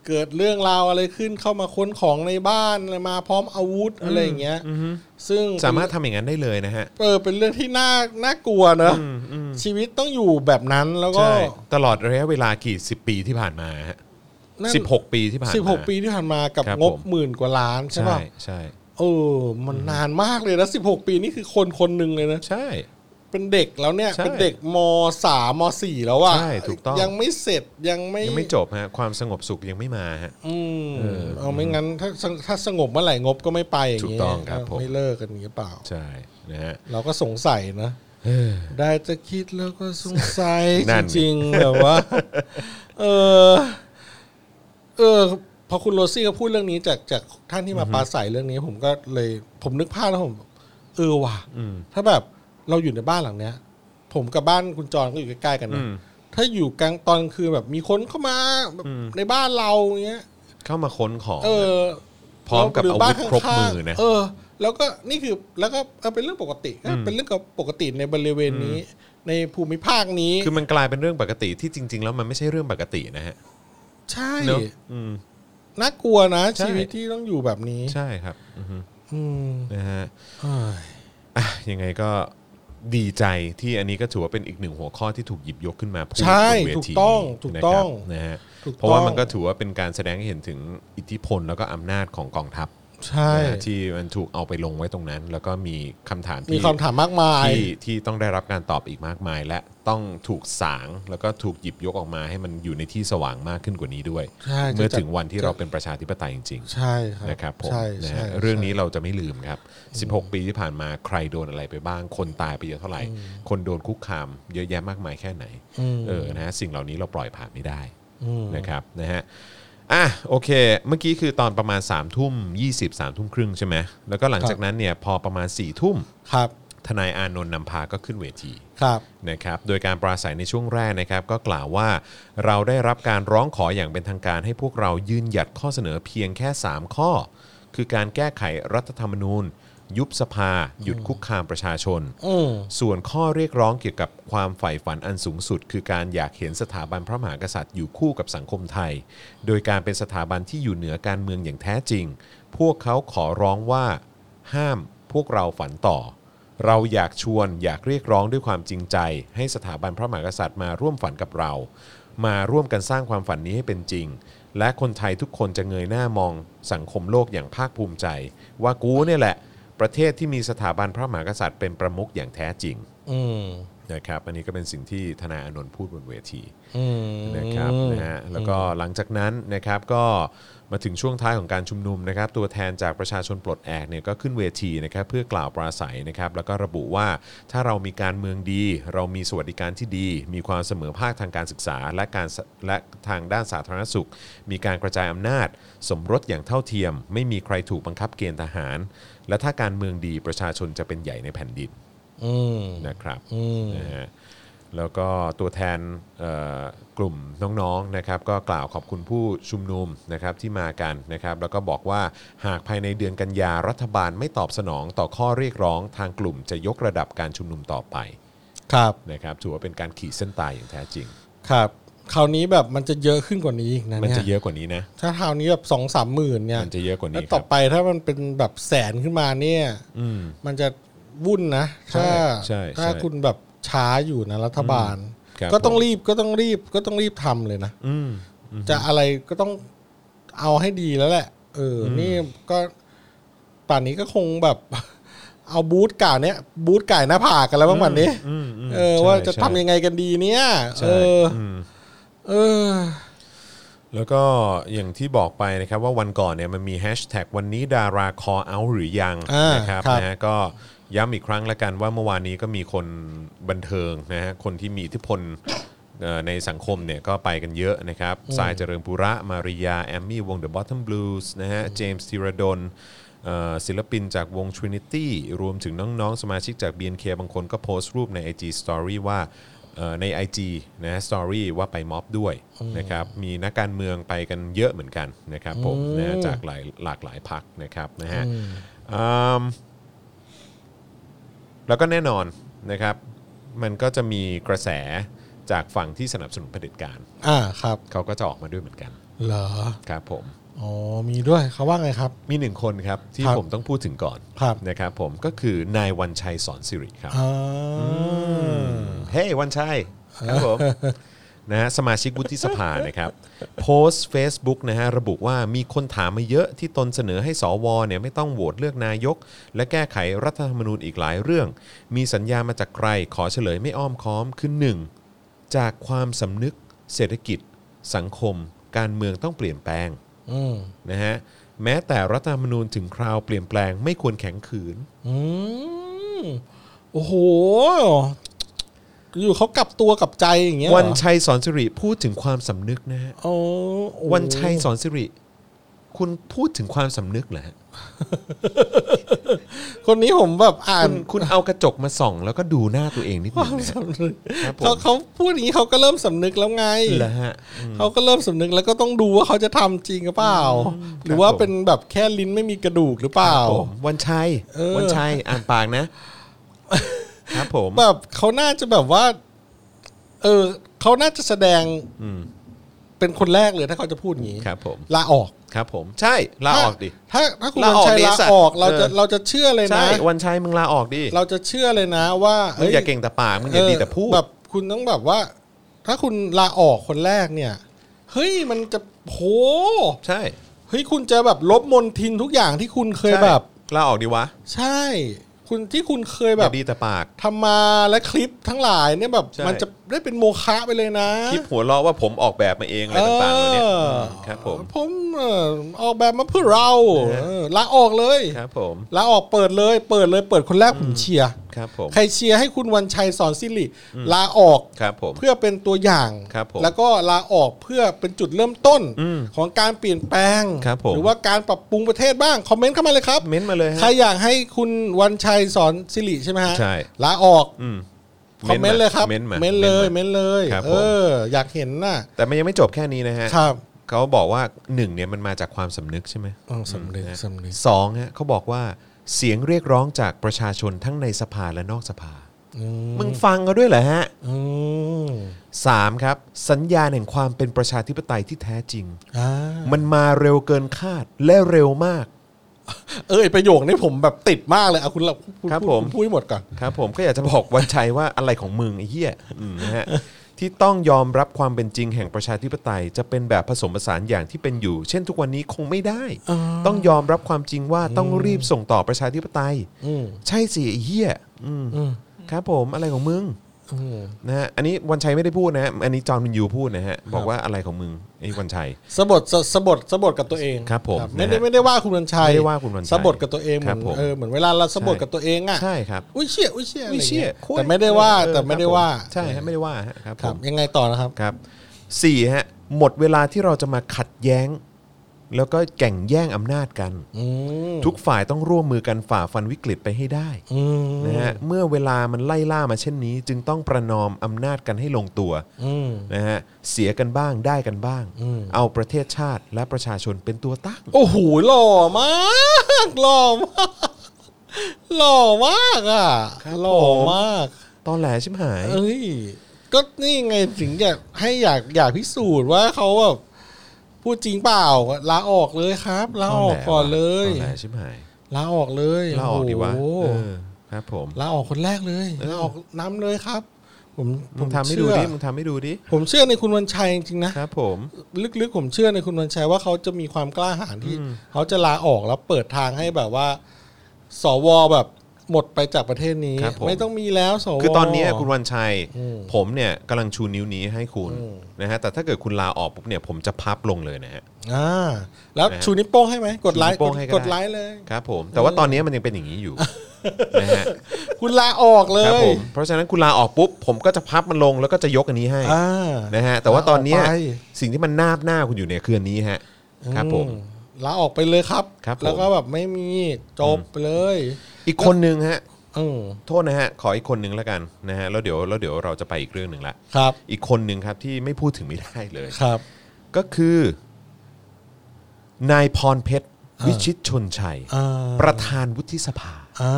[SPEAKER 2] เกิดเรื่องราวอะไรขึ้นเข้ามาค้นของในบ้านอะไรมาพร้อมอาวุธอะไรอย่างเงี้ย
[SPEAKER 1] อือฮึ
[SPEAKER 2] ซึ่ง
[SPEAKER 1] สามารถทำอย่างนั้นได้เลยนะฮะ
[SPEAKER 2] เออเป็นเรื่องที่น่าน่ากลัวเนอะ
[SPEAKER 1] อืมอืม
[SPEAKER 2] ชีวิตต้องอยู่แบบนั้นแล้วก็
[SPEAKER 1] ใช่ตลอดระยะเวลากี่สิบปีที่ผ่านมาฮะ
[SPEAKER 2] นั่น
[SPEAKER 1] สิบหกปีที่ผ่านมา
[SPEAKER 2] สิบหกปีที่ผ่านมากับ
[SPEAKER 1] ครับ
[SPEAKER 2] งบ
[SPEAKER 1] ผม
[SPEAKER 2] หมื่นกว่าล้านใช่
[SPEAKER 1] ใช่
[SPEAKER 2] ปะ
[SPEAKER 1] ใช่
[SPEAKER 2] เออ มันนานมากเลยนะสิบหกปีนี่คือคนคนหนึ่งเลยนะ
[SPEAKER 1] ใช่
[SPEAKER 2] เป็นเด็กแล้วเนี่ย
[SPEAKER 1] ใช่
[SPEAKER 2] เป็นเด็กมสามมสี่แล้วอ่ะ
[SPEAKER 1] ใช่ถูกต้อง
[SPEAKER 2] ยังไม่เสร็จยังไม่
[SPEAKER 1] ยังไม่จบฮะความสงบสุขยังไม่มาฮะ
[SPEAKER 2] อืม
[SPEAKER 1] เออ
[SPEAKER 2] เอาไม่งั้นถ้าถ้าสงบเมื่อไหร่งบก็ไม่ไปอย่าง
[SPEAKER 1] ถู
[SPEAKER 2] เงี้ย
[SPEAKER 1] กต้องครับผม
[SPEAKER 2] ไม่เลิกกันอย่างเงี้ยเปล่า
[SPEAKER 1] ใช่นะฮะ
[SPEAKER 2] เราก็สงสัยนะ ได้จะคิดแล้วก็สงสัย
[SPEAKER 1] นั่
[SPEAKER 2] จ
[SPEAKER 1] น
[SPEAKER 2] ริงๆแบบ ว่า เออเออพอคุณโรซี่ก็พูดเรื่องนี้จากจากท่านที่มาปราศัยเรื่องนี้ ผมก็เลย ผมนึกภาพแล้วผมเออว่ะ
[SPEAKER 1] อืม
[SPEAKER 2] ถ้าแบบเราอยู่ในบ้านหลังเนี้ย ผมกับบ้านคุณจรก็อยู่ใกล้ๆกัน
[SPEAKER 1] อื
[SPEAKER 2] นะ
[SPEAKER 1] ม
[SPEAKER 2] ถ้าอยู่กลางตอนกลางคืนแบบมีคนเข้ามาแบบ
[SPEAKER 1] อืม
[SPEAKER 2] ในบ้านเราอย่างเงี้ย
[SPEAKER 1] เข้ามาค้นของ
[SPEAKER 2] เออ
[SPEAKER 1] พร้อมกับ
[SPEAKER 2] ห
[SPEAKER 1] อาวุธ
[SPEAKER 2] น
[SPEAKER 1] ครบ
[SPEAKER 2] ข้างๆ
[SPEAKER 1] มือนะ
[SPEAKER 2] เออ แล้วก็นี่คือแล้วก็เออเป็นเรื่องปกติก็
[SPEAKER 1] อืม
[SPEAKER 2] เป็นเรื่องกับปกติในบริเวณนี้ ในภูมิภาคนี้
[SPEAKER 1] คือมันกลายเป็นเรื่องปกติที่จริง ๆ แล้วมันไม่ใช่เรื่องปกตินะฮะ
[SPEAKER 2] ใช่
[SPEAKER 1] เนอะอืม
[SPEAKER 2] น่ากลัวนะ
[SPEAKER 1] ใช่
[SPEAKER 2] ชีวิตที่ต้องอยู่แบบนี้
[SPEAKER 1] ใช่ครับอือฮึ
[SPEAKER 2] อืม
[SPEAKER 1] นะฮะ
[SPEAKER 2] เฮ้ย
[SPEAKER 1] อ่ะยังไงก็ดีใจที่อันนี้ก็ถือว่าเป็นอีกหนึ่งหัวข้อที่ถูกหยิบยกขึ้นมาพูด
[SPEAKER 2] ใช่
[SPEAKER 1] บนเว
[SPEAKER 2] ถูก
[SPEAKER 1] ที
[SPEAKER 2] ต้องถูกต้อง
[SPEAKER 1] นะครับนะฮะ
[SPEAKER 2] ถูก
[SPEAKER 1] เพ
[SPEAKER 2] ต้อง
[SPEAKER 1] ราะว่ามันก็ถือว่าเป็นการแสดงให้เห็นถึงอิทธิพลแล้วก็อำนาจของกองทัพ
[SPEAKER 2] ใช่
[SPEAKER 1] นะฮะที่มันถูกเอาไปลงไว้ตรงนั้น แล้วก็มีคำถาม
[SPEAKER 2] มี
[SPEAKER 1] ที่
[SPEAKER 2] คำถามมากมาย
[SPEAKER 1] ที่ที่ต้องได้รับการตอบอีกมากมาย และต้องถูกสางแล้วก็ถูกหยิบยกออกมาให้มันอยู่ในที่สว่างมากขึ้นกว่านี้ด้วย
[SPEAKER 2] ใช่จะ
[SPEAKER 1] เมื่อถึงวันที่
[SPEAKER 2] จะ
[SPEAKER 1] เราเป็นประชาธิปไตยจริงๆ
[SPEAKER 2] ใช่ครับ
[SPEAKER 1] นะครับผม
[SPEAKER 2] ใช่
[SPEAKER 1] นะ
[SPEAKER 2] ใช่
[SPEAKER 1] ฮะเรื่องนี้เราจะไม่ลืมครับ 16 ปีที่ผ่านมาใครโดนอะไรไปบ้าง คนตายไปเยอะเท่าไหร่ คนโดนคุกคามเยอะแยะมากมายแค่ไหน
[SPEAKER 2] ม
[SPEAKER 1] เออนะฮะสิ่งเหล่านี้เราปล่อยผ่านไม่ได้
[SPEAKER 2] ม
[SPEAKER 1] นะครับนะฮะอ่ะโอเค เมื่อกี้คือตอนประมาณ3ามทุ่มยี่สิบสามทุ่มครึ่งใช่ไหมแล้วก็หลังจากนั้นเนี่ยพอประมาณ4ี่ทุ่ม
[SPEAKER 2] ครับ
[SPEAKER 1] ทนายอานนท์นำพาก็ขึ้นเวที
[SPEAKER 2] ครับ
[SPEAKER 1] นะครับโดยการปราศัยในช่วงแรกนะครับก็กล่าวว่าเราได้รับการร้องขออย่างเป็นทางการให้พวกเรายืนหยัดข้อเสนอเพียงแค่ 3 ข้อ คือการแก้ไขรัฐธรรมนูญ ยุบสภา หยุดคุกคามประชาชน
[SPEAKER 2] อืม
[SPEAKER 1] ส่วนข้อเรียกร้องเกี่ยวกับความใฝ่ฝันอันสูงสุด คือการอยากเห็นสถาบันพระมหากษัตริย์อยู่คู่กับสังคมไทย โดยการเป็นสถาบันที่อยู่เหนือการเมืองอย่างแท้จริง พวกเขาขอร้องว่า ห้ามพวกเราฝันต่อ เราอยากชวนอยากเรียกร้องด้วยความจริงใจ ให้สถาบันพระมหากษัตริย์มาร่วมฝันกับเรา มาร่วมกันสร้างความฝันนี้ให้เป็นจริง และคนไทยทุกคนจะเงยหน้ามองสังคมโลกอย่างภาคภูมิใจ ว่ากูเนี่ยแหละ ประเทศที่มีสถาบันพระมหากษัตริย์เป็นประมุขอย่างแท้จริง
[SPEAKER 2] อืม
[SPEAKER 1] นะครับ อันนี้ก็เป็นสิ่งที่ธนาอานนท์พูดบนเวที
[SPEAKER 2] อืม
[SPEAKER 1] นะครับนะฮะแล้วก็หลังจากนั้นนะครับก็ มาถึงช่วงท้ายของการชุมนุมนะครับ ตัวแทนจากประชาชนปลดแอกเนี่ยก็ขึ้นเวทีนะครับเพื่อกล่าวปราศัยนะครับ แล้วก็ระบุว่าถ้าเรามีการเมืองดี เรามีสวัสดิการที่ดี มีความเสมอภาคทางการศึกษา และการสและทางด้านสาธารณสุข มีการกระจายอำนาจ สมรสอย่างเท่าเทียม ไม่มีใครถูกบังคับเกณฑ์ทหาร และถ้าการเมืองดีประชาชนจะเป็นใหญ่ในแผ่นดิน
[SPEAKER 2] อืม
[SPEAKER 1] นะครับ
[SPEAKER 2] อืม
[SPEAKER 1] นะฮะแล้วก็ตัวแทนเอ่อกลุ่มน้องๆนะครับก็กล่าวขอบคุณผู้ชุมนุมนะครับที่มากันนะครับแล้วก็บอกว่าหากภายในเดือนกันยารัฐบาลไม่ตอบสนองต่อข้อเรียกร้องทางกลุ่มจะยกระดับการชุมนุมต่อไป
[SPEAKER 2] ครับ
[SPEAKER 1] นะครับถือว่าเป็นการขีดเส้นตายอย่างแท้จริง
[SPEAKER 2] ครับ คราวนี้แบบมันจะเยอะขึ้นกว่านี้อีกนะ
[SPEAKER 1] มัน
[SPEAKER 2] เนี่
[SPEAKER 1] จะ
[SPEAKER 2] ย
[SPEAKER 1] เยอะกว่านี้นะ
[SPEAKER 2] ถ้าคราวนี้แบบสองสามหมื่นเนี่ย
[SPEAKER 1] มันจะเยอะกว่า
[SPEAKER 2] แล้ว
[SPEAKER 1] นี้ค
[SPEAKER 2] ต่อ
[SPEAKER 1] รับ
[SPEAKER 2] ไปถ้ามันเป็นแบบแสนขึ้นมาเนี่ย
[SPEAKER 1] อืม
[SPEAKER 2] มันจะวุ่นนะ
[SPEAKER 1] ใช่
[SPEAKER 2] ถ้า
[SPEAKER 1] ใช่ใช่
[SPEAKER 2] ถ้าคุณแบบช้าอยู่นะรัฐบาล
[SPEAKER 1] ครับ
[SPEAKER 2] ก็ต้อง
[SPEAKER 1] ผม
[SPEAKER 2] รีบก็ต้องรีบก็ต้องรีบทำเลยนะ
[SPEAKER 1] อืม
[SPEAKER 2] จะอะไรก็ต้องเอาให้ดีแล้วแหละ เอออนี่ก็ป่านนี้ก็คงแบบ เอาบูธก่าเนี้ยบูธก่ายหน้าผากกันแล้วบ้างวันนี้
[SPEAKER 1] อืมม
[SPEAKER 2] เออ
[SPEAKER 1] ใช่
[SPEAKER 2] ว่าจะ
[SPEAKER 1] ใช่
[SPEAKER 2] ทำยังไงกันดีเนี่ยเอ
[SPEAKER 1] ใช่
[SPEAKER 2] อ
[SPEAKER 1] ม
[SPEAKER 2] เออ
[SPEAKER 1] แล้วก็อย่างที่บอกไปนะครับว่าวันก่อนเนี่ยมันมีแฮชแท็กวันนี้ดาราคอเอาหรือยัง
[SPEAKER 2] อ่าน
[SPEAKER 1] นะครับ
[SPEAKER 2] ครับ
[SPEAKER 1] นะฮะก็ย้ำอีกครั้งละกันว่าเมื่อวานนี้ก็มีคนบันเทิงนะฮะคนที่มีอิทธิพลเอ่อในสังคมเนี่ยก็ไปกันเยอะนะครับสายเจริญปุระ มาริยา แอมมี่ วง The Bottom Blues นะฮะเจมส์ธีรดลเอ่อศิลปินจากวง Trinity รวมถึงน้องๆ สมาชิกจาก BNK บางคนก็โพสต์รูปใน IG Story ว่า เอ่อใน IG นะสตอรี่ว่าไปม็อบด้วยนะครับมีนักการเมืองไปกันเยอะเหมือนกันนะครับผมนะจากหลายหลากหลายพักนะครับนะฮะอืมแล้วก็แน่นอนนะครับ มันก็จะมีกระแสจากฝั่งที่สนับสนุนเผด็จการ
[SPEAKER 2] อ่าครับ
[SPEAKER 1] เขาก็จะออกมาด้วยเหมือนกัน
[SPEAKER 2] เหรอ
[SPEAKER 1] ครับผม
[SPEAKER 2] อ๋อมีด้วยเขาว่าไงครับ
[SPEAKER 1] มีหนึ่งคนครับ ที่
[SPEAKER 2] ครับ
[SPEAKER 1] ผมต้องพูดถึงก่อน
[SPEAKER 2] ครับ
[SPEAKER 1] นะครับผมก็คือนายวันชัยสอนสิริครับ
[SPEAKER 2] อ่า
[SPEAKER 1] เฮ้ยวันชัยครับผมนะฮะสมาชิกวุฒิสภานะครับ โพสต์ Facebook นะฮะระบุว่ามีคนถามมาเยอะที่ตนเสนอให้สวเนี่ยไม่ต้องโหวตเลือกนายก และแก้ไขรัฐธรรมนูญอีกหลายเรื่อง มีสัญญามาจากใครขอเฉลยไม่อ้อมค้อมคือหนึ่งจากความสำนึกเศรษฐกิจ สังคม การเมืองต้องเปลี่ยนแปลง
[SPEAKER 2] อืม
[SPEAKER 1] นะฮะแม้แต่รัฐธรรมนูญถึงคราวเปลี่ยนแปลงไม่ควรแข็งขืน
[SPEAKER 2] อืมโอ้โห อยู่เขากลับตัวกลับใจอย่างเงี้ยเหรอ
[SPEAKER 1] วันชัยสอนสิริพูดถึงความสำนึกนะฮะ
[SPEAKER 2] โอ้โอ้
[SPEAKER 1] วันชัยสอนสิริ คุณพูดถึงความสำนึกเหรอฮะ
[SPEAKER 2] คนนี้ผมแบบอ่า
[SPEAKER 1] คุ
[SPEAKER 2] น
[SPEAKER 1] ณคุณเอากระจกมาส่อง แล้วก็ดูหน้าตัวเองนิด
[SPEAKER 2] ค
[SPEAKER 1] นึ
[SPEAKER 2] วาง ม
[SPEAKER 1] นะฮะ
[SPEAKER 2] สำนึก
[SPEAKER 1] ครับผ
[SPEAKER 2] เขา
[SPEAKER 1] ม
[SPEAKER 2] เขาพูดอย่างนี้เขาก็เริ่มสำนึกแล้วไง
[SPEAKER 1] เหรอฮะ
[SPEAKER 2] เขาก็เริ่มสำนึกแล้วก็ต้องดูว่าเขาจะทำจริงหรือเปล่า หรือว่า
[SPEAKER 1] ครับผม
[SPEAKER 2] เป็นแบบแค่ลิ้นไม่มีกระดูกหรือเปล่า
[SPEAKER 1] ผมวันชัย
[SPEAKER 2] เออ
[SPEAKER 1] วันชัยอ่านปากนะ ครับผม
[SPEAKER 2] แบบเขาน่าจะแบบว่า เออเขาน่าจะแสดง
[SPEAKER 1] อืม
[SPEAKER 2] เป็นคนแรกเลยถ้าเขาจะพูดอย่างนี้
[SPEAKER 1] ครับผม
[SPEAKER 2] ลาออก
[SPEAKER 1] ครับผม ใช่ลาออกดิ
[SPEAKER 2] ถ้าถ้าคุณ
[SPEAKER 1] ลา
[SPEAKER 2] วัน
[SPEAKER 1] ออก
[SPEAKER 2] ชัย
[SPEAKER 1] ดิ
[SPEAKER 2] ลา
[SPEAKER 1] สัตว์
[SPEAKER 2] ออก เราจะ
[SPEAKER 1] เออ
[SPEAKER 2] เราจะเชื่อเลย
[SPEAKER 1] ใช่
[SPEAKER 2] นะ
[SPEAKER 1] วันชัยมึงลาออกดิ
[SPEAKER 2] เราจะเชื่อเลยนะว่า
[SPEAKER 1] มึง
[SPEAKER 2] เฮ้ย
[SPEAKER 1] อย่าเก่งแต่ปากมึงอย่าดีแต่พูด
[SPEAKER 2] แบบคุณต้องแบบว่า ถ้าคุณลาออกคนแรกเนี่ย เฮ้ยมันจะโห
[SPEAKER 1] ใช่
[SPEAKER 2] เฮ้ยคุณจะแบบลบมนทินทุกอย่างที่คุณเคย
[SPEAKER 1] ใช่
[SPEAKER 2] แบบ
[SPEAKER 1] ลาออกดีวะ
[SPEAKER 2] ใช่ คุณที่คุณเคย
[SPEAKER 1] อ
[SPEAKER 2] แบ
[SPEAKER 1] ย่า
[SPEAKER 2] บ
[SPEAKER 1] ดีแต่ปาก
[SPEAKER 2] ทำมาและคลิปทั้งหลายเนี่ยแบบ
[SPEAKER 1] ใช่
[SPEAKER 2] มันจะได้เป็นโมฆะไปเลยนะ
[SPEAKER 1] คิดหัวเราะว่าผมออกแบบมาเองอะไรต่างๆเหล่านี้
[SPEAKER 2] เออ
[SPEAKER 1] ครับผม
[SPEAKER 2] ผมเอ่อออกแบบมาเพื่อเราเออลาออกเลย
[SPEAKER 1] ครับผม
[SPEAKER 2] ลาออกเปิดเลย เปิดเลยเปิดคนแรกผมเชียร์
[SPEAKER 1] ครับผม
[SPEAKER 2] ใครเชียร์ให้คุณวันชัยสอนสิริลาออก
[SPEAKER 1] ครับผม
[SPEAKER 2] เพื่อเป็นตัวอย่าง
[SPEAKER 1] ครับผม
[SPEAKER 2] แล้วก็ลาออกเพื่อเป็นจุดเริ่มต้นของการเปลี่ยนแปลง
[SPEAKER 1] ครับผม
[SPEAKER 2] หรือว่าการปรับปรุงประเทศบ้างคอมเมนต์เข้ามาเลยครับ
[SPEAKER 1] เม้นต์มาเลยฮะ
[SPEAKER 2] ใครอยากให้คุณวันชัยสอนสิริใช่ไหมฮะ
[SPEAKER 1] ใช่
[SPEAKER 2] ลาออก
[SPEAKER 1] อืม
[SPEAKER 2] คอมเมนต์เลยครับ
[SPEAKER 1] เม้นต์มา
[SPEAKER 2] นต์เลยเม้นต์เลย
[SPEAKER 1] ครับผม
[SPEAKER 2] เออ อยากเห็นน่ะ
[SPEAKER 1] แต่มันยังไม่จบแค่นี้นะฮะ
[SPEAKER 2] ครับ
[SPEAKER 1] เขาบอกว่าหนึ่งเนี่ยมันมาจากความสำนึกใช่ไหม
[SPEAKER 2] เออสำเร็จสำเร็จ
[SPEAKER 1] สองฮะเขาบอกว่าเสียงเรียกร้องจากประชาชนทั้งในสภาและนอกสภา
[SPEAKER 2] อืม
[SPEAKER 1] มึงฟังเขาด้วยเหรอฮะ
[SPEAKER 2] อืม
[SPEAKER 1] สามครับ สัญญาณแห่งความเป็นประชาธิปไตยที่แท้จริง
[SPEAKER 2] อ่า
[SPEAKER 1] มันมาเร็วเกินคาดและเร็วมาก
[SPEAKER 2] เออไอ้ประโยคนี้ผมแบบติดมากเลยเอาคุณเราณ
[SPEAKER 1] ครับ
[SPEAKER 2] ณ
[SPEAKER 1] ผม
[SPEAKER 2] ณพูดให้หมดก่อน
[SPEAKER 1] ครับผมก็อยากจะบอกวันชัยว่าอะไรของมึงไอ้เหี้ยอืมนะฮะที่ต้องยอมรับความเป็นจริงแห่งประชาธิปไตย จะเป็นแบบผสมผสานอย่างที่เป็นอยู่ เช่นทุกวันนี้คงไม่ได้
[SPEAKER 2] อ่า
[SPEAKER 1] ต้องยอมรับความจริงว่าต้องรีบส่งต่อประชาธิปไตย
[SPEAKER 2] อืม
[SPEAKER 1] ใช่สิไอ้เหี้ยอืม
[SPEAKER 2] อืม
[SPEAKER 1] ครับผมอะไรของมึง
[SPEAKER 2] เอ อืม
[SPEAKER 1] นะฮะอันนี้วันชัยไม่ได้พูดนะอันนี้จอห์นวินยูพูดนะฮะบอกว่าอะไรของมึงไอ้วันชัย
[SPEAKER 2] สะบดสะสะบดสะบดกับตัวเอง
[SPEAKER 1] ครับผม
[SPEAKER 2] ไม่
[SPEAKER 1] นะ
[SPEAKER 2] ได้
[SPEAKER 1] ฮะ
[SPEAKER 2] ไม่ได้ว่าคุณวันชัย
[SPEAKER 1] ไม่ได้ว่าคุณวันชัย
[SPEAKER 2] สะบดกับตัวเองเหมือน
[SPEAKER 1] ครับผม
[SPEAKER 2] เออเหมือนเวลาเราสะบดกับตัวเองอ่ะ
[SPEAKER 1] ใช่ครับ
[SPEAKER 2] อุ้ยเชี่ยอุ้ยเชี่ยอะไร
[SPEAKER 1] อุ๊ย
[SPEAKER 2] เงี้ย
[SPEAKER 1] เชี่ยโคตร
[SPEAKER 2] แต่ไม่ได้ว่า
[SPEAKER 1] เออ
[SPEAKER 2] แต่ไม่ได้ว่า
[SPEAKER 1] ครับผใช่ฮะไม่ได้ว่าฮะครับ
[SPEAKER 2] ค
[SPEAKER 1] ผ
[SPEAKER 2] รับ
[SPEAKER 1] ม
[SPEAKER 2] ยังไงต่อนะครับ
[SPEAKER 1] ครับสี่ฮะหมดเวลาที่เราจะมาขัดแย้ง แล้วก็แก่งแย่งอำนาจกัน
[SPEAKER 2] อืม
[SPEAKER 1] ทุกฝ่ายต้องร่วมมือกันฝ่าฟันวิกฤตไปให้ได้
[SPEAKER 2] อืม
[SPEAKER 1] นะฮะเมื่อเวลามันไล่ล่ามาเช่นนี้ จึงต้องประนอมอำนาจกันให้ลงตัว
[SPEAKER 2] อืม
[SPEAKER 1] นะฮะเสียกันบ้างได้กันบ้าง
[SPEAKER 2] อืม
[SPEAKER 1] เอาประเทศชาติและประชาชนเป็นตัวตั้ง
[SPEAKER 2] โอ้โหหล่อมากหล่อมากหล่อมากอ่ะ
[SPEAKER 1] ครับ
[SPEAKER 2] หล่อ
[SPEAKER 1] ผม
[SPEAKER 2] มาก
[SPEAKER 1] ตอนแหลชิบหาย
[SPEAKER 2] เอ้ย ก็นี่ไงถึงอยากให้อยากอยากพิสูจน์ว่าเขาแบบพูดจริงเปล่าลาออกเลยครับลาออกก่อนเลย
[SPEAKER 1] ตอนแหลชิบหาย
[SPEAKER 2] ลาออกเลย
[SPEAKER 1] ลาออกดีวะ
[SPEAKER 2] โอ้โห
[SPEAKER 1] เออครับผม
[SPEAKER 2] ลาออกคนแรกเลย
[SPEAKER 1] เออ
[SPEAKER 2] ลาออกน้ำเลยครับ ผมผ
[SPEAKER 1] มึง
[SPEAKER 2] ม
[SPEAKER 1] ทำให้ดู
[SPEAKER 2] เชื่อ
[SPEAKER 1] ดิมึงทำให้ดูดิ
[SPEAKER 2] ผมเชื่อในคุณวันชัยจริงๆนะ
[SPEAKER 1] ครับผม
[SPEAKER 2] ลึกๆผมเชื่อในคุณวันชัยว่าเขาจะมีความกล้าหาญที่
[SPEAKER 1] อืม
[SPEAKER 2] เขาจะลาออกแล้วเปิดทางให้แบบว่า สวแบบหมดไปจากประเทศนี้
[SPEAKER 1] ครับผม
[SPEAKER 2] ไม่ต้องมีแล้วสว
[SPEAKER 1] คือตอนเนี้ยคุณวันชัย
[SPEAKER 2] อืม
[SPEAKER 1] ผมเนี่ยกำลังชูนิ้วนี้ให้คุณ
[SPEAKER 2] อืม
[SPEAKER 1] นะฮะแต่ถ้าเกิดคุณลาออกปุ๊บเนี่ยผมจะพับลงเลยนะฮะ
[SPEAKER 2] อ่าแล้ว
[SPEAKER 1] นะฮะ
[SPEAKER 2] ชูนิ้วโป้งให้ไหมกดไล
[SPEAKER 1] ชูนิ้ว
[SPEAKER 2] ค์
[SPEAKER 1] โป้งให้ก็ได้
[SPEAKER 2] กดไลค์เลย
[SPEAKER 1] ครับผมแต่ว่าตอนเนี้ยมันยังเป็นอย่างนี้ อยู่ นะฮะ
[SPEAKER 2] คุณลาออกเล
[SPEAKER 1] ครับ
[SPEAKER 2] ย
[SPEAKER 1] ผมเพราะฉะนั้นคุณลาออกปุ๊บผมก็จะพับมันลงแล้วก็จะยกอันนี้ให้
[SPEAKER 2] อ่า
[SPEAKER 1] นะฮะแต่ว่าตอนเนี้ย
[SPEAKER 2] ลากไป
[SPEAKER 1] สิ่งที่มันนาบหน้าคุณอยู่เนี่ยคืออันนี้ฮะครับผม
[SPEAKER 2] อืลาออกไปเลยครับ
[SPEAKER 1] ครับผม
[SPEAKER 2] แล้วก็แบบไม่มีจบไปเลย
[SPEAKER 1] อีกคนนึงฮะ
[SPEAKER 2] อืม
[SPEAKER 1] โทษนะฮะขออีกคนนึงแล้วกันนะฮะแล้วเดี๋ยวแล้วเดี๋ยวเราจะไปอีกเรื่องหนึ่งละ
[SPEAKER 2] ครับ
[SPEAKER 1] อีกคนนึงครับที่ไม่พูดถึงไม่ได้เลย
[SPEAKER 2] ครับ
[SPEAKER 1] ก็คือนายพรเพชร
[SPEAKER 2] อ่า
[SPEAKER 1] วิชิตชนชัย
[SPEAKER 2] อ่า
[SPEAKER 1] ประธานวุฒิสภา
[SPEAKER 2] อ่า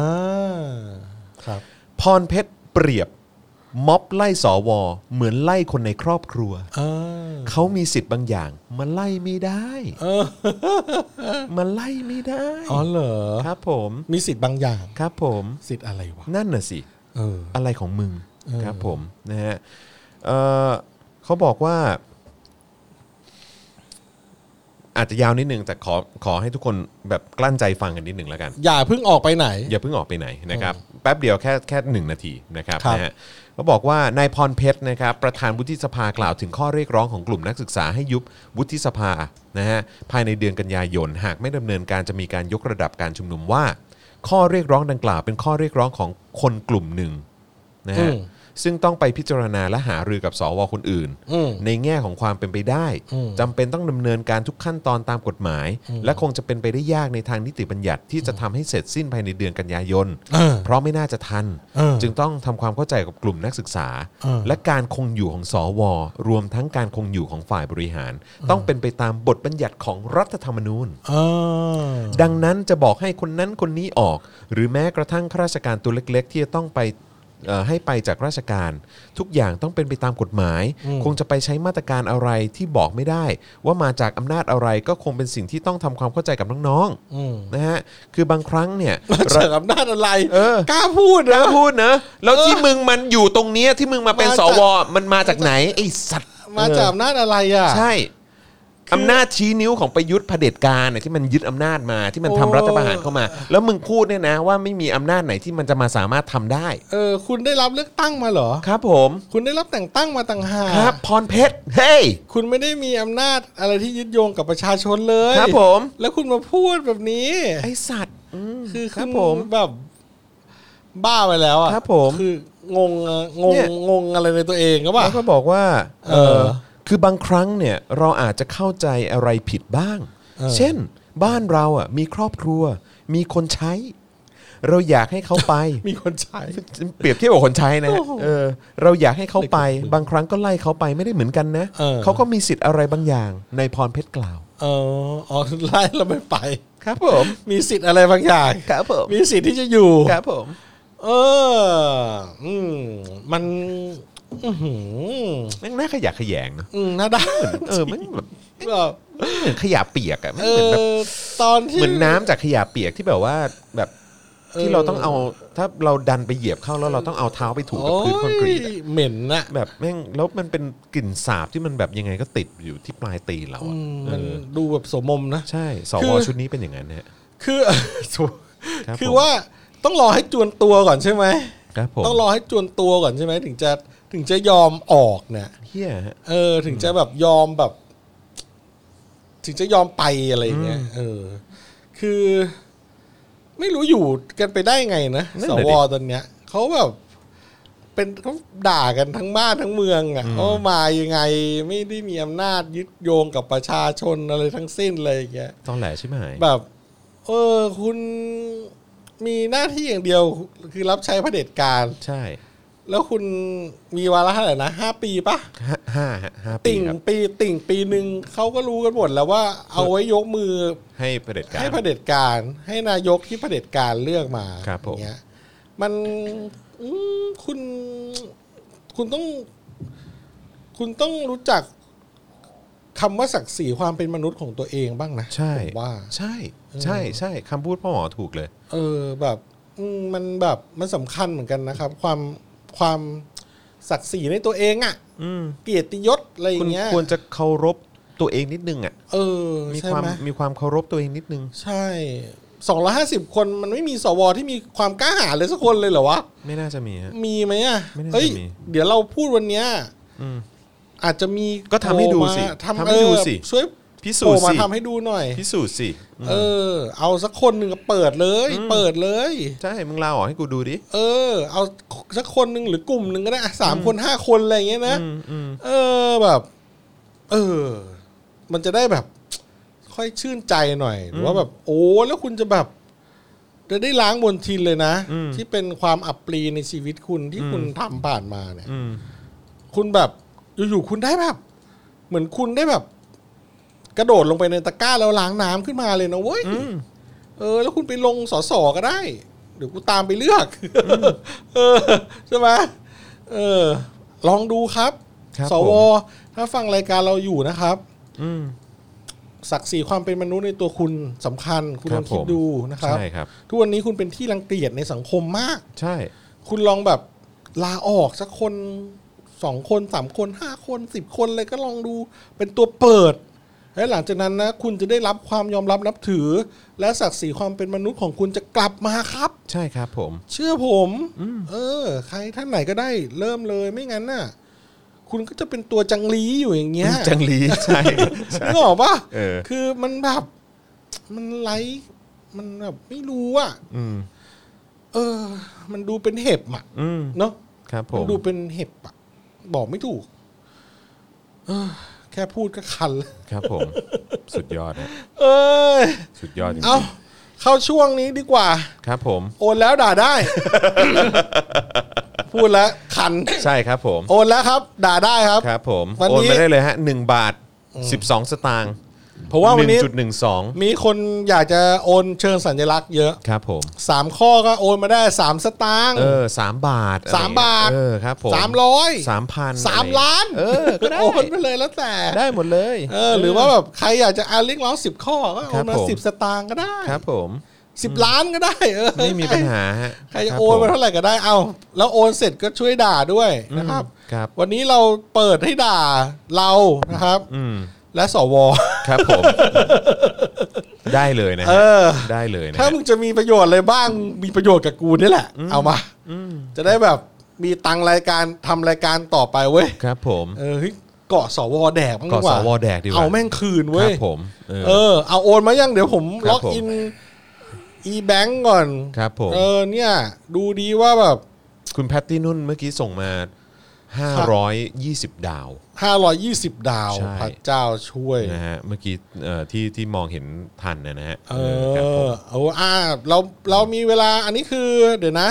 [SPEAKER 2] ครับ
[SPEAKER 1] พรเพชรเปรียบ ม็อบไล่สอวอเหมือนไล่คนในครอบครัว
[SPEAKER 2] อ่า
[SPEAKER 1] เขามีสิทธิ์บางอย่างมันไล่ไม่ได้
[SPEAKER 2] เออ
[SPEAKER 1] มันไล่ไม่ได้
[SPEAKER 2] อ๋อเหรอ
[SPEAKER 1] ครับผม
[SPEAKER 2] มีสิทธิ์บางอย่าง
[SPEAKER 1] ครับผม
[SPEAKER 2] สิทธิ์อะไรวะ
[SPEAKER 1] นั่นน่ะสิ
[SPEAKER 2] เออ
[SPEAKER 1] อะไรของมึง
[SPEAKER 2] เออ
[SPEAKER 1] ครับผมนะฮะเอ่อเขาบอกว่า อาจจะยาวนิดนึงแต่ขอขอให้ทุกคนแบบกลั้นใจฟังกันนิดนึงแล้วกัน
[SPEAKER 2] อย่าเพิ่งออกไปไหน
[SPEAKER 1] อย่าเพิ่งออกไปไหนนะครับ แป๊บเดียวแค่แค่หนึ่งนาทีนะครับ
[SPEAKER 2] ครับ
[SPEAKER 1] นะฮะก็บอกว่านายพรเพชรนะครับ ประธานวุฒิสภากล่าวถึงข้อเรียกร้องของกลุ่มนักศึกษาให้ยุบวุฒิสภานะฮะภายในเดือนกันยายน หากไม่ดำเนินการจะมีการยกระดับการชุมนุมว่า ข้อเรียกร้องดังกล่าวเป็นข้อเรียกร้องของคนกลุ่มหนึ่งนะ
[SPEAKER 2] อื
[SPEAKER 1] ฮะ
[SPEAKER 2] ม
[SPEAKER 1] ซึ่งต้องไปพิจารณาและหารือกับสวคนอื่น
[SPEAKER 2] อืม
[SPEAKER 1] ในแง่ของความเป็นไปได้
[SPEAKER 2] อืม
[SPEAKER 1] จำเป็นต้องดำเนินการทุกขั้นตอนตามกฎหมาย
[SPEAKER 2] อืม
[SPEAKER 1] และคงจะเป็นไปได้ยากในทางนิติบัญญัติที่จะทำให้เสร็จสิ้นภายในเดือนกันยายน
[SPEAKER 2] เออ
[SPEAKER 1] เพราะไม่น่าจะทัน
[SPEAKER 2] เออ
[SPEAKER 1] จึงต้องทำความเข้าใจกับกลุ่มนักศึกษา
[SPEAKER 2] เออ
[SPEAKER 1] และการคงอยู่ของสอวรวมทั้งการคงอยู่ของฝ่ายบริหาร ต้องเป็นไปตามบทบัญญัติของรัฐธรรมนูญ
[SPEAKER 2] เออ
[SPEAKER 1] ดังนั้นจะบอกให้คนนั้นคนนี้ออก หรือแม้กระทั่งข้าราชการตัวเล็ก ๆ ที่จะต้องไปเอ่อให้ไปจากราชการ ทุกอย่างต้องเป็นไปตามกฎหมาย
[SPEAKER 2] อืม
[SPEAKER 1] คงจะไปใช้มาตรการอะไรที่บอกไม่ได้ ว่ามาจากอำนาจอะไรก็คงเป็นสิ่งที่ต้องทำความเข้าใจกับน้อง
[SPEAKER 2] อืม
[SPEAKER 1] ๆนะฮะคือบางครั้ง เนี่ย
[SPEAKER 2] เฉลิมอำนาจอะไร
[SPEAKER 1] เออ
[SPEAKER 2] กล้าพูด
[SPEAKER 1] แล้
[SPEAKER 2] นะ
[SPEAKER 1] วพูดเนอะแล้วที่มึงมันอยู่ตรงเนี้ยที่มึงมาเป็น
[SPEAKER 2] มา
[SPEAKER 1] ส
[SPEAKER 2] จาก
[SPEAKER 1] วมันมาจากไหนไอ้สัตว์
[SPEAKER 2] มาจากอำนาจอะไรอ่ะ
[SPEAKER 1] ใช่อำนาจชี้นิ้วของประยุทธ์เผด็จการเนี่ยที่มันยึดอำนาจมาที่มันทำ
[SPEAKER 2] โอ้
[SPEAKER 1] รัฐประหารเข้ามา แล้วมึงพูดเนี่ยนะว่าไม่มีอำนาจไหนที่มันจะมาสามารถทำได้
[SPEAKER 2] เออ คุณได้รับเลือกตั้งมาเหรอ
[SPEAKER 1] ครับผม
[SPEAKER 2] คุณได้รับแต่งตั้งมาต่างหาก
[SPEAKER 1] ครับพรเพชรเฮ้ย
[SPEAKER 2] คุณไม่ได้มีอำนาจอะไรที่ยึดโยงกับประชาชนเลย
[SPEAKER 1] ครับผม
[SPEAKER 2] แล้วคุณมาพูดแบบนี้
[SPEAKER 1] ไอ้สัตว์อืม
[SPEAKER 2] คือ
[SPEAKER 1] ครับ
[SPEAKER 2] ณ
[SPEAKER 1] ผม
[SPEAKER 2] แบบ บ้าไปแล้วอ่ะ
[SPEAKER 1] ครับผม
[SPEAKER 2] คืองงอะงง
[SPEAKER 1] เนี่ย
[SPEAKER 2] งงอะไรในตัวเองก็ว่า
[SPEAKER 1] แล้วก็บอกว่าเอ
[SPEAKER 2] เอ
[SPEAKER 1] อ
[SPEAKER 2] อ
[SPEAKER 1] คือบางครั้งเนี่ยเราอาจจะเข้าใจอะไรผิดบ้าง
[SPEAKER 2] เออ
[SPEAKER 1] เช่น บ้านเราอ่ะมีครอบครัว มีคนใช้ เราอยากให้เขาไป
[SPEAKER 2] มีคนใช้
[SPEAKER 1] เปรียบเทียบกับคนใช้นะฮะ
[SPEAKER 2] โอ้โห
[SPEAKER 1] เออเราอยากให้เขาไป บางครั้งก็ไล่เขาไปไม่ได้เหมือนกันนะ
[SPEAKER 2] เออ
[SPEAKER 1] เขาก็มีสิทธิ์อะไรบางอย่างในพรเพชรกล่าว
[SPEAKER 2] เอออ๋อไล่เราไม่ไป
[SPEAKER 1] ครับผม
[SPEAKER 2] มีสิทธิ์อะไรบางอย่าง
[SPEAKER 1] ครับผม
[SPEAKER 2] มีสิทธิ์ที่จะอยู่
[SPEAKER 1] ครับผม
[SPEAKER 2] เออ อืม มัน อื้อหือ
[SPEAKER 1] แม่งน่าขยะแขยงเนอะ
[SPEAKER 2] อืมน่าด่า
[SPEAKER 1] เออแมันแบบ
[SPEAKER 2] แบบ
[SPEAKER 1] เหมือนขยะเปียกอ่ะแม่
[SPEAKER 2] เอ
[SPEAKER 1] เหมือ
[SPEAKER 2] ง
[SPEAKER 1] นแบบ
[SPEAKER 2] อ ตอนที่
[SPEAKER 1] เหมือนน้ำจากขยะเปียกที่แบบว่าแบบ
[SPEAKER 2] เออ
[SPEAKER 1] ที่เราต้องเอาถ้าเราดันไปเหยียบเข้าแล้วเราต้องเอาเท้าไปถูกับพื้นคอนกรีตอะ
[SPEAKER 2] โยเหม็นนะ
[SPEAKER 1] แบบแม่งแล้วมันเป็นกลิ่นสาบที่มันแบบยังไงก็ติดอยู่ที่ปลายตีนเรา
[SPEAKER 2] อื
[SPEAKER 1] อะ
[SPEAKER 2] ม
[SPEAKER 1] เอ
[SPEAKER 2] มัน
[SPEAKER 1] อ
[SPEAKER 2] ดูแบบสมมมนะ
[SPEAKER 1] ใช่ส
[SPEAKER 2] คื
[SPEAKER 1] ว
[SPEAKER 2] อ
[SPEAKER 1] ชุดนี้เป็นอย่างนั้นฮะ
[SPEAKER 2] คือ
[SPEAKER 1] ครับ
[SPEAKER 2] คือว่าต้องรอให้จวนตัวก่อนใช่ไหม
[SPEAKER 1] ครับผม
[SPEAKER 2] ต้องรอให้จวนตัวก่อนใช่ไหมถึงจะถึงจะยอมออกเนี่ย
[SPEAKER 1] เฮียฮะ
[SPEAKER 2] เออ ถึงจะแบบยอมแบบ ถึงจะยอมไปอะไรอย่างเงี้ยเออ คือ ไม่รู้อยู่กันไปได้ไงนะสวตอนเนี้ยเขาแบบ เป็นเขาด่ากันทั้งบ้านทั้งเมืองอ่ะว่ามายังไง ไม่ได้มีอำนาจยึดโยงกับประชาชนอะไรทั้งสิ้นเลยอย่างเงี้ย
[SPEAKER 1] ตอนแหลใช่ไหม
[SPEAKER 2] แบบ เออ คุณมีหน้าที่อย่างเดียว คือรับใช้เผด็จการ
[SPEAKER 1] ใช่
[SPEAKER 2] แล้วคุณมีวาระเท่าไหร่นะห้าปีปะ
[SPEAKER 1] ห้าห้าฮะห้าปี
[SPEAKER 2] ติ่ง
[SPEAKER 1] ครับ
[SPEAKER 2] ปีติ่งปีหนึ่งเขาก็รู้กันหมดแล้วว่าเอาไว้ยกมือ
[SPEAKER 1] ให้เผด็จการ
[SPEAKER 2] ให้เผด็จการ ให้นายกที่เผด็จการเลือกมา
[SPEAKER 1] ครับผม
[SPEAKER 2] อย่างเงี้ยมันอืมคุณคุณต้อง คุณต้องรู้จักคำว่าศักดิ์ศรีความเป็นมนุษย์ของตัวเองบ้างนะ
[SPEAKER 1] ใช่
[SPEAKER 2] ผมว่า
[SPEAKER 1] ใช่ใช่ใช่คำพูดพ่อหมอถูกเลย
[SPEAKER 2] เออแบบอืมมันแบบมันสำคัญเหมือนกันนะครับ ความความศักดิ์ศรีในตัวเองอะ่ะ
[SPEAKER 1] อืม
[SPEAKER 2] เกียรติยศอะไรอ
[SPEAKER 1] คุ
[SPEAKER 2] ย่า
[SPEAKER 1] ณ
[SPEAKER 2] งเงี้ย
[SPEAKER 1] ควรจะเคารพตัวเองนิดนึงอ่ะ
[SPEAKER 2] เออ
[SPEAKER 1] มี
[SPEAKER 2] ใช่
[SPEAKER 1] ความ
[SPEAKER 2] ไห
[SPEAKER 1] มีความเคารพตัวเองนิดนึง
[SPEAKER 2] ใช่ 250 คนมันไม่มีสวที่มีความกล้าหาญเลยสักคนเลยเหรอวะ
[SPEAKER 1] ไม่น่าจะมีฮะ
[SPEAKER 2] มีไหมอ่ะ
[SPEAKER 1] ไม่น่าจะ
[SPEAKER 2] เอ้ย
[SPEAKER 1] มี
[SPEAKER 2] เดี๋ยวเราพูดวันเนี้ย
[SPEAKER 1] อืม
[SPEAKER 2] อาจจะมี
[SPEAKER 1] ก็ทำให้ดูสิ
[SPEAKER 2] โผล่มาทำ
[SPEAKER 1] ทำให้
[SPEAKER 2] ให้
[SPEAKER 1] ดู
[SPEAKER 2] ดู
[SPEAKER 1] สิ
[SPEAKER 2] สิช่วย
[SPEAKER 1] พิ
[SPEAKER 2] โผ
[SPEAKER 1] สู
[SPEAKER 2] ล่
[SPEAKER 1] จน์
[SPEAKER 2] มา
[SPEAKER 1] สิ
[SPEAKER 2] ทำให้ดูหน่อย
[SPEAKER 1] พิสูจน์สิ
[SPEAKER 2] เออ เอาสักคนหนึ่งก็เปิดเลย เปิดเลย
[SPEAKER 1] ใช่มึงลาออกให้กูดูดิ
[SPEAKER 2] เออ เอาสักคนหนึ่งหรือกลุ่มหนึ่งก็ได้อะสามคนห้าคนอะไรอย่างเงี้ยนะ
[SPEAKER 1] อืมอืม
[SPEAKER 2] เออแบบ เออ มันจะได้แบบ ค่อยชื่นใจหน่อยหรือว่าแบบ โอ้แล้วคุณจะแบบ จะได้ล้างบนทินเลยนะ ที่เป็นความอับปรีในชีวิตคุณที่คุณทำผ่านมาเนี่ย
[SPEAKER 1] อืม
[SPEAKER 2] คุณแบบอยู่ๆคุณได้แบบ เหมือนคุณได้แบบ กระโดดลงไปในตะกร้าแล้วล้างน้ำขึ้นมาเลยนะเว้ยเออ แล้วคุณไปลงสอสอก็ได้เดี๋ยวกูตามไปเลือก เออใช่ไหมเออ ลองดูครับ
[SPEAKER 1] ครับ
[SPEAKER 2] ส
[SPEAKER 1] ผม
[SPEAKER 2] ว ถ้าฟังรายการเราอยู่นะครับ
[SPEAKER 1] อืม
[SPEAKER 2] ศักดิ์ศรีความเป็นมนุษย์ในตัวคุณสำคัญ คุณลอง
[SPEAKER 1] ค
[SPEAKER 2] คิ
[SPEAKER 1] รับ
[SPEAKER 2] ด
[SPEAKER 1] ผม
[SPEAKER 2] ดูนะครับ
[SPEAKER 1] ใช่ครับ
[SPEAKER 2] ทุกวันนี้คุณเป็นที่รังเกียจในสังคมมาก
[SPEAKER 1] ใช่
[SPEAKER 2] คุณลองแบบลาออกสักคนสองคนสามคนห้าคนสิบคนเลยก็ลองดูเป็นตัวเปิด และหลังจากนั้นนะ คุณจะได้รับความยอมรับนับถือ และศักดิ์ศรีความเป็นมนุษย์ของคุณจะกลับมาครับ
[SPEAKER 1] ใช่ครับผม
[SPEAKER 2] เชื่อผม เออ ใครท่านไหนก็ได้ เริ่มเลยไม่งั้นน่ะ คุณก็จะเป็นตัวจังลีอยู่อย่างเงี้ย
[SPEAKER 1] จังหลีใช่
[SPEAKER 2] นึกออกปะ
[SPEAKER 1] เออ
[SPEAKER 2] คือมันแบบ มันไลฟ์มันแบบไม่รู้อ่ะ
[SPEAKER 1] อืม
[SPEAKER 2] เออ มันดูเป็นเห็บอ่ะ
[SPEAKER 1] อืม
[SPEAKER 2] เนาะ
[SPEAKER 1] ครับผ
[SPEAKER 2] มัน
[SPEAKER 1] ม
[SPEAKER 2] ดูเป็นเห็บอะบอกไม่ถูก เออ แค่พูดก็คันแล้ว
[SPEAKER 1] ครับผม สุดยอดฮะ
[SPEAKER 2] เอย
[SPEAKER 1] สุดยอดจริง
[SPEAKER 2] เอาเข้าช่วงนี้ดีกว่า
[SPEAKER 1] ๆครับผม
[SPEAKER 2] โอนแล้วด่าได้ พูดแล้ว คัน
[SPEAKER 1] ใช่ครับผม
[SPEAKER 2] โอนแล้วครับ ด่าได้ครับ
[SPEAKER 1] ครับผม
[SPEAKER 2] วัน
[SPEAKER 1] โอน
[SPEAKER 2] นี้
[SPEAKER 1] มาได้เลยฮะหนึ่งบาทสิบสองสตางค์
[SPEAKER 2] เพราะว่าวันนี้
[SPEAKER 1] จุดหนึ่งสอง
[SPEAKER 2] มีคนอยากจะโอนเชิงสัญลักษณ์เยอะ
[SPEAKER 1] ครับผม
[SPEAKER 2] สามข้อก็โอนมาได้สามสตางค์
[SPEAKER 1] เออสามบาทอะไร
[SPEAKER 2] สามบาท
[SPEAKER 1] เออครับผม
[SPEAKER 2] สามร้อย
[SPEAKER 1] สามพัน
[SPEAKER 2] สามล้าน
[SPEAKER 1] เออก็ได้
[SPEAKER 2] โอนไปเลยแล้วแต่
[SPEAKER 1] ได้หมดเลย
[SPEAKER 2] เออ หรือว่าแบบใครอยากจะอาเรียกร้องสิบข้อก็โอนมา
[SPEAKER 1] ครับผม
[SPEAKER 2] สิบสตางค์ก็ได้
[SPEAKER 1] ครับผม
[SPEAKER 2] สิบล้านก็ได้เออ
[SPEAKER 1] ไม่มีปัญหาฮะ
[SPEAKER 2] ใครจะ
[SPEAKER 1] บ
[SPEAKER 2] โอน
[SPEAKER 1] ผ
[SPEAKER 2] มาเท่าไหร่ก็ได้เอาแล้วโอนเสร็จก็ช่วยด่าด้วยนะครับ
[SPEAKER 1] ครับ
[SPEAKER 2] วันนี้เราเปิดให้ด่าเรานะครับ
[SPEAKER 1] อืม
[SPEAKER 2] และสว
[SPEAKER 1] ครับ ผม ได้เลยนะ
[SPEAKER 2] เอ
[SPEAKER 1] ฮะ
[SPEAKER 2] อ
[SPEAKER 1] ได้เลยนะ
[SPEAKER 2] ถ้า
[SPEAKER 1] ฮะ
[SPEAKER 2] มึงจะมีประโยชน์อะไรบ้างมีประโยชน์กับกูนี่แหละ เอามาจะได้แบบมีตังค์รายการทำรายการต่อไปเว้ย
[SPEAKER 1] ครับผม
[SPEAKER 2] เออเฮ้ยเกาะสวแดกบ้างดี
[SPEAKER 1] เกาะ
[SPEAKER 2] กว่า
[SPEAKER 1] สวแดกดีกว่า
[SPEAKER 2] เอาแม่งคืน
[SPEAKER 1] ค
[SPEAKER 2] เว้
[SPEAKER 1] รั
[SPEAKER 2] ย
[SPEAKER 1] บผมเออ
[SPEAKER 2] เออเอาโอนมายังเดี๋ยวผม
[SPEAKER 1] ครับ
[SPEAKER 2] ล็อก
[SPEAKER 1] ผม
[SPEAKER 2] อิน e bank ก่อน
[SPEAKER 1] ครับผม
[SPEAKER 2] เออเนี่ย ดูดีว่าแบบ
[SPEAKER 1] คุณแพตตี้นุ่นเมื่อกี้ส่งมา 520 ดาว
[SPEAKER 2] ห้าร้อยยี่สิบดาว
[SPEAKER 1] ใช่
[SPEAKER 2] พระเจ้าช่วย
[SPEAKER 1] นะฮะเมื่อกี้เอ่อที่ที่มองเห็นทันนะนะฮะ
[SPEAKER 2] เอ
[SPEAKER 1] ครับผม
[SPEAKER 2] อเอาอ่าเราเรามีเวลาอันนี้คือเดี๋ยวนะ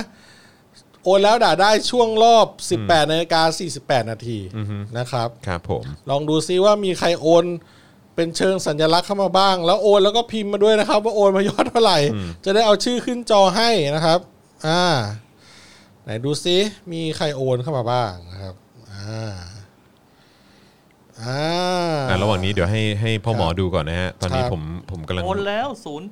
[SPEAKER 2] โอนแล้วด่าได้ช่วงรอบ 18นาฬิกา48 นาทีนะครับ
[SPEAKER 1] ครับผม
[SPEAKER 2] ลองดูซิว่ามีใครโอน เป็นเชิงสัญลักษณ์เข้ามาบ้าง แล้วโอนแล้วก็พิมพ์มาด้วยนะครับ ว่าโอนมายอดเท่าไหร่ จะได้เอาชื่อขึ้นจอให้นะครับ อ่า ไหนดูซิมีใครโอนเข้ามาบ้างนะครับ อ่า อ่า
[SPEAKER 1] อ่ะระหว่างนี้เดี๋ยวให้ให้พ่อหมอดูก่อนนะฮะ ตอนนี้
[SPEAKER 2] ครับ
[SPEAKER 1] ผมผมกำลัง
[SPEAKER 3] โอนแล้ว 0.69ส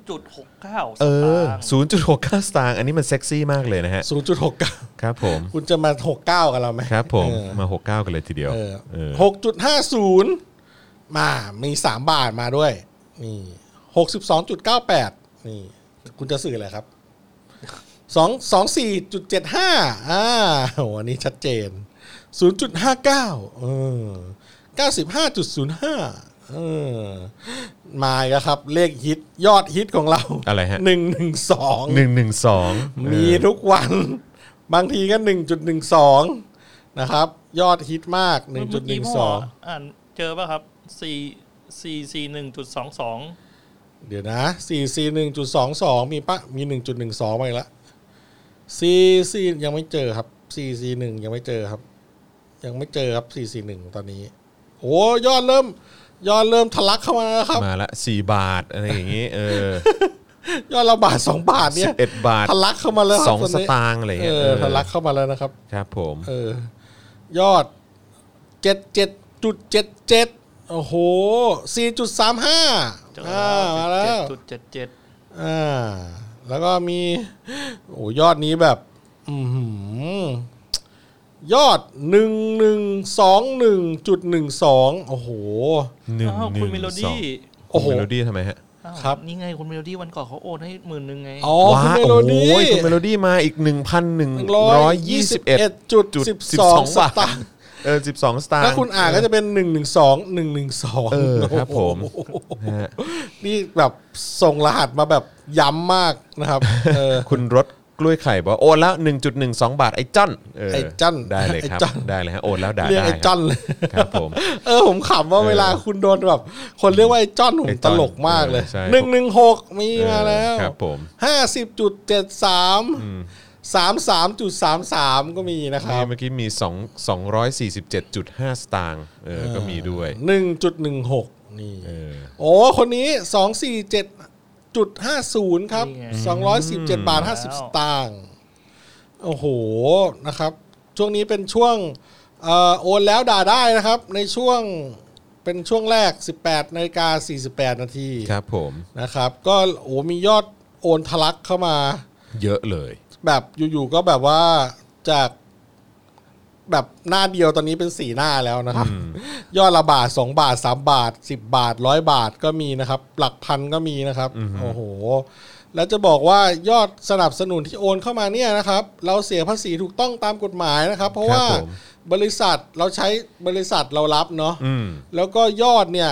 [SPEAKER 1] เออ
[SPEAKER 3] ตางค์
[SPEAKER 1] ศูนย์จุดหกสตางค์อันนี้มันเซ็กซี่มากเลยนะฮะ
[SPEAKER 2] ศูนย์จุดหกเก้า
[SPEAKER 1] ครับผม
[SPEAKER 2] คุณจะมาหกเก้ากันเราไหม
[SPEAKER 1] ครับผม
[SPEAKER 2] เออ
[SPEAKER 1] มา 69 กันเลยทีเดียว
[SPEAKER 2] เออ
[SPEAKER 1] เออ
[SPEAKER 2] หกจุดห้าศูนย์มามีสามบาทมาด้วยนี่หกสิบสองจุดเก้าแปดนี่ คุณจะสื่ออะไรครับ สองสองสี่จุดเจ็ดห้าอ่าโหอันนี้ชัดเจนศูนย์จุดห้าเก้าเออเก้าสิบห้าจุดศูนย์ห้าเออมาอีกแล้วครับ เลขฮิตยอดฮิตของเรา
[SPEAKER 1] อะไรฮะ
[SPEAKER 2] หนึ่งหนึ่งสอง
[SPEAKER 1] หนึ่งหนึ่งสอง
[SPEAKER 2] มีทุกวัน บางทีก็หนึ่งจุดหนึ่งสองนะครับ ยอดฮิตมากหนึ่งจุด
[SPEAKER 3] เมื่อ
[SPEAKER 2] ห
[SPEAKER 3] กี้
[SPEAKER 2] นึ่ง
[SPEAKER 3] พ่
[SPEAKER 2] ส
[SPEAKER 3] อ
[SPEAKER 2] อง
[SPEAKER 3] อ่านเจอป่ะครับสี่สี่สี่หนึ่งจุดสองสอง
[SPEAKER 2] เดี๋ยวนะสี่สี่หนึ่งจุดสองสองมีปะมีหนึ่งจุดหนึ่งสองมาอีกแล้วสี่สี่ยังไม่เจอครับสี่สี่หนึ่งยังไม่เจอครับ ยังไม่เจอครับสี่สี่หนึ่งตอนนี้โอ้ยอดเริ่ม ยอดเริ่มทะลักเข้ามาแล้วครับ
[SPEAKER 1] มาละสี่บาทอะไรอย่างงี้เออย
[SPEAKER 2] อดละบาทสองบาทเนี่
[SPEAKER 1] สิ
[SPEAKER 2] ย
[SPEAKER 1] บเอ็ดบาท
[SPEAKER 2] ทะลักเข้ามาแล้วครับ
[SPEAKER 1] สอง
[SPEAKER 2] ตน
[SPEAKER 1] ส
[SPEAKER 2] นี้
[SPEAKER 1] ตางค์อะไรอย่าง
[SPEAKER 2] เอ
[SPEAKER 1] เงี้ย
[SPEAKER 2] อ
[SPEAKER 1] เออ
[SPEAKER 2] ทะลักเข้ามาแล้วนะครับ
[SPEAKER 1] ครับผม
[SPEAKER 2] เออ ยอดเจ็ดเจ็ดจุดเจ็ดเจ็ดโอ้โหสี่จุดสามห้า
[SPEAKER 3] เจอ
[SPEAKER 2] อ่ามา
[SPEAKER 3] เจ็
[SPEAKER 2] แล้
[SPEAKER 3] ด
[SPEAKER 2] ว
[SPEAKER 3] จุดเจ็ดเจ็ด
[SPEAKER 2] อ่าแล้วก็มีโอ้ยอดนี้แบบ อือหือยอดหนึ่งหนึ่งสองหนึ่งจุดหนึ่งสองโอ้โห
[SPEAKER 1] หนึ่ง
[SPEAKER 3] อ้าว
[SPEAKER 1] หนึ่
[SPEAKER 3] คุณ
[SPEAKER 1] ง
[SPEAKER 3] เมโล
[SPEAKER 1] สอง
[SPEAKER 3] ดี้
[SPEAKER 2] โอ้โห
[SPEAKER 1] คุณเมโลดี้ทำไมฮะ
[SPEAKER 3] อ้าว
[SPEAKER 2] ครับ
[SPEAKER 3] นี่ไงคุณเมโลดี้วันก่อนเขาโอนให้หมื่นหนึ่งไง
[SPEAKER 2] อ๋อ
[SPEAKER 1] ว้า
[SPEAKER 2] คุณเมโลดี้
[SPEAKER 1] โอ้ยคุณเมโลดี้มาอีกหนึ่งพันหนึ่ง
[SPEAKER 2] หนึ่ง
[SPEAKER 1] ร้
[SPEAKER 2] ร้
[SPEAKER 1] อ
[SPEAKER 2] อย ย
[SPEAKER 1] ยี่
[SPEAKER 2] ยี่
[SPEAKER 1] สิ
[SPEAKER 2] สิ
[SPEAKER 1] บบ เอ็
[SPEAKER 2] เอ็
[SPEAKER 1] ด
[SPEAKER 2] ดจุด
[SPEAKER 1] จุด
[SPEAKER 2] สิบ
[SPEAKER 1] สิบ
[SPEAKER 2] สอ
[SPEAKER 1] ส
[SPEAKER 2] ง
[SPEAKER 1] อง
[SPEAKER 2] ส
[SPEAKER 1] บาท
[SPEAKER 2] ตางค์
[SPEAKER 1] เออสิบสองสตางค์
[SPEAKER 2] ถ้าคุณอ่านก็จะเป็นหนึ่งหนึ่งสองหนึ่งหนึ่งสอง
[SPEAKER 1] เออครับผม นะฮะ
[SPEAKER 2] นี่แบบส่งรหัสมาแบบย้ำมากนะครับ เออ
[SPEAKER 1] คุณรถกล้วยไข่บอกว่าโอนแล้ว1.12 บาทไอ้จ้อนเ
[SPEAKER 2] ไอ้จ้อน
[SPEAKER 1] ได้เลยครับ
[SPEAKER 2] ไอ้จ้อน
[SPEAKER 1] ได้เลยฮะโอนแล้วด่า
[SPEAKER 2] เรียก
[SPEAKER 1] ได้
[SPEAKER 2] ไอ้
[SPEAKER 1] ครับ
[SPEAKER 2] จอนเลย
[SPEAKER 1] ครับผม
[SPEAKER 2] เออผมขำว่า
[SPEAKER 1] เออ
[SPEAKER 2] เวลาคุณโดนแบบ คนเรียกว่าไอ้จอนผ
[SPEAKER 1] ไอ้
[SPEAKER 2] ม
[SPEAKER 1] จ้
[SPEAKER 2] ต
[SPEAKER 1] อน
[SPEAKER 2] ลกมากเลย
[SPEAKER 1] เออใช่
[SPEAKER 2] หนึ่งหนึ่งหกมีมาแล้ว
[SPEAKER 1] ครับผม
[SPEAKER 2] ห้าสิบจุดเจ็ดสามสามสามจุดสามสามก็มีนะครั
[SPEAKER 1] นี่
[SPEAKER 2] บ
[SPEAKER 1] เมื่อกี้มี2 247.5 สตางค์เออก็มีด้วย
[SPEAKER 2] หนึ่งจุดหนึ่งหกนี่
[SPEAKER 1] เออ
[SPEAKER 2] โอ้คนนี้สองสี่เจ็ดจุดห้าศูนย์ครับ
[SPEAKER 3] นี่ไง
[SPEAKER 2] สองร้อยสิบเจ็ดบาทห้าสิบ
[SPEAKER 3] แล้ว
[SPEAKER 2] สตางค์โอ้โหนะครับ ช่วงนี้เป็นช่วงเอ่อโอนแล้วด่าได้นะครับ ในช่วงเป็นช่วงแรก 18นาฬิกา48 นาที
[SPEAKER 1] ครับผม
[SPEAKER 2] นะครับ ก็โอ้มียอดโอนทะลักเข้ามา
[SPEAKER 1] เยอะเลย
[SPEAKER 2] แบบอยู่ๆก็แบบว่าจากแบบหน้าเดียวตอนนี้เป็นสี่หน้าแล้วนะครับ ยอดละบาทสองบาทสามบาทสิบบาทร้อยบาทก็มีนะครับ หลักพันก็มีนะครับ โอ้โห แล้วจะบอกว่ายอดสนับสนุนที่โอนเข้ามาเนี่ยนะครับ เราเสียภาษีถูกต้องตามกฎหมายนะครับ เพราะว่า
[SPEAKER 1] คบผม
[SPEAKER 2] บริษัทเราใช้บริษัทเรารับเนาะ
[SPEAKER 1] อืม
[SPEAKER 2] แล้วก็ยอดเนี่ย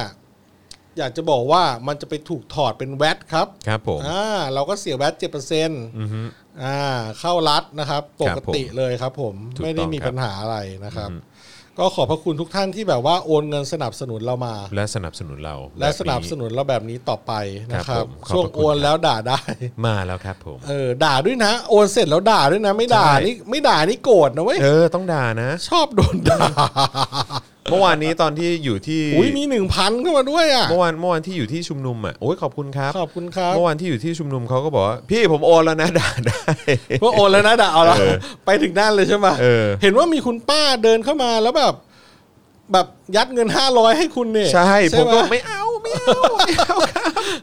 [SPEAKER 2] อยากจะบอกว่ามันจะไปถูกถอดเป็นแวตครับ
[SPEAKER 1] ครับผม
[SPEAKER 2] อ่าเราก็เสียแวตเจ็ดเปอร์เซ็นต์
[SPEAKER 1] อือฮึ
[SPEAKER 2] อ่าเข้ารัดนะครับป
[SPEAKER 1] ครั
[SPEAKER 2] ก
[SPEAKER 1] บผม
[SPEAKER 2] ติเลยครับผม
[SPEAKER 1] ถูกต้อง
[SPEAKER 2] ไม่ได้มี
[SPEAKER 1] ครับ
[SPEAKER 2] ปัญหาอะไรนะครับ ก็ขอบพระคุณทุกท่านที่แบบว่าโอนเงินสนับสนุนเรามา
[SPEAKER 1] และสนับสนุนเรา
[SPEAKER 2] และ
[SPEAKER 1] บบ
[SPEAKER 2] สนับสนุนเราแบบนี้ต่อไปนะค
[SPEAKER 1] ครั
[SPEAKER 2] รั
[SPEAKER 1] บบ ผมขอบพระคุณ
[SPEAKER 2] ช่วงโอนแล้วด่าได้
[SPEAKER 1] มาแล้วครับผม
[SPEAKER 2] เออด่าด้วยนะ โอนเสร็จแล้วด่าด้วยนะ ไม่ด่า
[SPEAKER 1] ใช่
[SPEAKER 2] นี่ไม่ด่านี่โกรธนะเว้ย
[SPEAKER 1] เออต้องด่านะ
[SPEAKER 2] ชอบโดนด่า
[SPEAKER 1] เมื่อวานนี้ตอนที่อยู่ที่
[SPEAKER 2] อุ้ยมีหนึ่งพันเข้ามาด้วยอ่ะ
[SPEAKER 1] เมื่อวานเมื่อวานที่อยู่ที่ชุมนุมอ่ะโอ้ยขอบคุณครับ
[SPEAKER 2] ขอบคุณครับ
[SPEAKER 1] เมื่อวานที่อยู่ที่ชุมนุมเขาก็บอกว่าพี่ผมโอนแล้วนะด่ าได้
[SPEAKER 2] เพื่อโอนแล้วนะด่าเอาละ
[SPEAKER 1] เออ
[SPEAKER 2] ไปถึงนั่นเลยใช่ไหม
[SPEAKER 1] เออ
[SPEAKER 2] เห็นว่ามีคุณป้าเดินเข้ามาแล้วแบบ แบบยัดเงินห้าร้อยให้คุณเนี่ย
[SPEAKER 1] ใช่
[SPEAKER 2] ห
[SPEAKER 1] ผมก็ไม่เอาไม่เอา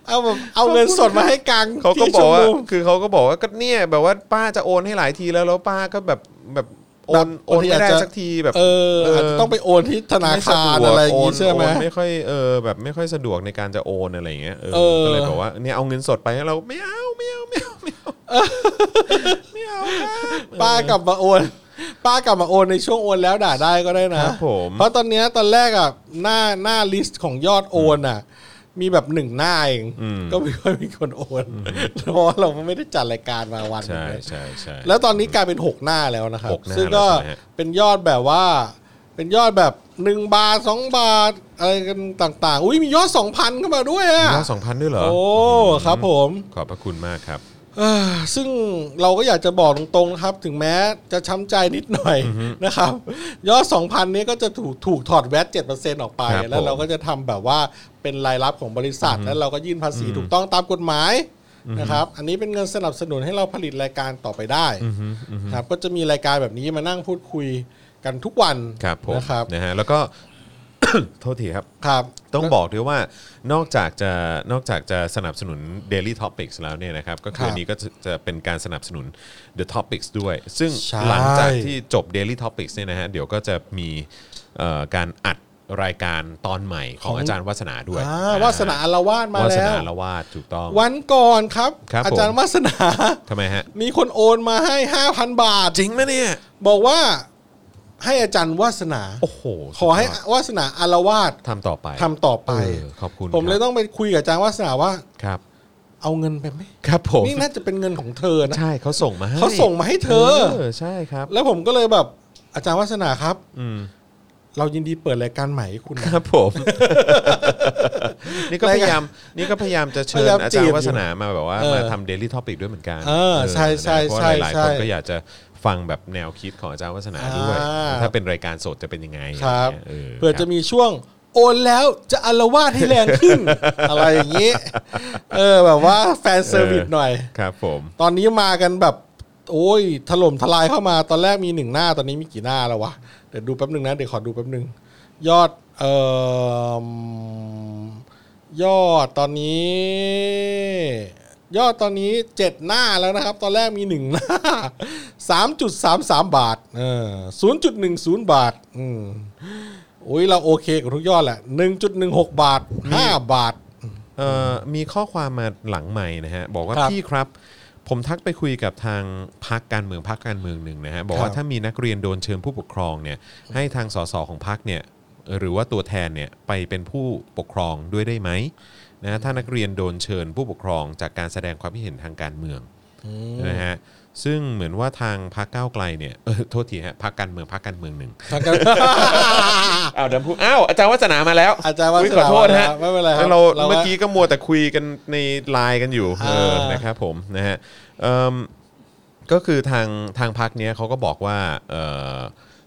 [SPEAKER 2] เอาแบบเอาเงินสดมาให้กลาง
[SPEAKER 1] เขาก็
[SPEAKER 2] ที่
[SPEAKER 1] บ
[SPEAKER 2] ช
[SPEAKER 1] อก
[SPEAKER 2] ม
[SPEAKER 1] ว่า
[SPEAKER 2] นุม
[SPEAKER 1] คือเขาก็บอกว่าก็เนี่ยแบบว่าป้าจะโอนให้หลายทีแล้วแล้วป้าก็แบบแบบโอ
[SPEAKER 2] แบ
[SPEAKER 1] น
[SPEAKER 2] บ
[SPEAKER 1] โอนไม่ได้
[SPEAKER 2] บางทีอาจจะ
[SPEAKER 1] สักทีแบบ
[SPEAKER 2] เออ
[SPEAKER 1] เอออ
[SPEAKER 2] อาจจะต้องไปโอนที่ธนาคารอะไรอย่างงี้ใช่ไหม
[SPEAKER 1] โอนไม่ค่อยเออแบบไม่ค่อยสะดวกในการจะโอนอะไรอย่างเงี้ยเออ
[SPEAKER 2] เออ
[SPEAKER 1] ก็เลยบอกว่าเนี่ยเอาเงินสดไปแล้วเราไม่เอาไม่เอาไม่เอาไม่เอาไม่ เอาครับ
[SPEAKER 2] ป้ากลับมาโอน ป้ากลับมาโอนในช่วงโอนแล้วด่าได้ก็ได้
[SPEAKER 1] ค
[SPEAKER 2] นะ
[SPEAKER 1] รับผม
[SPEAKER 2] เพราะตอนเนี้ยตอนแรกอ่ะหน้าหน้าลิสต์ของยอดโอนอ่ะ มีแบบหนึ่งหน้าเองก็ไม่ค่อยมีคนโอนเพราะว่าเราไม่ได้จัดรายการมาวันหนึ่
[SPEAKER 1] ใช่
[SPEAKER 2] งเลย
[SPEAKER 1] ใช่ใช่
[SPEAKER 2] แล้วตอนนี้กลายเป็น 6 หน้าแล้วนะครับ
[SPEAKER 1] หกหน้า
[SPEAKER 2] ซึ่งก็
[SPEAKER 1] แล้วใช่ไหมฮะ
[SPEAKER 2] เป็นยอดแบบว่า เป็นยอดแบบ 1 บาท 2 บาท อะไรกันต่างๆ อุ้ยมียอด 2,000เข้ามาด้วยอ่ะ
[SPEAKER 1] มีสองพันด้วยเหรอ
[SPEAKER 2] โอ้ครับผม
[SPEAKER 1] ขอบพระคุณมากครับ
[SPEAKER 2] เอ่อซึ่งเราก็อยากจะบอกตรงๆนะครับ ถึงแม้จะช้ำใจนิดหน่อยนะครับ ยอด 2,000 นี้ก็จะถูกถูกถอดแวต7%ออกไป
[SPEAKER 1] ครับ
[SPEAKER 2] แล้วเรา
[SPEAKER 1] ผม
[SPEAKER 2] ก็จะทำแบบว่าเป็นรายรับของบริษัท แล้วเราก็ยื่นภาษีถูกต้องตามกฎหมายนะครับ อันนี้เป็นเงินสนับสนุนให้เราผลิตรายการต่อไปได้ครับก็จะมีรายการแบบนี้มานั่งพูดคุยกันทุกวัน
[SPEAKER 1] ครับผม
[SPEAKER 2] นะครับ
[SPEAKER 1] นะฮะแล้วก็ โทษทีครับ
[SPEAKER 2] ครับ
[SPEAKER 1] ต้องบอกด้วยว่านอกจากจะนอกจากจะสนับสนุน Daily Topics แล้วเนี่ยนะครับก็คื
[SPEAKER 2] ครั
[SPEAKER 1] อบ อันนี้ก็จะจะเป็นการสนับสนุน The Topics ด้วย ซึ่ง
[SPEAKER 2] ใช่
[SPEAKER 1] หลังจากที่จบ Daily Topics เนี่ยนะฮะเดี๋ยวก็จะมีเอ่อการอัด รายการตอนใหม่ข
[SPEAKER 2] ข
[SPEAKER 1] อ
[SPEAKER 2] อง ง
[SPEAKER 1] อาจารย์วัสนาด้วย
[SPEAKER 2] อ่าวาสนาอาละวาดมา
[SPEAKER 1] วัส
[SPEAKER 2] แล้
[SPEAKER 1] นาว ละวาดถูกต้อง
[SPEAKER 2] วันก่อนครับ
[SPEAKER 1] ครับผม
[SPEAKER 2] อาจารย์วาสนา
[SPEAKER 1] ทำไมฮะ
[SPEAKER 2] มีคนโอนมาให้ 5,000 บาท
[SPEAKER 1] จริงไหมเนี่ย
[SPEAKER 2] บอกว่าให้อาจารย์วาสนา
[SPEAKER 1] โอ้โห
[SPEAKER 2] ขอให้
[SPEAKER 1] สุดยด
[SPEAKER 2] วาสนาอาละวาด
[SPEAKER 1] ทำต่อไป
[SPEAKER 2] ทำต่อไป
[SPEAKER 1] เออขอบคุณ
[SPEAKER 2] ผมเล
[SPEAKER 1] ค
[SPEAKER 2] ย
[SPEAKER 1] รับ
[SPEAKER 2] ต้องไปคุยกับอาจารย์วาสนาว่า
[SPEAKER 1] ครับ
[SPEAKER 2] เอาเงินไปไหม
[SPEAKER 1] ครับผม
[SPEAKER 2] นี่น่าจะเป็นเงินของเธอนะ
[SPEAKER 1] ใช่เขาส่งมาให้
[SPEAKER 2] เขาส่งมาให้เธอ
[SPEAKER 1] ใช่ครับ
[SPEAKER 2] แล้วผมก็เลยแบบอาจารย์วาสนาครับ
[SPEAKER 1] อืม
[SPEAKER 2] เรายินดีเปิดรายการใหม่ให้คุณนะ
[SPEAKER 1] ครับผม นี่ก็พยายามนี่ก็พยายามจะเชิ
[SPEAKER 2] พ
[SPEAKER 1] ญ
[SPEAKER 2] ยายาม
[SPEAKER 1] อา
[SPEAKER 2] จี
[SPEAKER 1] จาร
[SPEAKER 2] บ
[SPEAKER 1] ย์วัฒนามาแบบว่า
[SPEAKER 2] เออ
[SPEAKER 1] มาทำเดลี่ท็อปิกด้วยเหมือนกัน
[SPEAKER 2] เออใช่ใช่
[SPEAKER 1] นะเพราะ
[SPEAKER 2] ใช่
[SPEAKER 1] หลายๆคน
[SPEAKER 2] ใช่
[SPEAKER 1] ก็อยากจะฟังแบบแนวคิดของอาจารย์วัฒนาด้วย
[SPEAKER 2] อ่า
[SPEAKER 1] ถ้าเป็นรายการสดจะเป็นยังไง
[SPEAKER 2] ครับ
[SPEAKER 1] เออ
[SPEAKER 2] เพื่อจะมีช่วงโอนแล้วจะอารวาสให้แรงขึ้น อะไรอย่างนี้ เออแบบว่าแฟนเซอร์วิสหน่อย
[SPEAKER 1] ครับผม
[SPEAKER 2] ตอนนี้มากันแบบ โอ้ยถล่มทลายเข้ามาตอนแรกมีหนึ่งหน้าตอนนี้มีกี่หน้าแล้ววะเดี๋ยวดูแป๊บหนึ่งนะเดี๋ยวขอดูแป๊บหนึ่งยอดเอ่อยอดตอนนี้ ยอดตอนนี้เจ็ดหน้าแล้วนะครับ ตอนแรกมีหนึ่งหน้าสามจุดสามสามบาทเออศูนย์จุดหนึ่งศูนย์บาทอืมโอ้ยเราโอเคกับทุกยอดแหละหนึ่งจุดหนึ่งหกบาทห้าบาท
[SPEAKER 1] เอ่อมีข้อความมาหลังใหม่นะฮะ บอกว่า
[SPEAKER 2] ครับ
[SPEAKER 1] พี่ครับ ผมทักไปคุยกับทางพักการเมืองพักการเมืองหนึ่งนะฮะบอกว่า
[SPEAKER 2] ครับ
[SPEAKER 1] ถ้ามีนักเรียนโดนเชิญผู้ปกครองเนี่ย ให้ทางสสของพักเนี่ยหรือว่าตัวแทนเนี่ยไปเป็นผู้ปกครองด้วยได้ไหมนะถ้านักเรียนโดนเชิญผู้ปกครองจากการแสดงความคิดเห็นทางการเมืองนะฮะซึ่งเหมือนว่าทางพักก้าวไกลเนี่ยเออโทษทีฮะพักการเมืองพักการเมืองหนึ่ง
[SPEAKER 2] ทางการ
[SPEAKER 1] อ้าวดัพูอ้าวอาจารย์วัฒนามาแล้ว
[SPEAKER 2] อาจารย์วัฒนา
[SPEAKER 1] ขอโทษฮะ
[SPEAKER 2] มาแล้วไม่เป็นไรครับ
[SPEAKER 1] เรา
[SPEAKER 2] เราว่า
[SPEAKER 1] เมื่อกี้ก็มัวแต่คุยกันในไลน์กันอยู่เออ
[SPEAKER 2] อ่าน
[SPEAKER 1] นะครับผมนะฮะเอิ่ม ก็คือทางทางพักเนี้ยเขาก็บอกว่าเอ่อ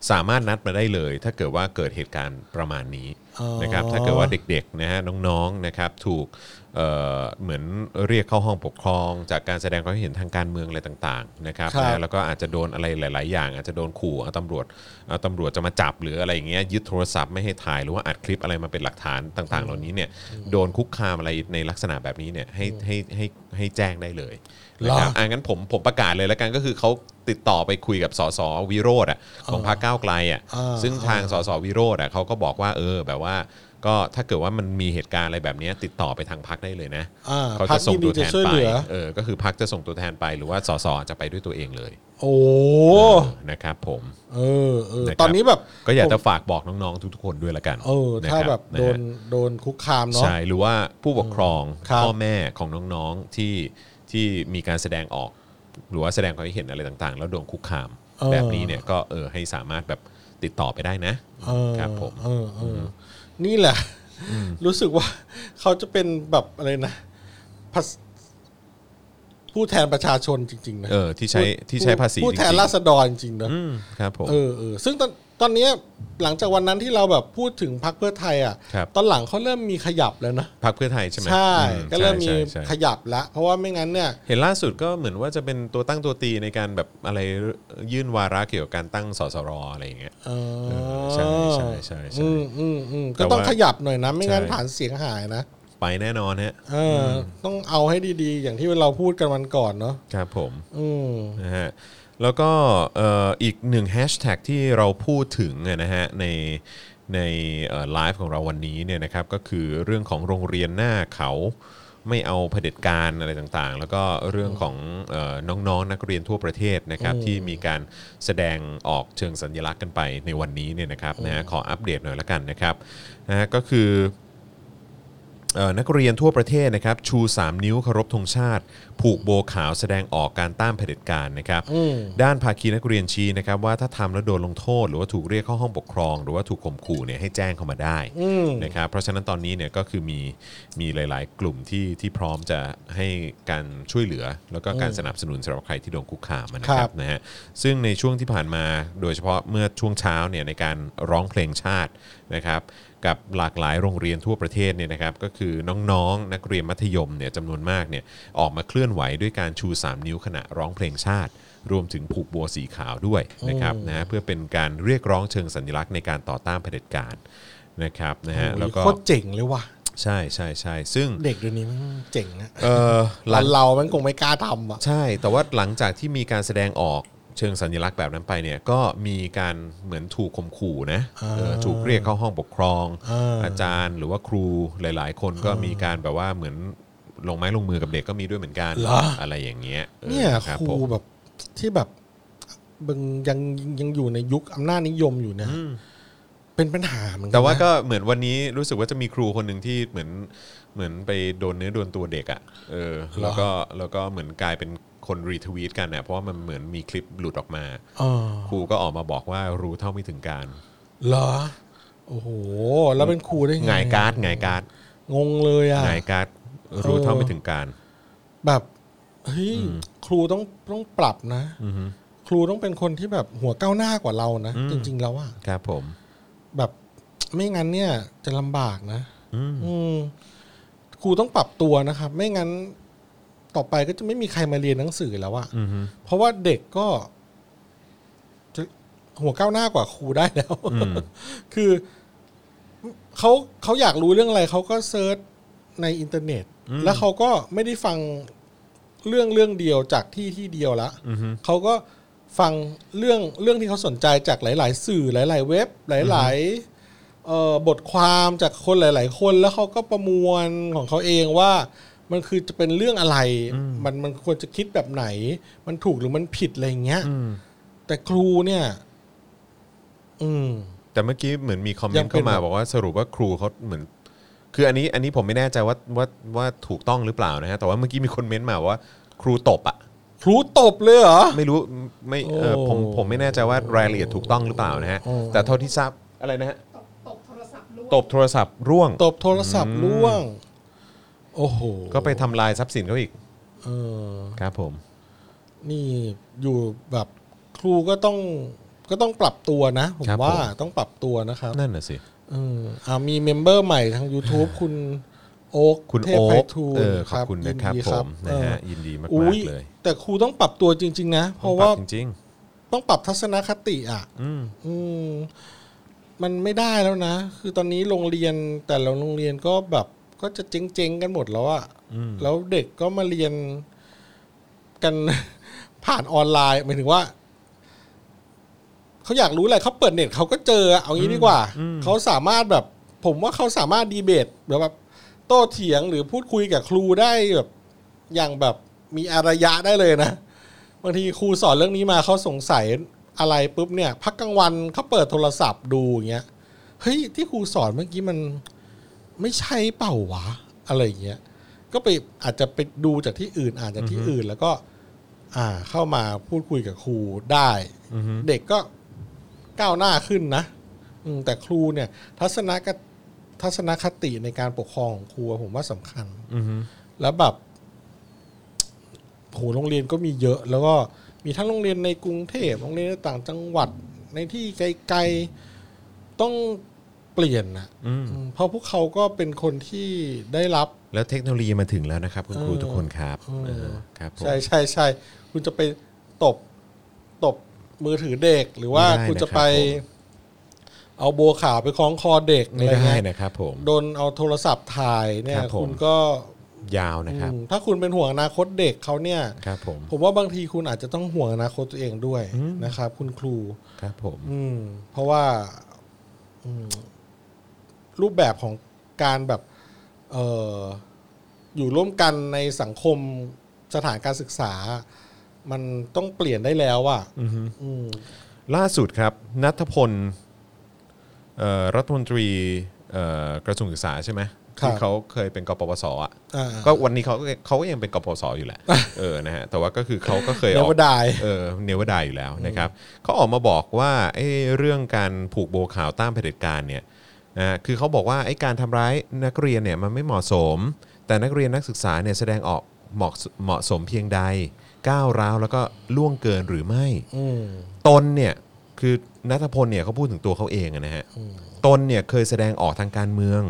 [SPEAKER 1] สามารถนัดมาได้เลย ถ้าเกิดว่าเกิดเหตุการณ์ประมาณนี้
[SPEAKER 2] อ๋อ
[SPEAKER 1] นะครับถ้าเกิดว่าเด็กๆนะฮะน้องๆนะครับถูกเอ่อเหมือนเรียกเข้าห้องปกครอง จากการแสดงความเห็นทางการเมืองอะไรต่างๆนะครับ
[SPEAKER 2] ครับ
[SPEAKER 1] นะฮะแล้วก็อาจจะโดนอะไรหลาย ๆ อย่าง อาจจะโดนขู่เอาตำรวจเอาตำรวจจะมาจับหรืออะไรอย่างเงี้ยยึดโทรศัพท์ไม่ให้ถ่ายหรือว่าอัดคลิปอะไรมาเป็นหลักฐานต่าง ๆ เหล่านี้เนี่ยโดนคุกคามอะไรในลักษณะแบบนี้เนี่ยให้ให้ให้ให้แจ้งได้เลย นะครับอ่ะงั้นผมผมประกาศเลยแล้วกันก็คือเขาติดต่อไปคุยกับสสวิโรธอ่ะของพรรคก้าวไกลอ่ะ
[SPEAKER 2] อ่า
[SPEAKER 1] ซึ่งทางสสวิโรธอ่ะเขาก็บอกว่าเออแบบว่า ก็ถ้าเกิดว่ามันมีเหตุการณ์อะไรแบบเนี้ยติดต่อไปทางพรรคได้เลยนะ
[SPEAKER 2] อ่า
[SPEAKER 1] เขา
[SPEAKER 2] พั
[SPEAKER 1] จะ
[SPEAKER 2] ก
[SPEAKER 1] ส่ง
[SPEAKER 2] ยินดี
[SPEAKER 1] ตัว
[SPEAKER 2] จะ
[SPEAKER 1] แทน
[SPEAKER 2] ช่วย
[SPEAKER 1] ไป
[SPEAKER 2] เหลือ
[SPEAKER 1] เออก็คือพรรคจะส่งตัวแทนไปหรือว่าสสจะไปด้วยตัวเองเลย
[SPEAKER 2] โอ้
[SPEAKER 1] เออนะครับผม
[SPEAKER 2] เออเออ
[SPEAKER 1] นะครับ
[SPEAKER 2] ตอนนี้แบบ
[SPEAKER 1] ก็อยากจะ
[SPEAKER 2] ผม
[SPEAKER 1] ฝากบอกน้องๆทุกๆคนด้วยละกัน
[SPEAKER 2] เออ
[SPEAKER 1] นะ
[SPEAKER 2] ถ้า
[SPEAKER 1] ครั
[SPEAKER 2] แบบ
[SPEAKER 1] นะ
[SPEAKER 2] โด
[SPEAKER 1] ฮะ
[SPEAKER 2] นโดนคุกคามเนาะ
[SPEAKER 1] ใช่หรือว่าผู้ปกครอง
[SPEAKER 2] ครับ
[SPEAKER 1] พ่อแม่ของน้องๆที่ที่มีการแสดงออก หรือว่าแสดงความคิดเห็นอะไรต่างๆ แล้วโดนคุกคาม
[SPEAKER 2] เออ
[SPEAKER 1] แบบนี้เนี่ยก็เออให้สามารถแบบติดต่อไปได้นะ
[SPEAKER 2] เออ
[SPEAKER 1] ครับผม
[SPEAKER 2] เออเอออนี่แหละ รู้สึกว่าเขาจะเป็นแบบอะไรนะภาษผู้แทนประชาชนจริง ๆ นะ
[SPEAKER 1] เออที่ใช้
[SPEAKER 2] ผู้
[SPEAKER 1] ที่ใช้ภาษี
[SPEAKER 2] ผู้แทน
[SPEAKER 1] จริงๆ
[SPEAKER 2] ราษฎรจริงๆนะ
[SPEAKER 1] อืมครับผม
[SPEAKER 2] เออเออซึ่งตอนตอนเนี้ยหลังจากวันนั้นที่เราแบบพูดถึงพรรคเพื่อไทยอ่ะ
[SPEAKER 1] ครับ
[SPEAKER 2] ตอนหลังเขาเริ่มมีขยับแล้วนะ
[SPEAKER 1] พรรคเพื่อไทยใช่ไหม
[SPEAKER 2] ใช่
[SPEAKER 1] อื
[SPEAKER 2] ก็เริ่มมี
[SPEAKER 1] ใช่ใช่
[SPEAKER 2] ข
[SPEAKER 1] ใช่
[SPEAKER 2] ยับแล้ว เพราะว่าไม่งั้นเนี่ย
[SPEAKER 1] เห็นล่าสุดก็เหมือนว่าจะเป็นตัวตั้งตัวตีในการแบบอะไรยื่นวาระเกี่ยวกับการตั้งสสรอะไรอย่างเงี้ย
[SPEAKER 2] เออ
[SPEAKER 1] ใช่ใช่ใช่ใช่
[SPEAKER 2] อืมอืมอืม
[SPEAKER 1] แต่
[SPEAKER 2] ก็
[SPEAKER 1] ว่า
[SPEAKER 2] ต้องขยับหน่อยนะ ไม่งั้น
[SPEAKER 1] ใช่
[SPEAKER 2] ฐานเสียงหายนะ
[SPEAKER 1] ไปแน่นอนฮะ
[SPEAKER 2] เอออ ต้องเอาให้ดีๆ อย่างที่เราพูดกันวันก่อนเนาะ
[SPEAKER 1] ครับผม
[SPEAKER 2] อืม
[SPEAKER 1] นะฮะแล้วก็เอ่ออีกหนึ่งแฮชแท็กที่เราพูดถึงอะนะฮะในในเอ่อไลฟ์ของเราวันนี้เนี่ยนะครับก็คือเรื่องของโรงเรียนหน้าเขาไม่เอาเผด็จการอะไรต่างๆ แล้วก็เรื่องของเออน้องๆนักเรียนทั่วประเทศนะครับที่มีการแสดงออกเชิงสัญลักษณ์กันไปในวันนี้เนี่ยนะครับนะฮะขออัปเดตหน่อยละกันนะครับนะฮะก็คือ เอ่อนักเรียนทั่วประเทศนะครับชู 3 นิ้วเคารพธงชาติ ผูกโบขาวแสดงออกการต้านเผด็จการนะครับด้านภาคีนักเรียนชี้นะครับว่าถ้าทำแล้วโดนลงโทษ หรือว่าถูกเรียกเข้าห้องปกครอง หรือว่าถูกข่มขู่เนี่ยให้แจ้งเข้ามาได้นะครับเพราะฉะนั้นตอนนี้เนี่ยก็คือมีมีหลาย ๆ กลุ่มที่ที่พร้อมจะให้การช่วยเหลือ แล้วก็การสนับสนุนสำหรับใครที่โดนคุกคามนะค
[SPEAKER 2] ครั
[SPEAKER 1] รับค
[SPEAKER 2] บ
[SPEAKER 1] รับนะฮะซึ่งในช่วงที่ผ่านมาโดยเฉพาะเมื่อช่วงเช้าเนี่ยในการร้องเพลงชาตินะครับกับหลากหลายโรงเรียนทั่วประเทศเนี่ยนะครับก็คือน้องๆ นักเรียนมัธยมเนี่ยจำนวนมากเนี่ยออกมาเคลื่อนไหวด้วยการชู 3 นิ้วขณะร้องเพลงชาติ รวมถึงผูกบัวสีขาวด้วยนะครับนะฮะเพื่อเป็นการเรียกร้องเชิงสัญลักษณ์ในการต่อต้านเผด็จการนะครับนะฮะแล้วก็
[SPEAKER 2] โคตรเจ๋งเลยว่ะ
[SPEAKER 1] ใช่ใช่ใช่ซึ่ง
[SPEAKER 2] เด็กเดี๋ยวนี้มันเจ๋งนะ
[SPEAKER 1] เอ่อห
[SPEAKER 2] เรา
[SPEAKER 1] ลัง
[SPEAKER 2] เรามันคงไม่กล้าทำอ่ะ
[SPEAKER 1] ใช่แต่ว่าหลังจากที่มีการแสดงออก เชิงสัญลักษณ์แบบนั้นไปเนี่ยก็มีการเหมือนถูกข่มขู่นะ
[SPEAKER 2] อ่า
[SPEAKER 1] เออถูกเรียกเข้าห้องปกครอง
[SPEAKER 2] อ่า
[SPEAKER 1] อาจารย์หรือว่าครูหลาย ๆ คนก็มีการแบบว่าเหมือนลงไม้ลงมือกับเด็กก็มีด้วยเหมือนกัน
[SPEAKER 2] เหรออ
[SPEAKER 1] ไรอย่างเงี้ยออ
[SPEAKER 2] เนี่ย
[SPEAKER 1] รับ
[SPEAKER 2] ครู
[SPEAKER 1] ผม
[SPEAKER 2] แบบที่แบบมึงยังยังอยู่ในยุคอำนาจนิยมอยู่เนี่ย
[SPEAKER 1] อืม
[SPEAKER 2] เป็นปัญหาเหมือนกั
[SPEAKER 1] แต่ว่า
[SPEAKER 2] ะ
[SPEAKER 1] ก็เหมือนวันนี้รู้สึกว่าจะมีครูคนหนึ่งที่เหมือนเหมือนไปโดนเนื้อโดนตัวเด็กอะ่ะเออ
[SPEAKER 2] เหรอ
[SPEAKER 1] แล้วก็แล้วก็เหมือนกลายเป็นคนรีทวีตกันนะเพราะว่ามันเหมือนมีคลิปหลุดออกมา
[SPEAKER 2] เออ
[SPEAKER 1] ครูก็ออกมาบอกว่ารู้เท่าไม่ถึงการ
[SPEAKER 2] เหรอโอ้โหแล้วเป็นครูได้ไง
[SPEAKER 1] หงายการ์ดหงายการ์ด
[SPEAKER 2] งงเลยอ่ะ
[SPEAKER 1] หงายการ์ดรู้เท่าไม่ถึงการ
[SPEAKER 2] แบบเฮ้ยครูต้องต้องปรับนะ
[SPEAKER 1] อือฮึ
[SPEAKER 2] ครูต้องเป็นคนที่แบบหัวก้าวหน้ากว่าเรานะ
[SPEAKER 1] อืม
[SPEAKER 2] จริง ๆ แล้วอะ
[SPEAKER 1] ครับผม
[SPEAKER 2] แบบไม่งั้นเนี่ยจะลำบากนะ
[SPEAKER 1] อืม
[SPEAKER 2] อืมครูต้องปรับตัวนะครับ ไม่งั้นต่อไปก็จะไม่มีใครมาเรียนหนังสือแล้วอะ
[SPEAKER 1] อือฮึ
[SPEAKER 2] เพราะว่าเด็กก็จะหัวก้าวหน้ากว่าครูได้แล้ว
[SPEAKER 1] อืม
[SPEAKER 2] คือเขาเขาอยากรู้เรื่องอะไรเขาก็เซิร์ชในอินเทอร์เน็ต
[SPEAKER 1] อืม
[SPEAKER 2] แล้วเขาก็ไม่ได้ฟังเรื่องเรื่องเดียวจากที่ที่เดียวละ
[SPEAKER 1] อือฮึ
[SPEAKER 2] เขาก็ฟังเรื่องเรื่องที่เขาสนใจจากหลาย ๆ สื่อหลาย ๆ เว็บหลายๆเอ่อบทความจากคนหลาย ๆ คนแล้วเขาก็ประมวลของเขาเองว่ามันคือจะเป็นเรื่องอะไร
[SPEAKER 1] อืม
[SPEAKER 2] มันมันควรจะคิดแบบไหน มันถูกหรือมันผิดอะไรอย่างเงี้ย
[SPEAKER 1] อืม
[SPEAKER 2] แต่ครูเนี่ย อืม
[SPEAKER 1] แต่เมื่อกี้เหมือนมีคอมเม
[SPEAKER 2] ยั
[SPEAKER 1] น
[SPEAKER 2] ง
[SPEAKER 1] ต์
[SPEAKER 2] เป็น
[SPEAKER 1] เข้ามา
[SPEAKER 2] แบบ
[SPEAKER 1] บอกว่าสรุปว่าครูเขาเหมือน คืออันนี้อันนี้ผมไม่แน่ใจว่าว่าว่าถูกต้องหรือเปล่านะฮะแต่ว่าเมื่อกี้มีคนเม้นต์มาว่าครูตบอ่ะ
[SPEAKER 2] ครูตบเลยเหรอ
[SPEAKER 1] ไม่รู้ไม่เออ
[SPEAKER 2] โอ้
[SPEAKER 1] ผมผมไม่แน่ใจว่ารายละเอียดถูกต้องหรือเปล่านะฮะ
[SPEAKER 2] โอ้
[SPEAKER 1] แต่เท่าที่ทราบอะไรนะฮะ
[SPEAKER 4] ตบตบโทรศัพท์ลูก
[SPEAKER 1] ตบโทรศัพท์ร่วง
[SPEAKER 2] ตบโทรศัพท์ล่วง โอ้โห
[SPEAKER 1] ก็ไปทำลายทรัพย์สินเขาอีก
[SPEAKER 2] เออ
[SPEAKER 1] ครับผม
[SPEAKER 2] นี่อยู่แบบครูก็ต้องก็ต้องปรับตัวนะ ผม
[SPEAKER 1] ครับ
[SPEAKER 2] ว่า
[SPEAKER 1] ผม
[SPEAKER 2] ต้องปรับตัวนะครับ
[SPEAKER 1] นั่นน่ะสิ
[SPEAKER 2] เอออ่ามีเมมเบอร์ใหม่ทาง YouTube คุณโอ๊ค
[SPEAKER 1] คุณ
[SPEAKER 2] เทพ
[SPEAKER 1] โอ๊
[SPEAKER 2] ไพ
[SPEAKER 1] ค
[SPEAKER 2] ฑูร
[SPEAKER 1] เออ
[SPEAKER 2] ย์
[SPEAKER 1] ขอบคุณ
[SPEAKER 2] ยิ
[SPEAKER 1] นะครับ
[SPEAKER 2] ดี
[SPEAKER 1] ผมนะฮะ
[SPEAKER 2] เออ
[SPEAKER 1] ยินดีมาก
[SPEAKER 2] อุ้ย
[SPEAKER 1] ๆเลย
[SPEAKER 2] แต่ครูต้องปรับตัวจริง ๆ นะ เพราะ
[SPEAKER 1] ผม
[SPEAKER 2] ว่า
[SPEAKER 1] ปบจริง
[SPEAKER 2] ต้องปรับทัศนคติอ่ะ
[SPEAKER 1] ๆอืม
[SPEAKER 2] อืมมันไม่ได้แล้วนะ คือตอนนี้โรงเรียนแต่ละโรงเรียนก็แบบก็จะเจ๊งๆกันหมดแล้วอะ
[SPEAKER 1] อืม
[SPEAKER 2] แล้วเด็กก็มาเรียนกัน ผ่านออนไลน์หมายถึงว่าเขาอยากรู้อะไรเขาเปิดเน็ตเขาก็เจออะเอางี้ดีกว่า เขาสามารถแบบ ผมว่าเขาสามารถดีเบตหรือแบบ โต้เถียงหรือพูดคุยกับครูได้แบบ อย่างแบบมีอารยะได้เลยนะ บางทีครูสอนเรื่องนี้มาเขาสงสัยอะไรปุ๊บเนี่ย พักกลางวันเขาเปิดโทรศัพท์ดูอย่างเงี้ยเฮ้ยที่ครูสอนเมื่อกี้มันไม่ใช่เปล่าวะอะไรอย่างเงี้ยก็ไปอาจจะไปดูจากที่อื่นอ่านจากที่อื่น แล้วก็ อ่าเข้ามาพูดคุยกับครูได้
[SPEAKER 1] อือฮึ
[SPEAKER 2] เด็กก็ก้าวหน้าขึ้นนะอืมแต่ครูเนี่ย ทัศนคตทัศนคติในการปกครองของครูอะผมว่าสำคัญ
[SPEAKER 1] อือฮึ
[SPEAKER 2] แล้วแบบโหโรงเรียนก็มีเยอะ แล้วก็มีทั้งโรงเรียนในกรุงเทพโรงเรียนในต่างจังหวัด ในที่ไกลๆต้องเปลี่ยนนะ
[SPEAKER 1] อืม
[SPEAKER 2] อืมเพราะพวกเขาก็เป็นคนที่ได้รับ
[SPEAKER 1] แล้วเทคโนโลยีมาถึงแล้วนะครับ คุณครู
[SPEAKER 2] เออ
[SPEAKER 1] ทุกคนครับ
[SPEAKER 2] เออ
[SPEAKER 1] เออครับผม
[SPEAKER 2] ใช่ใช่ใช่คุณจะไปตบตบมือถือเด็ก หรือว่า
[SPEAKER 1] ไม่ได้
[SPEAKER 2] คุณจะ
[SPEAKER 1] นะครับ
[SPEAKER 2] ไป
[SPEAKER 1] ผม
[SPEAKER 2] เอาโบวขาวไปคล้องคอเด็กอะ
[SPEAKER 1] ไม่
[SPEAKER 2] ไร
[SPEAKER 1] ได้
[SPEAKER 2] เงี้ย
[SPEAKER 1] นะครับผม
[SPEAKER 2] โดนเอาโทรศัพท์ถ่ายเนี่ย
[SPEAKER 1] ครับผม
[SPEAKER 2] คุณก็
[SPEAKER 1] ยาวนะครับ
[SPEAKER 2] อืมถ้าคุณเป็นห่วงอนาคตเด็กเขาเนี่ย
[SPEAKER 1] ครับผม
[SPEAKER 2] ผมว่าบางทีคุณอาจจะต้องห่วงอนาคตตัวเองด้วยนะครับคุณครู
[SPEAKER 1] ครับผม
[SPEAKER 2] อืม เพราะว่าอืมรูปแบบของการแบบเอออยู่ร่วมกันในสังคมสถานการศึกษา มันต้องเปลี่ยนได้แล้วอะ่ะ
[SPEAKER 1] อือฮึ
[SPEAKER 2] อืม
[SPEAKER 1] ล่าสุดครับนัทพลเอ่อรัฐมนตรีเอ่อกระทรวงศึกษาใช่ไหม
[SPEAKER 2] ครับ
[SPEAKER 1] ที่เขาเคยเป็นกปปสอ่ะ
[SPEAKER 2] อ่า
[SPEAKER 1] ก็วันนี้เขาก็เขาก็ยังเป็นกปปสอยู่แหละเออนะฮะแต่ว่าก็คือเขาก็เคย
[SPEAKER 2] เดี๋
[SPEAKER 1] อ
[SPEAKER 2] ยว
[SPEAKER 1] อก
[SPEAKER 2] มาได้
[SPEAKER 1] เออเนวดาอยู่แล้วนะครับเขาออกมาบอกว่าเอ้เรื่องการผูกโบขาวต้านเผด็จการเนี่ยนะฮะคือเขาบอกว่าไอ้การทำร้ายนักเรียนเนี่ยมันไม่เหมาะสม แต่นักเรียนนักศึกษาเนี่ยแสดงออกเหมาะเหมาะสมเพียงใดก้าวร้าวแล้วก็ล่วงเกินหรือไม่
[SPEAKER 2] อืม
[SPEAKER 1] ตนเนี่ยคือนัทพลเนี่ยเขาพูดถึงตัวเขาเองอะนะฮะ
[SPEAKER 2] อืม
[SPEAKER 1] ตนเนี่ยเคยแสดงออกทางการเมือง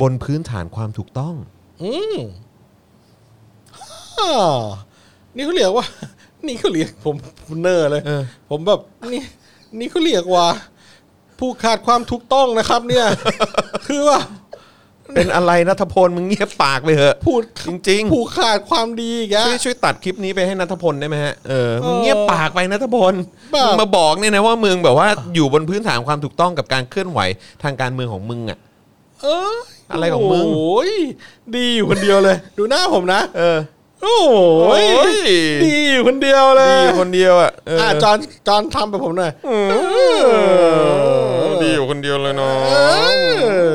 [SPEAKER 1] บนพื้นฐานความถูกต้อง
[SPEAKER 2] อืมฮ่านี่เขาเรียกว่า นี่เขาเรียกผมเนอร์เลย
[SPEAKER 1] เออ
[SPEAKER 2] ผมแบบนี่นี่ เขาเรียกว่า ผู้ขาดความถูกต้องนะครับ เนี่ย คือว่า
[SPEAKER 1] เป็นอะไรนัทพลมึงเงียบปากไปเถอะ
[SPEAKER 2] พูด
[SPEAKER 1] จริง
[SPEAKER 2] ผูกขาดความดีอีก
[SPEAKER 1] ๆ
[SPEAKER 2] อะ
[SPEAKER 1] ช่วยช่วยตัดคลิปนี้ไปให้นัทพลได้ไหมฮะเออ
[SPEAKER 2] เออ
[SPEAKER 1] มึงเงียบปากไปนัทพล
[SPEAKER 2] บ้ามึ
[SPEAKER 1] มึงมาบอกเนี่ยนะว่ามึงแบบว่าอยู่บนพื้นฐานความถูกต้องกับการเคลื่อนไหวทางการเมืองของมึงอ่ะ
[SPEAKER 2] เออ
[SPEAKER 1] อะไรของมึง
[SPEAKER 2] โอ้ยดีอยู่คนเดียวเลย ดูหน้าผมนะ
[SPEAKER 1] เออ
[SPEAKER 2] โอ้
[SPEAKER 1] โอ้
[SPEAKER 2] ย
[SPEAKER 1] ย
[SPEAKER 2] ดีอยู่คนเดียวเล
[SPEAKER 1] ดี
[SPEAKER 2] ย
[SPEAKER 1] อยู่คนเดียวอ่ะเออ
[SPEAKER 2] อ่ะ
[SPEAKER 1] อ
[SPEAKER 2] จอนจอนทำแบบผมหน่อย
[SPEAKER 1] เออดีอยู่คนเดียวเลยเนาะ
[SPEAKER 2] เออ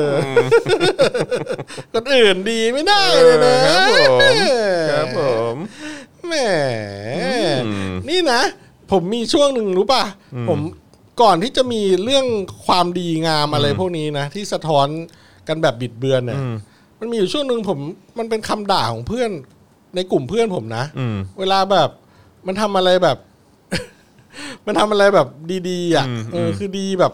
[SPEAKER 2] คนอื่นดีไม่ได้เลยนะ
[SPEAKER 1] ครับผม
[SPEAKER 2] แหม
[SPEAKER 1] อืม
[SPEAKER 2] นี่นะ ผมมีช่วงหนึ่งรู้ป่ะ ผมก่อนที่จะมีเรื่องความดีงามอะไรพวกนี้นะ ที่สะท้อนกันแบบบิดเบือนเนี่ย
[SPEAKER 1] อืม
[SPEAKER 2] มันมีอยู่ช่วงหนึ่งผมมันเป็นคำด่าของเพื่อนในกลุ่มเพื่อนผมนะ
[SPEAKER 1] อืม
[SPEAKER 2] เวลาแบบมันทำอะไรแบบ มันทำอะไรแบบดีๆอ่ะ
[SPEAKER 1] อืม
[SPEAKER 2] เออคือดีแบบ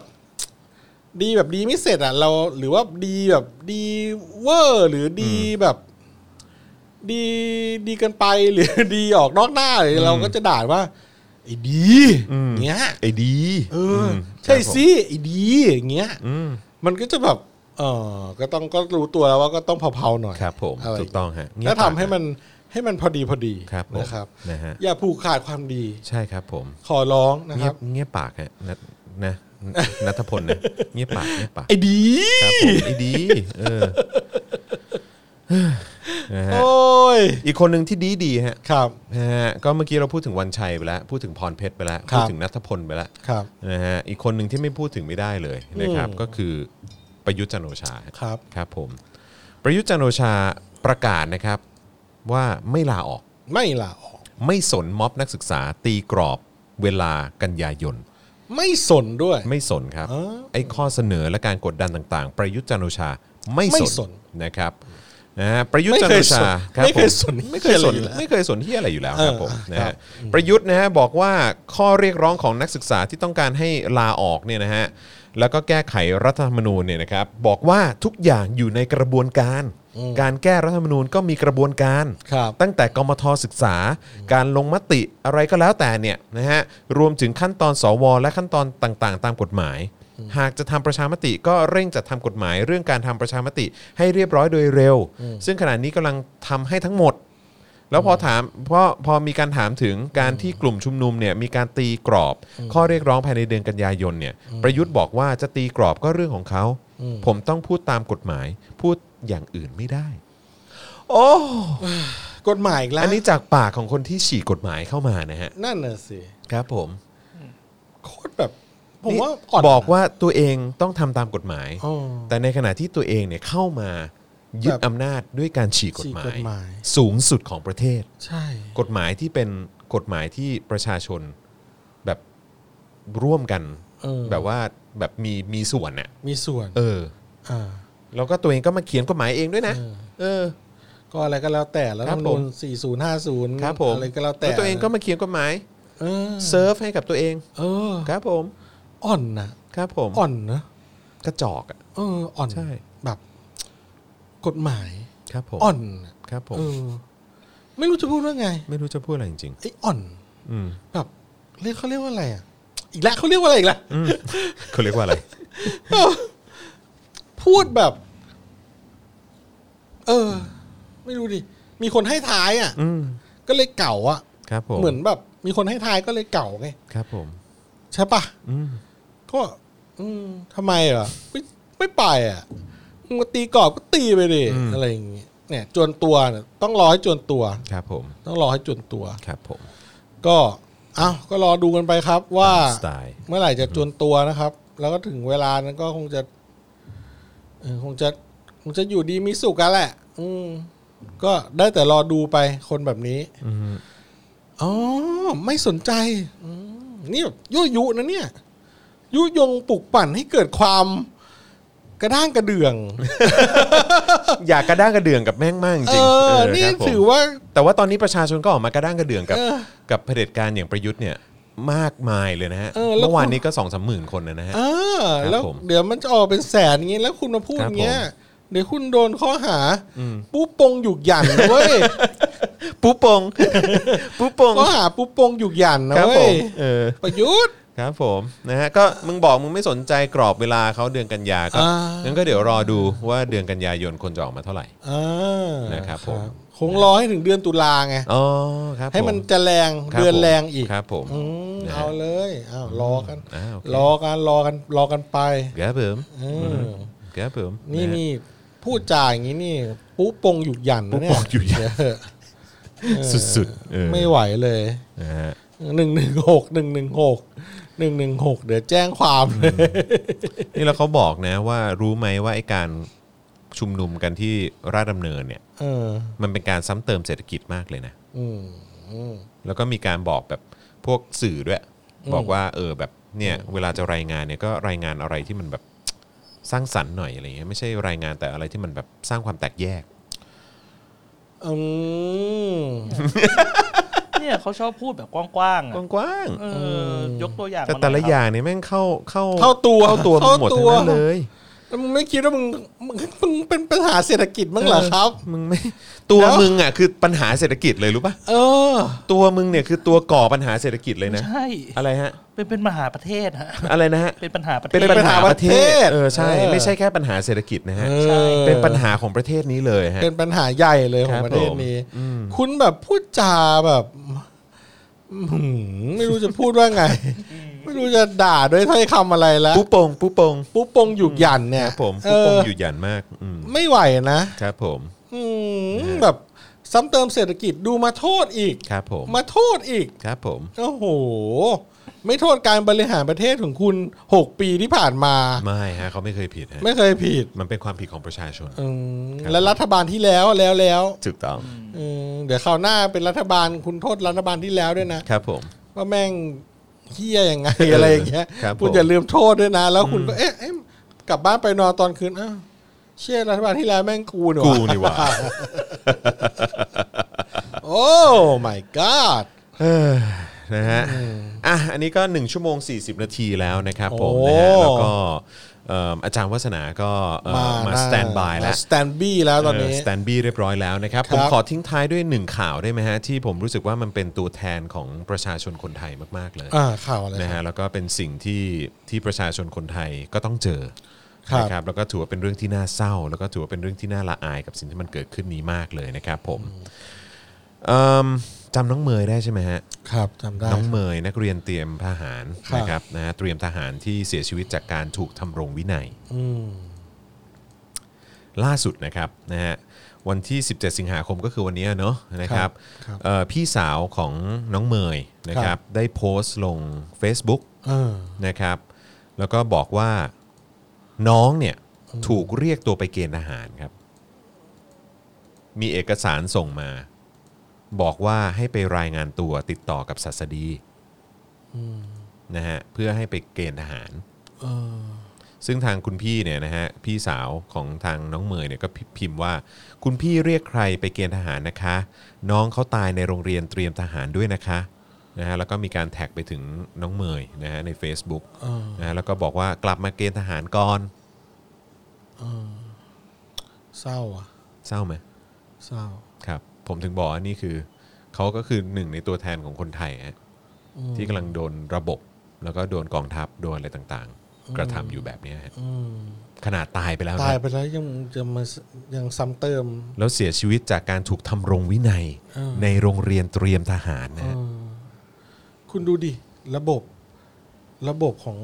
[SPEAKER 2] ดีแบบดีไม่เสร็จอ่ะ เรา หรือว่าดีแบบดีเวอร์ หรือดีแบบ ดีดีเกินไป หรือ ดีออกนอกหน้าหรือเราก็จะด่าว่าไอ้ดี
[SPEAKER 1] อืม
[SPEAKER 2] เงี้ย
[SPEAKER 1] ไอ้ดี
[SPEAKER 2] เอออ
[SPEAKER 1] ม
[SPEAKER 2] ใช่
[SPEAKER 1] ครับผม
[SPEAKER 2] สิไอ้ดีอย่างเงี้ย
[SPEAKER 1] อืม
[SPEAKER 2] มันก็จะแบบ เออก็ต้องก็รู้ตัวแล้วว่าก็ต้องเผาๆหน่อย
[SPEAKER 1] ครับผม
[SPEAKER 2] อะไร
[SPEAKER 1] ถูกต้องฮะเงียบ
[SPEAKER 2] แล้วทำให้
[SPEAKER 1] ปากฮะ
[SPEAKER 2] มันให้มันพอดีพอดี
[SPEAKER 1] ครับผม
[SPEAKER 2] นะครับ
[SPEAKER 1] นะฮะ
[SPEAKER 2] อย่าผูกขาดความดี
[SPEAKER 1] ใช่ครับผม
[SPEAKER 2] ขอร้องนะค
[SPEAKER 1] เงีย
[SPEAKER 2] รั
[SPEAKER 1] บบ เงียบปากฮะนัทนะนัทพล นะเงียบปากเงียบปาก
[SPEAKER 2] ไอ้ดี
[SPEAKER 1] ครับผมไอ้ดีเออนะฮะ
[SPEAKER 2] โอ้ย
[SPEAKER 1] อีกคนหนึ่งที่ดีดีๆฮะ
[SPEAKER 2] ครับ
[SPEAKER 1] นะฮะก็เมื่อกี้เราพูดถึงวันชัยไปแล้ว พูดถึงพรเพชรไปแล้ว
[SPEAKER 2] ครับ
[SPEAKER 1] พูดถึงนัทพลไปแล้ว
[SPEAKER 2] ครับ
[SPEAKER 1] นะฮะอีกคนหนึ่งที่ไม่พูดถึงไม่ได้เลยนะครับ
[SPEAKER 2] อืม
[SPEAKER 1] ก็คือประยุทธ์จันทร์โอชาฮะ
[SPEAKER 2] ครับ
[SPEAKER 1] ครับผมประยุทธ์จันทร์โอชาประกาศนะครับว่าไม่ลาออก
[SPEAKER 2] ไม่ลาออก
[SPEAKER 1] ไม่สนม็อบนักศึกษาตีกรอบเวลากันยายน
[SPEAKER 2] ไม่สนด้วย
[SPEAKER 1] ไม่สนครับ
[SPEAKER 2] เออ
[SPEAKER 1] ไอ้ข้อเสนอและการกดดันต่างๆ ประยุทธ์จันทร์โอชาไม่
[SPEAKER 2] ไม่สน
[SPEAKER 1] นะครับนะฮะประยุทธ์จันทร์โอชา
[SPEAKER 2] ไม่เคยสน
[SPEAKER 1] รับผม
[SPEAKER 2] ไม่
[SPEAKER 1] ไม่เค
[SPEAKER 2] เค
[SPEAKER 1] ย
[SPEAKER 2] ย
[SPEAKER 1] ส
[SPEAKER 2] ส
[SPEAKER 1] น
[SPEAKER 2] น
[SPEAKER 1] ไม่เคยสนที่อะไรอยู่แล้ว
[SPEAKER 2] เออ
[SPEAKER 1] ครับผมนะ
[SPEAKER 2] ครั
[SPEAKER 1] ฮะ
[SPEAKER 2] บ
[SPEAKER 1] ประยุทธ์นะฮะบอกว่าข้อเรียกร้องของนักศึกษาที่ต้องการให้ลาออกเนี่ยนะฮะแล้วก็แก้ไขรัฐธรรมนูญเนี่ยนะครับบอกว่าทุกอย่างอยู่ในกระบวนการ การแก้รัฐธรรมนูญก็มีกระบวนการ
[SPEAKER 2] ครับ
[SPEAKER 1] ตั้งแต่กมทศึกษา การลงมติอะไรก็แล้วแต่เนี่ยนะฮะรวมถึงขั้นตอนสว และขั้นตอนต่างๆ ตามกฎหมาย หากจะทำประชามติก็เร่งจัดทำกฎหมาย เรื่องการทำประชามติให้เรียบร้อยโดยเร็ว ซึ่งขณะนี้กำลังทำให้ทั้งหมด แล้วพอถามพอพอมีการถามถึงการที่กลุ่มชุมนุมเนี่ยมีการตีกรอบ ข้อเรียกร้องภายในเดือนกันยายนเนี่ยประยุทธ์บอกว่าจะตีกรอบก็เรื่องของเขา
[SPEAKER 2] อืม
[SPEAKER 1] ผมต้องพูดตามกฎหมาย พูดอย่างอื่นไม่ได้ โอ้
[SPEAKER 2] กฎหมายอีกแล้ว
[SPEAKER 1] อันนี้จากปากของคนที่ฉีกกฎหมายเข้ามานะฮะ
[SPEAKER 2] นั่นน่ะสิ
[SPEAKER 1] ครับผม
[SPEAKER 2] โคตรแบบ ผมว่าอ่อน
[SPEAKER 1] บอกว่าตัวเองต้องทำตามกฎหมาย
[SPEAKER 2] อ๋อ
[SPEAKER 1] แต่ในขณะที่ตัวเองเนี่ยเข้ามายึด
[SPEAKER 2] แบบ
[SPEAKER 1] อำนาจด้วยการฉีกกฎหมาย
[SPEAKER 2] ฉีกกฎหมาย
[SPEAKER 1] สูงสุดของประเทศ
[SPEAKER 2] ใช่
[SPEAKER 1] กฎหมายที่เป็นกฎหมายที่ประชาชนแบบร่วมกัน
[SPEAKER 2] เออ
[SPEAKER 1] แบบว่าแบบมีมีส่วนน่ะ
[SPEAKER 2] มีส่วน
[SPEAKER 1] เออ
[SPEAKER 2] อ่า
[SPEAKER 1] แล้วก็ตัวเองก็มาเขียนกฎหมายเองด้วยนะ
[SPEAKER 2] เออ
[SPEAKER 1] เออ
[SPEAKER 2] ก็อะไรก็แล้วแต่แล้ว
[SPEAKER 1] ครั
[SPEAKER 2] รัฐ
[SPEAKER 1] บผ
[SPEAKER 2] ธรรมนู
[SPEAKER 1] ม
[SPEAKER 2] ญ4050
[SPEAKER 1] ครับผม
[SPEAKER 2] อะไรก็แล้วแต่
[SPEAKER 1] ตัวเองก็มาเขียนกฎหมาย
[SPEAKER 2] เออ
[SPEAKER 1] เซิร์ฟให้กับตัวเอง
[SPEAKER 2] เออ
[SPEAKER 1] ครับผม
[SPEAKER 2] อ่อนนะครับ
[SPEAKER 1] ผม
[SPEAKER 2] อ่อนนะ
[SPEAKER 1] กระจอกอะ
[SPEAKER 2] เอออ่อน
[SPEAKER 1] ใช่
[SPEAKER 2] แบบ กฎหมาย
[SPEAKER 1] ครับผม
[SPEAKER 2] อ่อนน่ะ
[SPEAKER 1] ครับผม
[SPEAKER 2] เออ ไม่รู้จะพูดว่าไง
[SPEAKER 1] ไม่รู้จะพูดอะไรจริง
[SPEAKER 2] ไอ้อ่อน
[SPEAKER 1] ๆอืม
[SPEAKER 2] แบบเรียกเขาเรียกว่าอะไรอ่ะ อีกแล้วเขาเรียกว่าอะไรอีกแล้ว
[SPEAKER 1] อืมเขาเรียกว่าอะไร
[SPEAKER 2] พูดแบบ เออ ไม่รู้ดิมีคนให้ท้ายอ่ะ
[SPEAKER 1] อืม
[SPEAKER 2] ก็เลยเก่าอ่ะ
[SPEAKER 1] ครับผม
[SPEAKER 2] เหมือนแบบ มีคนให้ท้ายก็เลยเก่าไง
[SPEAKER 1] ครับผม
[SPEAKER 2] ใช่ปะ
[SPEAKER 1] อืม
[SPEAKER 2] ก็ อืมทำไมเหรอไม่ไม่ไปอ่ะมึงมาตีกรอบก็ตีไปดิอะไรอย่างเงี้ยเนี่ย จวนตัวเนี่ยต้องรอให้จวนตัว
[SPEAKER 1] ครับผม
[SPEAKER 2] ต้องรอให้จวนตัว
[SPEAKER 1] ครับผม
[SPEAKER 2] ก็เอ้าก็รอดูกันไปครับว่า
[SPEAKER 1] ตมสไตล์
[SPEAKER 2] เมื่อไหร่จะจวนตัวนะครับ แล้วก็ถึงเวลานั้นก็คงจะเออคงจะคงจะอยู่ดีมีสุขกันแหละ อืมก็ได้แต่รอดูไปคนแบบนี้
[SPEAKER 1] อืม
[SPEAKER 2] อ๋อไม่สนใจอืมนี่แบบยั่วยุนะเนี่ย ยุยงปลุกปั่นให้เกิดความกระด้างกระเดื่อง
[SPEAKER 1] อยากกระด้างกระเดื่องกับแม่งมาก จ
[SPEAKER 2] เอ
[SPEAKER 1] ริง
[SPEAKER 2] อนี่
[SPEAKER 1] เครับผม
[SPEAKER 2] ถือว่า
[SPEAKER 1] แต่ว่าตอนนี้ประชาชนก็ออกมากระด้างกระเดื่องกับ
[SPEAKER 2] เออ
[SPEAKER 1] กับเผด็จการอย่างประยุทธ์เนี่ยมากมายเลยนะฮะ
[SPEAKER 2] เออแล้ว
[SPEAKER 1] เมื่อวานนี้ก็สองสามหมื่นคนนะฮะ
[SPEAKER 2] เออแล้ว
[SPEAKER 1] ผม
[SPEAKER 2] เดี๋ยวมันจะออกเป็นแสนอย่างงี้แล้วคุณมาพูด
[SPEAKER 1] ครั
[SPEAKER 2] อบ
[SPEAKER 1] ผม
[SPEAKER 2] ย่างเงี้ย เดี๋ยวคุณโดนข้อหาปู้ปงหยุกหยันนะเว้ ย
[SPEAKER 1] ปุ๊ปง ปุ๊ปง
[SPEAKER 2] ก็หาปุ๊บปงอยู่หยันนะครับ
[SPEAKER 1] ผ
[SPEAKER 2] เว้ย
[SPEAKER 1] มเออ
[SPEAKER 2] ประยุทธ์
[SPEAKER 1] ครับผมนะฮะก็มึงบอกมึงไม่สนใจกรอบเวลาเขาเดือนกันยาก็
[SPEAKER 2] อ่างั้
[SPEAKER 1] งั้นก็เดี๋ยวรอดูว่าเดือนกันยายนคนจะออกมาเท่าไหร่
[SPEAKER 2] อ่า
[SPEAKER 1] นะครับผม
[SPEAKER 2] คงรอให้ถึงเดือนตุลาไง
[SPEAKER 1] อ๋อครับ
[SPEAKER 2] ให้มัน
[SPEAKER 1] ผ
[SPEAKER 2] จะแรง
[SPEAKER 1] คบ
[SPEAKER 2] เดือน
[SPEAKER 1] ผม
[SPEAKER 2] แรงอีก
[SPEAKER 1] ครับผม
[SPEAKER 2] อืม
[SPEAKER 1] นะฮะ
[SPEAKER 2] เอาเลยอ้าวรอกัน
[SPEAKER 1] อ้าวโอเค
[SPEAKER 2] รอกันรอกันรอกันไป
[SPEAKER 1] ครับผม
[SPEAKER 2] อืม
[SPEAKER 1] ครับผม
[SPEAKER 2] นี่
[SPEAKER 1] ะฮะ
[SPEAKER 2] นี่พูดจาอย่างนี้นี่ปุ๊ปงหยุดหยันนะเนี่ย
[SPEAKER 1] ปุ๊ปงหยุดหยั่น
[SPEAKER 2] เออ
[SPEAKER 1] สุดๆเออ
[SPEAKER 2] ไม่ไหวเลย
[SPEAKER 1] นะฮะ
[SPEAKER 2] หนึ่งหนึ่งหกหนึ่งหนึ่งหกหนึ่งหนึ่งหกเดี๋ยวแจ้งความเลย
[SPEAKER 1] นี่แล้วเขาบอกนะว่ารู้ไหมว่าไอ้การชุมนุมกันที่ราชดำเนินเนี่ย
[SPEAKER 2] เออ
[SPEAKER 1] มันเป็นการซ้ำเติมเศรษฐกิจมากเลยนะ
[SPEAKER 2] อืมอืม
[SPEAKER 1] แล้วก็มีการบอกแบบพวกสื่อด้วย บอกว่าเออแบบเนี่ยเวลาจะรายงานเนี่ยก็รายงานอะไรที่มันแบบสร้างสรรค์หน่อยอะไรเงี้ยไม่ใช่รายงานแต่อะไรที่มันแบบสร้างความแตกแยก
[SPEAKER 2] อืม
[SPEAKER 3] เนี่ยเขาชอบพูดแบบกว้าง
[SPEAKER 1] ก
[SPEAKER 3] ๆอะ
[SPEAKER 1] ว้าง
[SPEAKER 3] เออยกตัวอย่าง
[SPEAKER 1] ๆแต่
[SPEAKER 3] มหน่
[SPEAKER 1] แต่ละ
[SPEAKER 3] ครับ
[SPEAKER 1] อย่างเนี่ยแม่งเข้าเข้า
[SPEAKER 2] เข้าตัว
[SPEAKER 1] เข้าตัวมึงหมดทั้งนั้น
[SPEAKER 2] เข้าตัว
[SPEAKER 1] เลย
[SPEAKER 2] แล้วมึงไม่คิดว่ามึงมึงมึงเป็นปัญหาเศรษฐกิจมั้างเหรอครับ
[SPEAKER 1] มึงไม่ตัว
[SPEAKER 2] แล้ว
[SPEAKER 1] มึงอ่ะคือปัญหาเศรษฐกิจเลยรู้ป่ะ
[SPEAKER 2] เออ
[SPEAKER 1] ตัวมึงเนี่ยคือตัวก่อปัญหาเศรษฐกิจเลยนะ
[SPEAKER 3] ใช่
[SPEAKER 1] อะไรฮะ
[SPEAKER 3] เป็นเป็นมหาประเทศฮะ
[SPEAKER 1] อะไรนะฮะ
[SPEAKER 3] เป็นปัญหาประเท
[SPEAKER 1] เป็น
[SPEAKER 3] ศ
[SPEAKER 1] ปัญหาประเทศเออใช่
[SPEAKER 2] เออ
[SPEAKER 1] ไม่ใช่แค่ปัญหาเศรษฐกิจนะฮะ
[SPEAKER 2] เอ
[SPEAKER 3] ใช่
[SPEAKER 2] อ
[SPEAKER 1] เป็นปัญหาของประเทศนี้เลยฮะ
[SPEAKER 2] เป็นปัญหาใหญ่เลยของ
[SPEAKER 1] ครับ
[SPEAKER 2] ประเทศ
[SPEAKER 1] ผม
[SPEAKER 2] นี้
[SPEAKER 1] อืม
[SPEAKER 2] คุณแบบพูดจาแบบอื้อหือไม่รู้จะพูดว่าไง ไม่รู้จะด่าด้วยถ้อยคำอะไรแล้ว
[SPEAKER 1] ปูโปงปูโปง
[SPEAKER 2] ปุ๊บปงหยุกหยันเนี่ย
[SPEAKER 1] ครับผม
[SPEAKER 2] เอ
[SPEAKER 1] ผู้ปง
[SPEAKER 2] อ
[SPEAKER 1] อยู่หยันมากอืม
[SPEAKER 2] ไม่ไหวนะครับ
[SPEAKER 1] ผม
[SPEAKER 2] อืมแบบซ้ำเติมเศรษฐกิจดูมาโทษอีก
[SPEAKER 1] ครับผม
[SPEAKER 2] มาโทษอีก
[SPEAKER 1] ครับผม
[SPEAKER 2] โอ้โห ไม่โทษการบริหารประเทศของคุณ 6 ปีที่ผ่านมา
[SPEAKER 1] ไม่ฮะเขาไม่เคยผิดฮะ
[SPEAKER 2] ไม่เคยผิด
[SPEAKER 1] มันเป็นความผิดของประชาชน
[SPEAKER 2] อืม
[SPEAKER 1] ครับ
[SPEAKER 2] และรัฐบาลที่แล้วแล้วแล้ว
[SPEAKER 1] ถูกต้อง
[SPEAKER 2] อืมเดี๋ยวคราวหน้าเป็นรัฐบาลคุณโทษรัฐบาลที่แล้วด้วยนะ
[SPEAKER 1] ครับผม
[SPEAKER 2] ว่าแม่งเฮี้ยยังไง อะไรอย่างเงี้ย
[SPEAKER 1] ครับ
[SPEAKER 2] คุณ
[SPEAKER 1] ผม
[SPEAKER 2] อย่าลืมโทษด้วยนะ แล้วคุณก็เอ๊ะเอ๊ะกลับบ้านไปนอนตอนคืนอ้าวเชื่อรัฐบาลที่แล้วแม่งกูหนู
[SPEAKER 1] กูนี่หว่า
[SPEAKER 2] โอ้ my god
[SPEAKER 1] เออนะฮะอ่ะอันนี้ก็ 1 ชั่วโมง 40 นาทีแล้วนะครับ ผม
[SPEAKER 2] โอ้
[SPEAKER 1] นะฮะแล้วก็เอิ่มอาจารย์วัฒนาก็เอ่อมาสแตนบายแล้ว
[SPEAKER 2] สแตนบี้แล้วตอนนี้
[SPEAKER 1] สแตนบี้เรียบร้อยแล้วนะครับ
[SPEAKER 2] ครับ
[SPEAKER 1] ผมขอทิ้งท้ายด้วยหนึ่งข่าวได้ไหมฮะ ที่ผมรู้สึกว่ามันเป็นตัวแทนของประชาชนคนไทยมากๆเลย
[SPEAKER 2] อ่าข่าวอะไรครับ
[SPEAKER 1] นะฮะแล้วก็เป็นสิ่งที่ที่ประชาชนคนไทยก็ต้องเจอ
[SPEAKER 2] ครับ
[SPEAKER 1] นะครับแล้วก็ถือว่าเป็นเรื่องที่น่าเศร้า แล้วก็ถือว่าเป็นเรื่องที่น่าละอายกับสิ่งที่มันเกิดขึ้นนี้มากเลยนะครับผมเอิ่มจำน้องเมยได้ใช่ไหมฮะ
[SPEAKER 2] ครับจำได้
[SPEAKER 1] น้องเมยนักเรียนเตรียมทหาร
[SPEAKER 2] ครับ
[SPEAKER 1] นะครับนะฮะเตรียมทหารที่เสียชีวิตจากการถูกทำรงวินัย
[SPEAKER 2] อืม
[SPEAKER 1] ล่าสุดนะครับนะฮะวันที่ 17 สิงหาคมก็คือวันนี้เนอะนะครับ
[SPEAKER 2] ครับ
[SPEAKER 1] เอ่อพี่สาวของน้องเมยนะครับได้โพสต์ลง Facebook
[SPEAKER 2] เออ
[SPEAKER 1] นะครับ แล้วก็บอกว่าน้องเนี่ยถูกเรียกตัวไปเกณฑ์ทหารครับ มีเอกสารส่งมา บอกว่าให้ไปรายงานตัวติดต่อกับศัสดีนะฮะเพื่อให้ไปเกณฑ์ทหาร
[SPEAKER 2] เออ
[SPEAKER 1] ซึ่งทางคุณพี่เนี่ยนะฮะพี่สาวของทางน้องเมยเนี่ยก็พิพิมพ์ว่า คุณพี่เรียกใครไปเกณฑ์ทหารนะคะ น้องเขาตายในโรงเรียนเตรียมทหารด้วยนะคะนะฮะแล้วก็มีการแท็กไปถึงน้องเมยนะฮะใน Facebook
[SPEAKER 2] เออ
[SPEAKER 1] นะฮะแล้วก็บอกว่ากลับมาเกณฑ์ทหารก่อน
[SPEAKER 2] เศร้าอ่ะ
[SPEAKER 1] เศร้าไหม
[SPEAKER 2] เศร้า
[SPEAKER 1] ครับ ผมถึงบอกว่านี่คือเขาก็คือหนึ่งในตัวแทนของคนไทยฮะที่กำลังโดนระบบ แล้วก็โดนกองทัพโดนอะไรต่างๆ กระทำอยู่แบบเนี้ยฮะ
[SPEAKER 2] อืม
[SPEAKER 1] ขนาดตายไปแล้วนะ
[SPEAKER 2] ตายไปแล้วยังจะมายังซ้ำเติม
[SPEAKER 1] แล้วเสียชีวิตจากการถูกทำรงวินัย
[SPEAKER 2] เออ
[SPEAKER 1] ในโรงเรียนเตรียมทหารนะ
[SPEAKER 2] เอ
[SPEAKER 1] ฮะ
[SPEAKER 2] อคุณดูดิ ระบบ ระบบของ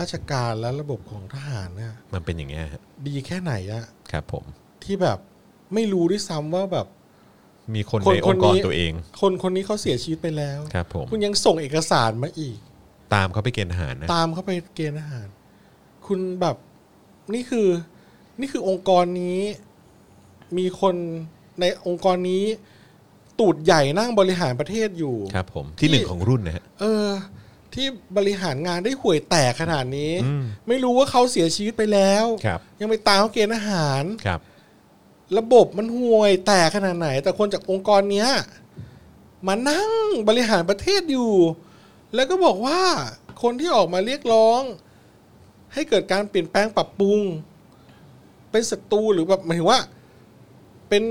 [SPEAKER 2] ราชการและระบบของทหารเนี่ย
[SPEAKER 1] มันเป็นอย่างเงี้ยฮะ
[SPEAKER 2] ดีแค่ไหนอะ
[SPEAKER 1] ครับผม
[SPEAKER 2] ที่แบบไม่รู้ด้วยซ้ำว่าแบบ
[SPEAKER 1] มีคน
[SPEAKER 2] คน
[SPEAKER 1] ในองค์ก
[SPEAKER 2] ค
[SPEAKER 1] ร
[SPEAKER 2] นนี้
[SPEAKER 1] ตัวเอง
[SPEAKER 2] คนคนนี้เขาเสียชีวิตไปแล้ว
[SPEAKER 1] ครับผม
[SPEAKER 2] คุณยังส่งเอกสารมาอีก
[SPEAKER 1] ตามเขาไปเกณฑ์ทหารนะ
[SPEAKER 2] ตามเขาไปเกณฑ์อาหาร คุณแบบนี่คือ นี่คือองค์กรนี้ มีคนในองค์กรนี้ ตูดใหญ่นั่งบริหารประเทศอยู่
[SPEAKER 1] ครับผมที่หนึ่งของรุ่นนะฮะ
[SPEAKER 2] เออ ที่บริหารงานได้ห่วยแตกขนาดนี้
[SPEAKER 1] อืม
[SPEAKER 2] ไม่รู้ว่าเขาเสียชีวิตไปแล้ว
[SPEAKER 1] ครับ
[SPEAKER 2] ยังไปตามเขาเกณฑ์อาหาร
[SPEAKER 1] ครับ
[SPEAKER 2] ระบบมันห่วยแตกขนาดไหน แต่คนจากองค์กรเนี้ยมานั่งบริหารประเทศอยู่ แล้วก็บอกว่าคนที่ออกมาเรียกร้อง ให้เกิดการเปลี่ยนแปลงปรับปรุง เป็นศัตรูหรือแบบหมายถึงว่า เป็น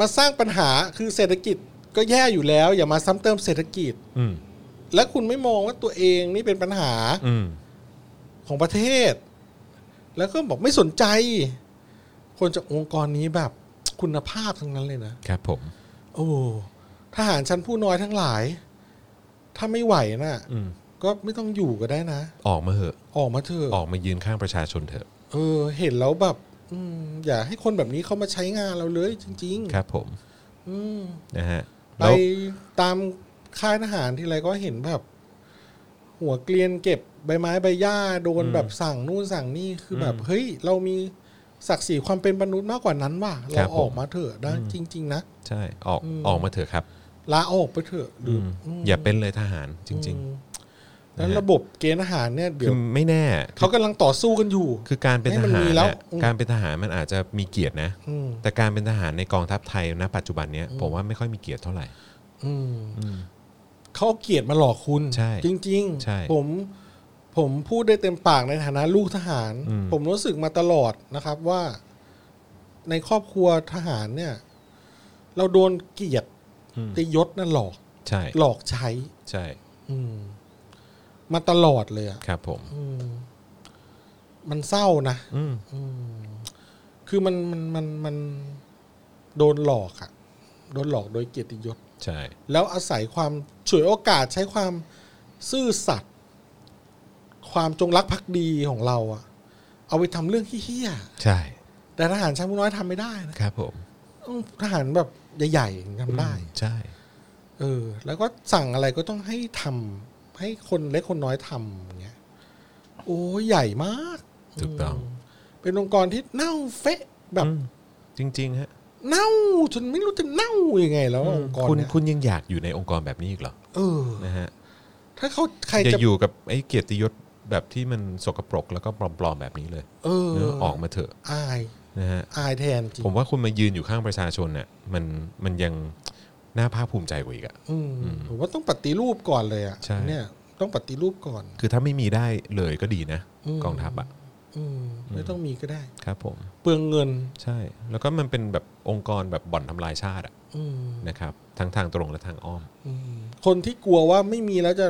[SPEAKER 2] มาสร้างปัญหาคือเศรษฐกิจก็แย่อยู่แล้ว อย่ามาซ้ำเติมเศรษฐกิจ
[SPEAKER 1] อืม
[SPEAKER 2] และคุณไม่มองว่าตัวเองนี่เป็นปัญหา
[SPEAKER 1] อืม
[SPEAKER 2] ของประเทศ แล้วก็บอกไม่สนใจ คนจากองค์กรนี้แบบ คุณภาพทั้งนั้นเลยนะ
[SPEAKER 1] ครับผม
[SPEAKER 2] โอ้ทหารชั้นผู้น้อยทั้งหลาย ถ้าไม่ไหวน่ะ
[SPEAKER 1] อืม
[SPEAKER 2] ก็ไม่ต้องอยู่ก็ได้นะ
[SPEAKER 1] ออกมาเหอะ
[SPEAKER 2] ออกมาเถอะ
[SPEAKER 1] ออกมายืนข้างประชาชนเถอะ
[SPEAKER 2] เออ เห็นแล้วแบบ อืม อย่าให้คนแบบนี้เข้ามาใช้งานเราเลยจริง ๆ
[SPEAKER 1] ครับผม
[SPEAKER 2] อืม
[SPEAKER 1] นะฮะ
[SPEAKER 2] ไป
[SPEAKER 1] แล้ว
[SPEAKER 2] ตามค่ายทหารที่ไรก็เห็นแบบ หัวเกลียนเก็บใบไม้ใบหญ้าโดนแบบสั่งนู่นสั่งนี่คือแบบ เฮ้ย เรามีศักดิ์ศรีความเป็นมนุษย์มากกว่านั้นว่ะเราออกมาเถอะนะจริง ๆ นะ
[SPEAKER 1] ใช่ออก
[SPEAKER 2] อืม
[SPEAKER 1] ออกมาเถอะครับ
[SPEAKER 2] ลาออกไปเถอะหรือ
[SPEAKER 1] ม
[SPEAKER 2] อืม
[SPEAKER 1] อย่าเป็นเลยทหารจริง
[SPEAKER 2] อืมแล้ว
[SPEAKER 1] นะฮะ
[SPEAKER 2] ระบบเกณฑ์อาหารเนี่ย
[SPEAKER 1] ๆ
[SPEAKER 2] เดี๋
[SPEAKER 1] คื
[SPEAKER 2] ยว
[SPEAKER 1] อไม่แน่คือก
[SPEAKER 2] เขาำลังต่อสู้กันอยู่
[SPEAKER 1] คือการเป็น
[SPEAKER 2] ให้
[SPEAKER 1] ท
[SPEAKER 2] มัน
[SPEAKER 1] หา
[SPEAKER 2] มี
[SPEAKER 1] ร
[SPEAKER 2] แล้ว
[SPEAKER 1] เนี่ย
[SPEAKER 2] อืม
[SPEAKER 1] การเป็นทหารมันอาจจะมีเกียรตินะ
[SPEAKER 2] อืม
[SPEAKER 1] แต่การเป็นทหารในกองทัพไทยณปัจจุบันเนี้ยผมว่าไม่ค่อยมีเกียรติเท่าไหร่
[SPEAKER 2] อืมเขาเอาเกลียรติมาหลอกคุณ
[SPEAKER 1] ใช่
[SPEAKER 2] จริง
[SPEAKER 1] ใช่
[SPEAKER 2] ผมผมพูดได้เต็มปากในฐานะลูกทหาร
[SPEAKER 1] อืม
[SPEAKER 2] ผมรู้สึกมาตลอดนะครับว่า ในครอบครัวทหารเนี่ย เราโดนเกลียรติยศนั่นหลอก
[SPEAKER 1] ใช่
[SPEAKER 2] หลอกใช้
[SPEAKER 1] ใช่
[SPEAKER 2] อืม มาตลอดเลยอะ
[SPEAKER 1] ครับผม
[SPEAKER 2] อืม มันเศร้านะ
[SPEAKER 1] อืม
[SPEAKER 2] อืมคือมันมันมันมันโดนหลอกอะโดนหลอกโดยเกียรติยศ
[SPEAKER 1] ใช่
[SPEAKER 2] แล้วอาศัยความฉวยโอกาสใช้ความซื่อสัตย์ความจงรักภักดีของเราอะเอาไปทำเรื่องเฮี้ย
[SPEAKER 1] ใช่
[SPEAKER 2] ๆแต่ทหารชั้นผู้น้อยทำไม่ได้นะครับ
[SPEAKER 1] ผม
[SPEAKER 2] อืมทหารแบบใหญ่ๆทำได้
[SPEAKER 1] ใช่
[SPEAKER 2] เออ แล้วก็สั่งอะไรก็ต้องให้ทำให้คนเล็กคนน้อยทำอย่างเงี้ย โอ้ยใหญ่มาก
[SPEAKER 1] ถูกต้อง
[SPEAKER 2] มเป็นองค์กรที่เน่าเฟะแบบ
[SPEAKER 1] อืมจริงๆฮะ
[SPEAKER 2] เน่าจนไม่รู้จะเน่ายังไงแล้วองค์กร
[SPEAKER 1] คุณ
[SPEAKER 2] เนี่ย
[SPEAKER 1] คุณยังอยากอยู่ในองค์กรแบบนี้อีกเหรอ
[SPEAKER 2] เออ
[SPEAKER 1] นะฮะ
[SPEAKER 2] ถ้าเขาใคร
[SPEAKER 1] อย่า
[SPEAKER 2] จะ
[SPEAKER 1] อยู่กับไอ้เกียรติยศแบบที่มันสกปรกแล้วก็ปลอมๆแบบนี้เลย
[SPEAKER 2] เออ
[SPEAKER 1] เนอะออกมาเถอะ
[SPEAKER 2] อาย
[SPEAKER 1] นะฮะ
[SPEAKER 2] อายแทนจริง
[SPEAKER 1] ผมว่าคุณมายืนอยู่ข้างประชาชนเนี่ยมันมันยังน่าภาคภูมิใจกว่าอีกอะ
[SPEAKER 2] อืมผมว่าต้องปฏิรูปก่อนเลยอ่ะ
[SPEAKER 1] ใช่
[SPEAKER 2] เนี่ย ต้องปฏิรูปก่อน
[SPEAKER 1] คือถ้าไม่มีได้เลยก็ดีนะ
[SPEAKER 2] อืม
[SPEAKER 1] กองทัพอะ
[SPEAKER 2] อืมไม่ต้องมีก็ได้
[SPEAKER 1] ครับผม
[SPEAKER 2] เปลืองเงิน
[SPEAKER 1] ใช่ แล้วก็มันเป็นแบบองค์กรแบบบ่อนทำลายชาติอะ
[SPEAKER 2] อืม
[SPEAKER 1] นะครับทั้งทางตรงและทางอ้อม
[SPEAKER 2] อืมคนที่กลัวว่าไม่มีแล้วจะ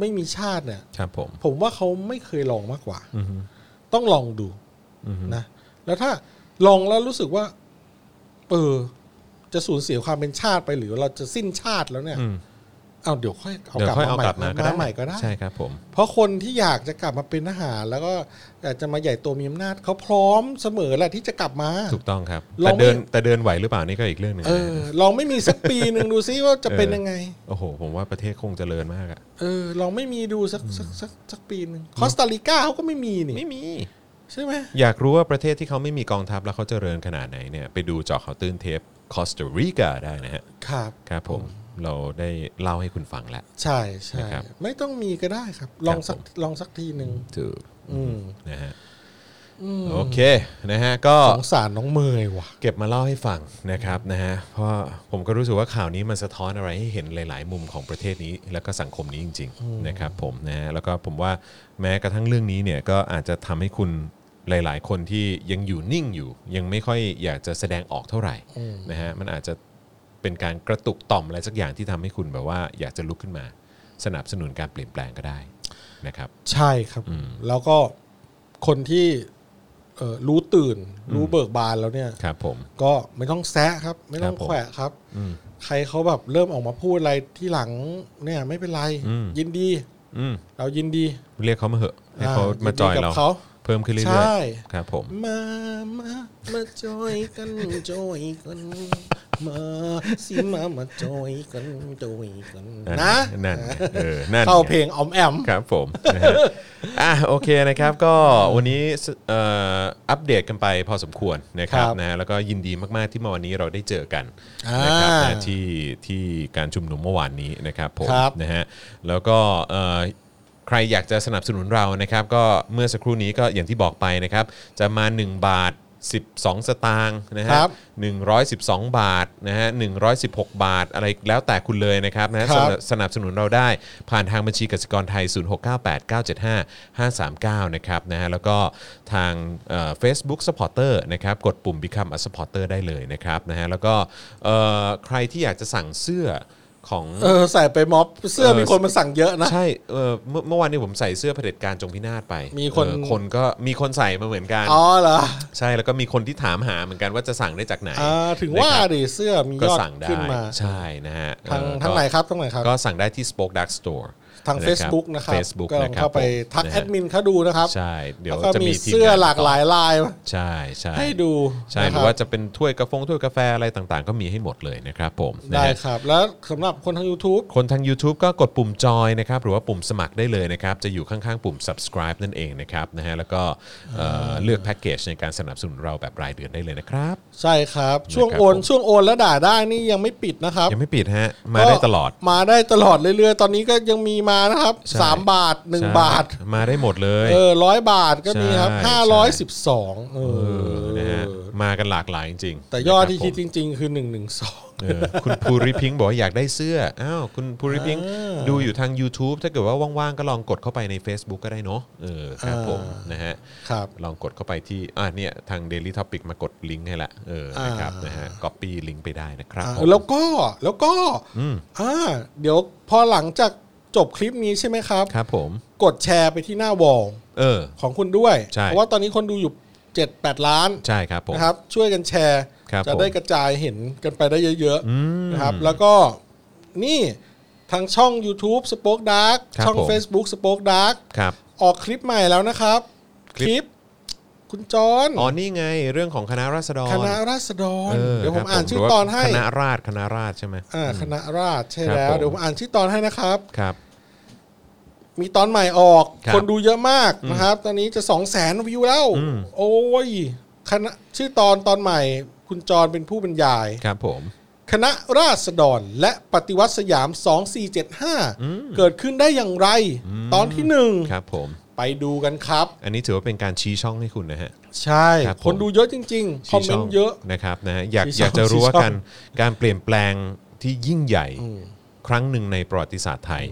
[SPEAKER 2] ไม่มีชาติเนี่ย
[SPEAKER 1] ครับผม
[SPEAKER 2] ผมว่าเขาไม่เคยลองมากกว่า
[SPEAKER 1] อือฮึ
[SPEAKER 2] ต้องลองดู
[SPEAKER 1] อือฮึ
[SPEAKER 2] นะแล้วถ้าลองแล้วรู้สึกว่า เออ จะสูญเสียความเป็นชาติไปหรือเราจะสิ้นชาติแล้วเนี่ย
[SPEAKER 1] อืม
[SPEAKER 2] เอาเดี๋ยวค่อยเอา
[SPEAKER 1] เดี๋ย
[SPEAKER 2] ก
[SPEAKER 1] ว
[SPEAKER 2] ลับ
[SPEAKER 1] ค่อยเอา
[SPEAKER 2] มาใหม่
[SPEAKER 1] กลับมาก็ได้
[SPEAKER 2] ใหม่ก็ได้
[SPEAKER 1] ใช่ครับผม
[SPEAKER 2] เพราะคนที่อยากจะกลับมาเป็นทหาร แล้วก็อยากจะมาใหญ่โตมีอำนาจเขาพร้อมเสมอแหละที่จะกลับมา
[SPEAKER 1] ถูกต้องครับ
[SPEAKER 2] เรา
[SPEAKER 1] แต่
[SPEAKER 2] ไม่
[SPEAKER 1] เดินแต่เดินไหวหรือเปล่านี่ก็อีกเรื่องหนึ่ง
[SPEAKER 2] เอ
[SPEAKER 1] นะ
[SPEAKER 2] อ
[SPEAKER 1] ฮะ
[SPEAKER 2] ลองไม่มีสักปีหนึ่งดูซิว่าจะเป็นยังไง
[SPEAKER 1] โอ้โห ผมว่าประเทศคงเจริญมากอะ
[SPEAKER 2] เออ ลองไม่มีดูสักสักสักสักปีหนึ่งคอสตาริกาเขาก็ไม่มีนี่
[SPEAKER 1] ไม่มี
[SPEAKER 2] ใช่ไหม
[SPEAKER 1] อยากรู้ว่าประเทศที่เขาไม่มีกองทัพแล้วเขาเจริญขนาดไหนเนี่ย ไปดูเจอข่าวตื้นเทปคอสตาริกาได้นะฮะ
[SPEAKER 2] ครับ
[SPEAKER 1] ครับผมเราได้เล่าให้คุณฟังแล้ว
[SPEAKER 2] ใช่ใช่
[SPEAKER 1] นะครับ
[SPEAKER 2] ไม่ต้องมีก็ได้ครับ ลองสัก
[SPEAKER 1] ผม
[SPEAKER 2] ลองสักทีหนึ่ง
[SPEAKER 1] ถูก
[SPEAKER 2] อืม
[SPEAKER 1] นะฮะ
[SPEAKER 2] อืม
[SPEAKER 1] โอเคนะฮะก็
[SPEAKER 2] สงสารน้องเมยว่ะ
[SPEAKER 1] เก็บมาเล่าให้ฟังนะครับนะฮะเพราะผมก็รู้สึกว่าข่าวนี้มันสะท้อนอะไรให้เห็นหลาย ๆ มุมของประเทศนี้ แล้วก็สังคมนี้จริง ๆ นะครับผมนะฮะแล้วก็ผมว่าแม้กระทั่งเรื่องนี้เนี่ยก็อาจจะทำให้คุณหลาย ๆ คนที่ยังอยู่นิ่งอยู่ ยังไม่ค่อยอยากจะแสดงออกเท่าไหร่
[SPEAKER 2] อืม
[SPEAKER 1] นะฮะมันอาจจะเป็นการกระตุกต่อมอะไรสักอย่างที่ทำให้คุณแบบว่าอยากจะลุกขึ้นมา สนับสนุนการเปลี่ยนแปลงก็ได้นะครับ
[SPEAKER 2] ใช่ครับ
[SPEAKER 1] อืม
[SPEAKER 2] แล้วก็คนที่เอ่อรู้ตื่น รู้เบิกบานแล้วเนี่ย
[SPEAKER 1] ครับผม
[SPEAKER 2] ก็ไม่ต้องแซะครับ ไม่ต้อง
[SPEAKER 1] ครับผม
[SPEAKER 2] แขวะครับ
[SPEAKER 1] อืม
[SPEAKER 2] ใครเขาแบบเริ่มออกมาพูดอะไรที่หลังเนี่ย ไม่เป็นไร
[SPEAKER 1] อืม
[SPEAKER 2] ยินดี
[SPEAKER 1] อืม
[SPEAKER 2] เรายินดี
[SPEAKER 1] เรียกเขามาเหอะให้เขา
[SPEAKER 2] อ่
[SPEAKER 1] มาจอย
[SPEAKER 2] นดีกั
[SPEAKER 1] เรา
[SPEAKER 2] บเขา
[SPEAKER 1] เพิ่มขึ้นเรื่
[SPEAKER 2] ใช่
[SPEAKER 1] อยๆครับผม
[SPEAKER 2] มามามาจอยกันจอยกันมาสิมามาจอยกันจอยกันนะ
[SPEAKER 1] นั่นไงเออนั่นไง
[SPEAKER 2] เข้าเพลงออมแอม
[SPEAKER 1] ครับผม นะฮะอ่ะโอเคนะครับ ก็วันนี้สเอ่ออัปเดตกันไปพอสมควรนะครับ
[SPEAKER 2] ครับ
[SPEAKER 1] นะฮะแล้วก็ยินดีมากๆที่เมื่อวันนี้เราได้เจอกัน
[SPEAKER 2] อ่าน
[SPEAKER 1] นะครับนะที่ที่การชุมนุมเมื่อวานนี้นะครับผม
[SPEAKER 2] ครับ
[SPEAKER 1] นะฮะแล้วก็เอ่อ ใครอยากจะสนับสนุนเรานะครับ ก็เมื่อสักครู่นี้ก็อย่างที่บอกไปนะครับ จะมา 1 บาท 12 สตางค์นะฮะ
[SPEAKER 2] ครับ
[SPEAKER 1] 112 บาทนะฮะ116 บาทอะไรแล้วแต่คุณเลยนะครับนะฮะ
[SPEAKER 2] ครับ
[SPEAKER 1] สนับสนับสนุนเราได้ ผ่านทางบัญชีกสิกรไทย 0698975539 นะครับนะฮะแล้วก็ทางเอ่อ Facebook Supporter นะครับกดปุ่ม Become a Supporter ได้เลยนะครับนะฮะแล้วก็เอ่อใครที่อยากจะสั่งเสื้อ ของ
[SPEAKER 2] เออใส่ไปม็อบเสื้อ
[SPEAKER 1] เออ
[SPEAKER 2] มีคนมาสั่งเยอะนะ
[SPEAKER 1] ใช่เออเมื่อเมื่อวานนี้ผมใส่เสื้อเผด็จการจงพินาศไป
[SPEAKER 2] มีคน
[SPEAKER 1] เออคนก็มีคนใส่มาเหมือนกัน
[SPEAKER 2] อ๋อเหรอ
[SPEAKER 1] ใช่แล้วก็มีคนที่ถามหาเหมือนกันว่าจะสั่งได้จากไหน
[SPEAKER 2] อ่าถึงว่า
[SPEAKER 1] นะครับ
[SPEAKER 2] ดิเสื้อมี
[SPEAKER 1] ก็
[SPEAKER 2] ยอด
[SPEAKER 1] สั่งได้
[SPEAKER 2] ขึ้นมา
[SPEAKER 1] ใช่นะฮะ
[SPEAKER 2] ทาง
[SPEAKER 1] เออ
[SPEAKER 2] ทาง
[SPEAKER 1] ก็
[SPEAKER 2] ไหนครับทางไหนครับ
[SPEAKER 1] ก็สั่งได้ที่ Spoke Dark Store
[SPEAKER 2] ทาง Facebook นะครับ
[SPEAKER 1] Facebook
[SPEAKER 2] ก็ล
[SPEAKER 1] นะ
[SPEAKER 2] อง
[SPEAKER 1] ครับ
[SPEAKER 2] เข้าไป
[SPEAKER 1] ผม
[SPEAKER 2] ทัก
[SPEAKER 1] นะ
[SPEAKER 2] แอ
[SPEAKER 1] ฮะ
[SPEAKER 2] ดมินเขาดูนะครับ
[SPEAKER 1] ใช่เดี๋ยว
[SPEAKER 2] แล้วก็
[SPEAKER 1] จะ
[SPEAKER 2] มี
[SPEAKER 1] มี
[SPEAKER 2] เสื้อหลากหลาย
[SPEAKER 1] ทีมงน
[SPEAKER 2] ลาย
[SPEAKER 1] ต่อใช่ใช่
[SPEAKER 2] ให้ดู
[SPEAKER 1] ใช่ห
[SPEAKER 2] นค
[SPEAKER 1] รื
[SPEAKER 2] บ
[SPEAKER 1] อว่าจะเป็นถ้วยกาแฟถ้วยกาแฟอะไรต่างๆ ก็มีให้หมดเลยนะครับผมนะ
[SPEAKER 2] ได้
[SPEAKER 1] ฮะ
[SPEAKER 2] ครับ แล้วสำหรับคนทาง YouTube
[SPEAKER 1] คนทาง YouTube ก็กดปุ่มจอยนะครับหรือว่าปุ่มสมัครได้เลยนะครับ จะอยู่ข้างๆ ปุ่ม subscribe นั่นเองนะครับนะฮะแล้วก็เอ่อเลือกแพ็กเกจในการสนับสนุนเราแบบรายเดือนได้เลยนะครับ
[SPEAKER 2] ใช่ครับ ช่วง
[SPEAKER 1] นะครับ
[SPEAKER 2] โอน
[SPEAKER 1] ผม
[SPEAKER 2] ช่วงโอนและด่าได้นี่ยังไม่ปิดนะครับ
[SPEAKER 1] ยังไม่ปิดฮะ มาได้ตลอด
[SPEAKER 2] ก็มาได้ตลอดเรื่อยๆ ตอนนี้ก็ยังมีมานะครับ
[SPEAKER 1] ใช่
[SPEAKER 2] 3 บาท
[SPEAKER 1] ใช่
[SPEAKER 2] 1 บาท
[SPEAKER 1] มาได้หมดเลย
[SPEAKER 2] เออร้อยบาทก็มีครับ
[SPEAKER 1] ใช่
[SPEAKER 2] 512เอ
[SPEAKER 1] เออนะฮะ
[SPEAKER 2] อ
[SPEAKER 1] มากันหลากหลายจริงๆ
[SPEAKER 2] แต่ยอดที่
[SPEAKER 1] นะรับ
[SPEAKER 2] คิดจ
[SPEAKER 1] ผม
[SPEAKER 2] ริง ๆ คือ 112
[SPEAKER 1] เออคุณภูริพิงค์บอกว่าอยากได้เสื้ออ้าวคุณภูริพิงค์ดูอยู่ทาง YouTube ถ้าเกิดว่าว่างๆก็ลองกดเข้าไปใน Facebook ก็ได้เนาะเออครับผม
[SPEAKER 2] อ่าน
[SPEAKER 1] นะฮะ
[SPEAKER 2] ครับ
[SPEAKER 1] ลองกดเข้าไปที่อ่าเนี่ยทาง Daily Topic มากดลิงก์ให้ละเออนะครับ
[SPEAKER 2] อ่าน
[SPEAKER 1] นะฮะก๊อปปี้ลิงก์ไปได้นะครับ
[SPEAKER 2] อ่ะ
[SPEAKER 1] ผม
[SPEAKER 2] แล้วก็แล้วก็
[SPEAKER 1] อืม
[SPEAKER 2] อ่าเดี๋ยวพอหลังจากจบคลิปนี้ใช่ไหมครับ
[SPEAKER 1] ครับผม
[SPEAKER 2] กดแชร์ไปที่หน้าวอล
[SPEAKER 1] เออ
[SPEAKER 2] ของคุณด้วย
[SPEAKER 1] ใช่
[SPEAKER 2] เพราะว่าตอนนี้คนดูอยู่ 7-8 ล้าน
[SPEAKER 1] ใช่ครับผม
[SPEAKER 2] นะครับช่วยกันแชร์
[SPEAKER 1] ครับ
[SPEAKER 2] จะ
[SPEAKER 1] ผม
[SPEAKER 2] ได้กระจายเห็นกันไปได้เยอะ
[SPEAKER 1] อืม
[SPEAKER 2] ๆนะครับแล้วก็นี่ทางช่อง YouTube Spoke Dark
[SPEAKER 1] ครับ
[SPEAKER 2] ช่อง
[SPEAKER 1] ผม
[SPEAKER 2] Facebook Spoke Dark
[SPEAKER 1] ครับ
[SPEAKER 2] ออกคลิปใหม่แล้วนะครับ
[SPEAKER 1] ค
[SPEAKER 2] ค
[SPEAKER 1] ลิป
[SPEAKER 2] ลิป คุณจอน
[SPEAKER 1] อ๋อนี่ไงเรื่องของคณะราษฎร
[SPEAKER 2] คณะราษฎร
[SPEAKER 1] อ
[SPEAKER 2] เดี๋ยวผม
[SPEAKER 1] ครับ
[SPEAKER 2] อ่านชื่อ
[SPEAKER 1] รืว่
[SPEAKER 2] ตอนให้
[SPEAKER 1] คณะราษฎรคณะราษฎรใช่ไหม
[SPEAKER 2] อ่าคณะราษฎรใช่
[SPEAKER 1] ครับผ
[SPEAKER 2] แล้ว
[SPEAKER 1] ม
[SPEAKER 2] เดี๋ยวผมอ่านชื่อตอนให้นะครับ
[SPEAKER 1] ครับ
[SPEAKER 2] มีตอนใหม่ออก
[SPEAKER 1] ครับ
[SPEAKER 2] คนดูเยอะมากนะครับ ตอนนี้จะ 2 0 0แสนวิวแล้ว
[SPEAKER 1] อืม
[SPEAKER 2] โอ้ยคณะชื่อตอนตอนใหม่ คุณจอนเป็นผู้บรรยาย
[SPEAKER 1] ครับผม
[SPEAKER 2] คณะราษฎรและปฏิวัติสยาม 2475 เกิดขึ้นได้อย่างไร ตอนที่หนึ่ง
[SPEAKER 1] ครับผม
[SPEAKER 2] ไปดูกันครับ
[SPEAKER 1] อันนี้ถือว่าเป็นการชี้ช่องให้คุณนะฮะ
[SPEAKER 2] ใช่
[SPEAKER 1] ครับผม
[SPEAKER 2] คนดูเยอะจริง ๆ คอม
[SPEAKER 1] ชี้
[SPEAKER 2] เม
[SPEAKER 1] ช่
[SPEAKER 2] น
[SPEAKER 1] ง
[SPEAKER 2] ต์เยอะ
[SPEAKER 1] นะครับนะฮะอยาก
[SPEAKER 2] ชี้ช่อง
[SPEAKER 1] อยากจะรู้ว่า
[SPEAKER 2] ชี้ช่อง
[SPEAKER 1] การการเปลี่ยนแปลงที่ยิ่งใหญ่ ครั้งหนึ่งในประวัติศาสตร์ไทย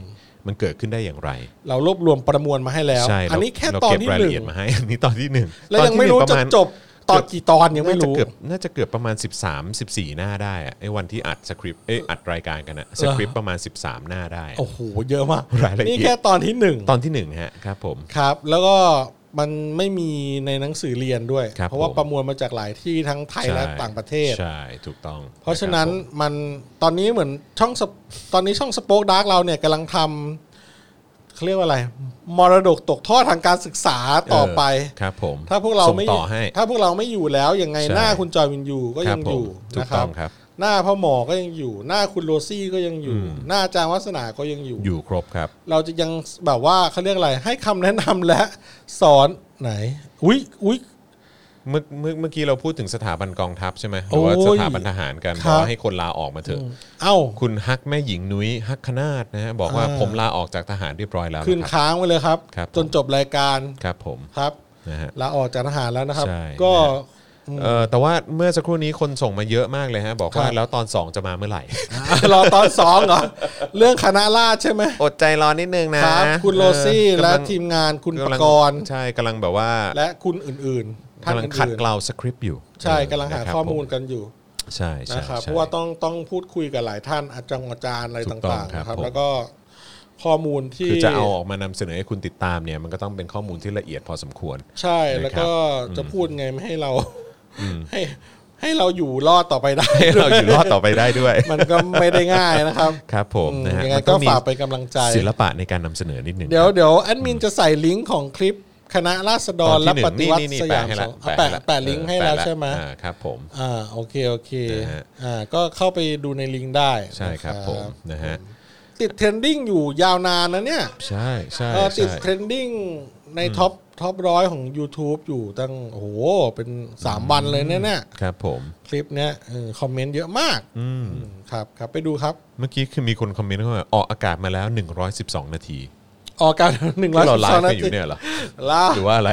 [SPEAKER 1] มันเกิดขึ้นได้อย่างไร
[SPEAKER 2] เรารวบรวมประมวลมาให้แล้ว
[SPEAKER 1] ใช่
[SPEAKER 2] อันนี้แค่ตอนที่
[SPEAKER 1] เราเก็บราย
[SPEAKER 2] ห
[SPEAKER 1] ละ
[SPEAKER 2] นึ่ง
[SPEAKER 1] เอียดมาให้ อันนี้ตอนที่หนึ่ง
[SPEAKER 2] และ
[SPEAKER 1] ตอน
[SPEAKER 2] ยัง
[SPEAKER 1] ที่
[SPEAKER 2] ไม่รู้
[SPEAKER 1] หนึ่
[SPEAKER 2] จะ
[SPEAKER 1] ปาณ
[SPEAKER 2] จบตอนกี่ตอนยังไม่
[SPEAKER 1] น่าจะ
[SPEAKER 2] รู้
[SPEAKER 1] เกือบน่าจะเกือบประมาณ 13 14 หน้าได้อะไอ้วันที่อัดสคริปต์เอ้ยอัดรายการกันอะสคริปต์ประมาณ 13 หน้าได้
[SPEAKER 2] โอ้โห เยอะมาก
[SPEAKER 1] รายละเอียด
[SPEAKER 2] นี่แค่ตอนที่หนึ่ง
[SPEAKER 1] ตอนที่หนึ่งฮะครับผม
[SPEAKER 2] ครับ แล้วก็มันไม่มีในหนังสือเรียนด้วย
[SPEAKER 1] ครับ
[SPEAKER 2] เพราะว่า
[SPEAKER 1] ผม
[SPEAKER 2] ประมวลมาจากหลายที่ทั้งไทยและ
[SPEAKER 1] ใช่
[SPEAKER 2] ต่างประเทศ
[SPEAKER 1] ใช่ถูกต้อง
[SPEAKER 2] เพราะฉะนั้น
[SPEAKER 1] คบผม
[SPEAKER 2] มันตอนนี้เหมือนช่องสปตอนนี้ช่องสป o อ e ดาร์กเราเนี่ยกำลังทำเขาเรียกว่าอะไร มรดกตกทอดทางการศึกษาต่อไป
[SPEAKER 1] ครับผม
[SPEAKER 2] ถ้าพวกเราไม่
[SPEAKER 1] ส่งต่อให้
[SPEAKER 2] ถ้าพวกเราไม่อยู่แล้วยังไง
[SPEAKER 1] ใช่
[SPEAKER 2] หน้าคุณจอยวินยูก็
[SPEAKER 1] ครั
[SPEAKER 2] ยั
[SPEAKER 1] บ
[SPEAKER 2] ง
[SPEAKER 1] ผ
[SPEAKER 2] อ
[SPEAKER 1] ม
[SPEAKER 2] ยู่
[SPEAKER 1] ถู
[SPEAKER 2] นะ
[SPEAKER 1] ก
[SPEAKER 2] ค
[SPEAKER 1] ต้
[SPEAKER 2] รั
[SPEAKER 1] อบ งครับ
[SPEAKER 2] หน้าพ่อหมอก็ยังอยู่ หน้าคุณโรซี่ก็ยังอยู่
[SPEAKER 1] อืม
[SPEAKER 2] หน้าอาจางวัฒนาก็ยังอยู่
[SPEAKER 1] อยู่ครบครับ
[SPEAKER 2] เราจะยังแบบว่าเขาเรียกอะไร ให้คำแนะนำและสอนไหนอุ้ยอุ้ย
[SPEAKER 1] เมื่อเมื่อเมื่อกี้เราพูดถึงสถาบันกองทัพใช่ไหมหรือว่า
[SPEAKER 2] โอ้
[SPEAKER 1] ส
[SPEAKER 2] ย
[SPEAKER 1] ถาบันทหารกัน
[SPEAKER 2] ครับ บ
[SPEAKER 1] อกว่าให้คนลาออกมาเถอะ
[SPEAKER 2] เอ้า
[SPEAKER 1] คุณฮักแม่หญิงนุ้ยฮักคนาดนะฮะบอกว่า
[SPEAKER 2] อ่า
[SPEAKER 1] ผมลาออกจากทหารเรียบร้อยแล้ว
[SPEAKER 2] ขึ้น
[SPEAKER 1] นะครับ
[SPEAKER 2] ค้างไว้เลยครับ
[SPEAKER 1] ครับ
[SPEAKER 2] จนจบรายการ
[SPEAKER 1] ครับผม
[SPEAKER 2] ครับ
[SPEAKER 1] นะฮะ
[SPEAKER 2] ลาออกจากทหารแล้วนะครับ
[SPEAKER 1] ใช่
[SPEAKER 2] ก็
[SPEAKER 1] เอ่อแต่ว่าเมื่อสักครู่นี้คนส่งมาเยอะมากเลยฮะ บอกว่าแล้วตอน 2 จะมาเมื่อไหร่
[SPEAKER 2] รอตอนสองเหรอ เรื่องคณะราษฎรใช่ไหม
[SPEAKER 1] อดใจรอนิดนึงนะครับ
[SPEAKER 2] คุณโรซี่
[SPEAKER 1] เออกำ
[SPEAKER 2] และ
[SPEAKER 1] ง
[SPEAKER 2] ทีมงานคุณป
[SPEAKER 1] ำลัง
[SPEAKER 2] กรณ์
[SPEAKER 1] ใช่กำลังแบบว่า
[SPEAKER 2] และคุณอื่นๆท่าน
[SPEAKER 1] กำลังขัด
[SPEAKER 2] อื่น
[SPEAKER 1] เกลาสคริปต์อยู่
[SPEAKER 2] ๆใช่
[SPEAKER 1] เออก
[SPEAKER 2] ำลังหา
[SPEAKER 1] นะครับ
[SPEAKER 2] ข้อมูล
[SPEAKER 1] ผ
[SPEAKER 2] กันอยู่
[SPEAKER 1] ใช่ใช่
[SPEAKER 2] นะครับ
[SPEAKER 1] ใช่
[SPEAKER 2] เพราะว่าต้องต้องพูดคุยกับหลายท่านอาจารย์อาจารย์อะไร
[SPEAKER 1] ถูกต้อง
[SPEAKER 2] ต่างๆนะ
[SPEAKER 1] ค
[SPEAKER 2] ค
[SPEAKER 1] รั
[SPEAKER 2] รับ บ แล้วก็ข้อมูลที่
[SPEAKER 1] คือจะเอาออกมานำเสนอให้คุณติดตามเนี่ยมันก็ต้องเป็นข้อมูลที่ละเอียดพอสมควร
[SPEAKER 2] ใช่
[SPEAKER 1] นะครับ
[SPEAKER 2] แล้วก็จะพูดไงไม่ให้เราให้ให้เราอยู่รอดต่อไปได้
[SPEAKER 1] ให้เราอยู่รอดต่อไปได้ด้วย
[SPEAKER 2] มันก็ไม่ได้ง่ายนะครับ
[SPEAKER 1] ครับผม
[SPEAKER 2] อืม
[SPEAKER 1] นะฮะ
[SPEAKER 2] ยังไง
[SPEAKER 1] มันต้
[SPEAKER 2] ก็
[SPEAKER 1] องมี
[SPEAKER 2] ฝากไปนกำลังใจ
[SPEAKER 1] ศิลปะในการนำเสนอนิดนึง
[SPEAKER 2] เดี๋ยวเดี๋ยวแอดมินจะใส่ลิงก์ของคลิปคณะราษฎรและปฏิวัติสยามสองอ่ะแปะแปะลิงก์ให้แล้วใช่ไหม
[SPEAKER 1] ครับผม
[SPEAKER 2] อ่าโอเคโอเค
[SPEAKER 1] นะฮะ
[SPEAKER 2] อ่าก็เข้าไปดูในลิงก์ได้
[SPEAKER 1] ใช่ครับ
[SPEAKER 2] นะ
[SPEAKER 1] ผมนะฮะ
[SPEAKER 2] ติดเทรนดิ้งอยู่ยาวนานนะเนี่ย
[SPEAKER 1] ใช่ใช่
[SPEAKER 2] เออติด
[SPEAKER 1] ใช่
[SPEAKER 2] เทรนดิ้งในท็อปท็อปร้อยของ YouTube อยู่ตั้งโอ้โหเป็น 3 วันเลยเนี่ยเนี่ย
[SPEAKER 1] ครับผม
[SPEAKER 2] คลิปเนี้ยเออคอมเมนต์เยอะมาก
[SPEAKER 1] อืม
[SPEAKER 2] อืมครับครับไปดูครับ
[SPEAKER 1] เมื่อกี้คือมีคนคอมเมนต์เข้ามาออกอากาศมาแล้ว 112 นาที
[SPEAKER 2] อ อกการหนึ่งร้อย
[SPEAKER 1] ที่เราไล
[SPEAKER 2] สอง
[SPEAKER 1] ฟ์
[SPEAKER 2] นา
[SPEAKER 1] กันอ
[SPEAKER 2] ที
[SPEAKER 1] ยู่เนี่ยเหรอ
[SPEAKER 2] ล่า
[SPEAKER 1] หรือว่าอะไร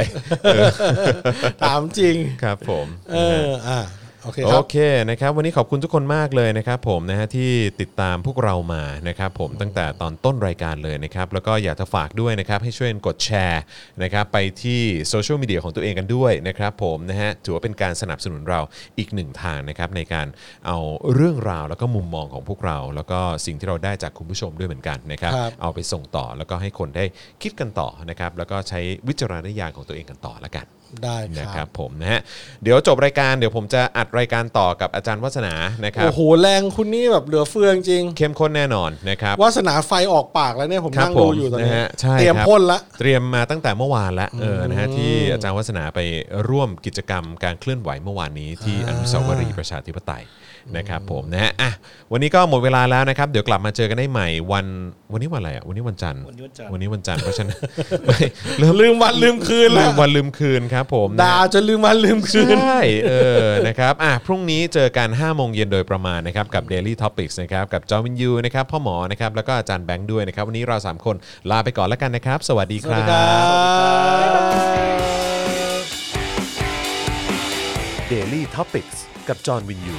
[SPEAKER 2] ถามจริง
[SPEAKER 1] ครับผม
[SPEAKER 2] เออ อ่า โอเคค
[SPEAKER 1] โอ
[SPEAKER 2] รับ
[SPEAKER 1] เคนะครับวันนี้ขอบคุณทุกคนมากเลยนะครับผมนะฮะที่ติดตามพวกเรามานะครับผมตั้งแต่ตอนต้นรายการเลยนะครับแล้วก็อยากจะฝากด้วยนะครับให้ช่วยกดแชร์นะครับไปที่โซเชียลมีเดียของตัวเองกันด้วยนะครับผมนะฮะถือว่าเป็นการสนับสนุนเราอีกหนึ่งทางนะครับในการเอาเรื่องราวแล้วก็มุมมองของพวกเรา แล้วก็สิ่งที่เราได้จากคุณผู้ชมด้วยเหมือนกันนะครับ
[SPEAKER 2] ครับ
[SPEAKER 1] เอาไปส่งต่อแล้วก็ให้คนได้คิดกันต่อนะครับแล้วก็ใช้วิจารณญาณของตัวเองกันต่อละกัน
[SPEAKER 2] ได้
[SPEAKER 1] นะค
[SPEAKER 2] ค
[SPEAKER 1] รั
[SPEAKER 2] รั
[SPEAKER 1] บบ ผมนะฮะเดี๋ยวจบรายการเดี๋ยวผมจะอัดรายการต่อกับอาจารย์วัฒนานะครับ
[SPEAKER 2] โอ้โหแรงคุณนี่แบบเหลือเฟือจริง
[SPEAKER 1] เข้มข้นแน่นอนนะครับ
[SPEAKER 2] วาสนาไฟออกปากแล้วเนี่ยผม
[SPEAKER 1] ครับ
[SPEAKER 2] นั่งดู
[SPEAKER 1] ผม
[SPEAKER 2] อยู่ตอนนี้
[SPEAKER 1] นะฮะใช่
[SPEAKER 2] เตรียม
[SPEAKER 1] ครับ
[SPEAKER 2] พ่นละ
[SPEAKER 1] เตรียมมาตั้งแต่เมื่อวานแล้วเออนะฮะที่อาจารย์วัฒนาไปร่วมกิจกรรมการเคลื่อนไหวเมื่อวานนี้ที่อ
[SPEAKER 2] อ่า
[SPEAKER 1] นุสาวรีย์ประชาธิปไตยนะครับผมนะฮะอ่ะวันนี้ก็หมดเวลาแล้วนะครับ เดี๋ยวกลับมาเจอกันได้ใหม่วันวันนี้วันอะไรอ่ะวันนี้วันจันทร์
[SPEAKER 3] วันนี้วันจันท
[SPEAKER 1] วันนี้วันจันทร์
[SPEAKER 3] ร์
[SPEAKER 1] เพราะฉะนั้น ไม่เริ่ม
[SPEAKER 2] ลืมวันลืมคืน
[SPEAKER 1] ลื
[SPEAKER 2] ละ
[SPEAKER 1] มวันลืมคืนครับผมนะ
[SPEAKER 2] ด่า
[SPEAKER 1] ฮะ
[SPEAKER 2] จนลืมวันลืมคืน
[SPEAKER 1] ใช่ เออ นะครับ อ่ะ พรุ่งนี้เจอกัน5โมงเย็นโดยประมาณนะครับ กับ Daily Topics นะครับ กับจอมินยู นะครับ พ่อหมอ นะครับ แล้วก็อาจารย์แบงค์ด้วยนะครับ วันนี้เรา 3 คนลาไปก่อนแล้วกันนะครับ สวัสดี
[SPEAKER 2] ส
[SPEAKER 1] ค
[SPEAKER 2] วั
[SPEAKER 1] รั
[SPEAKER 2] สดีครับ บ
[SPEAKER 4] Daily t o p i c กกับจอห์นวินยู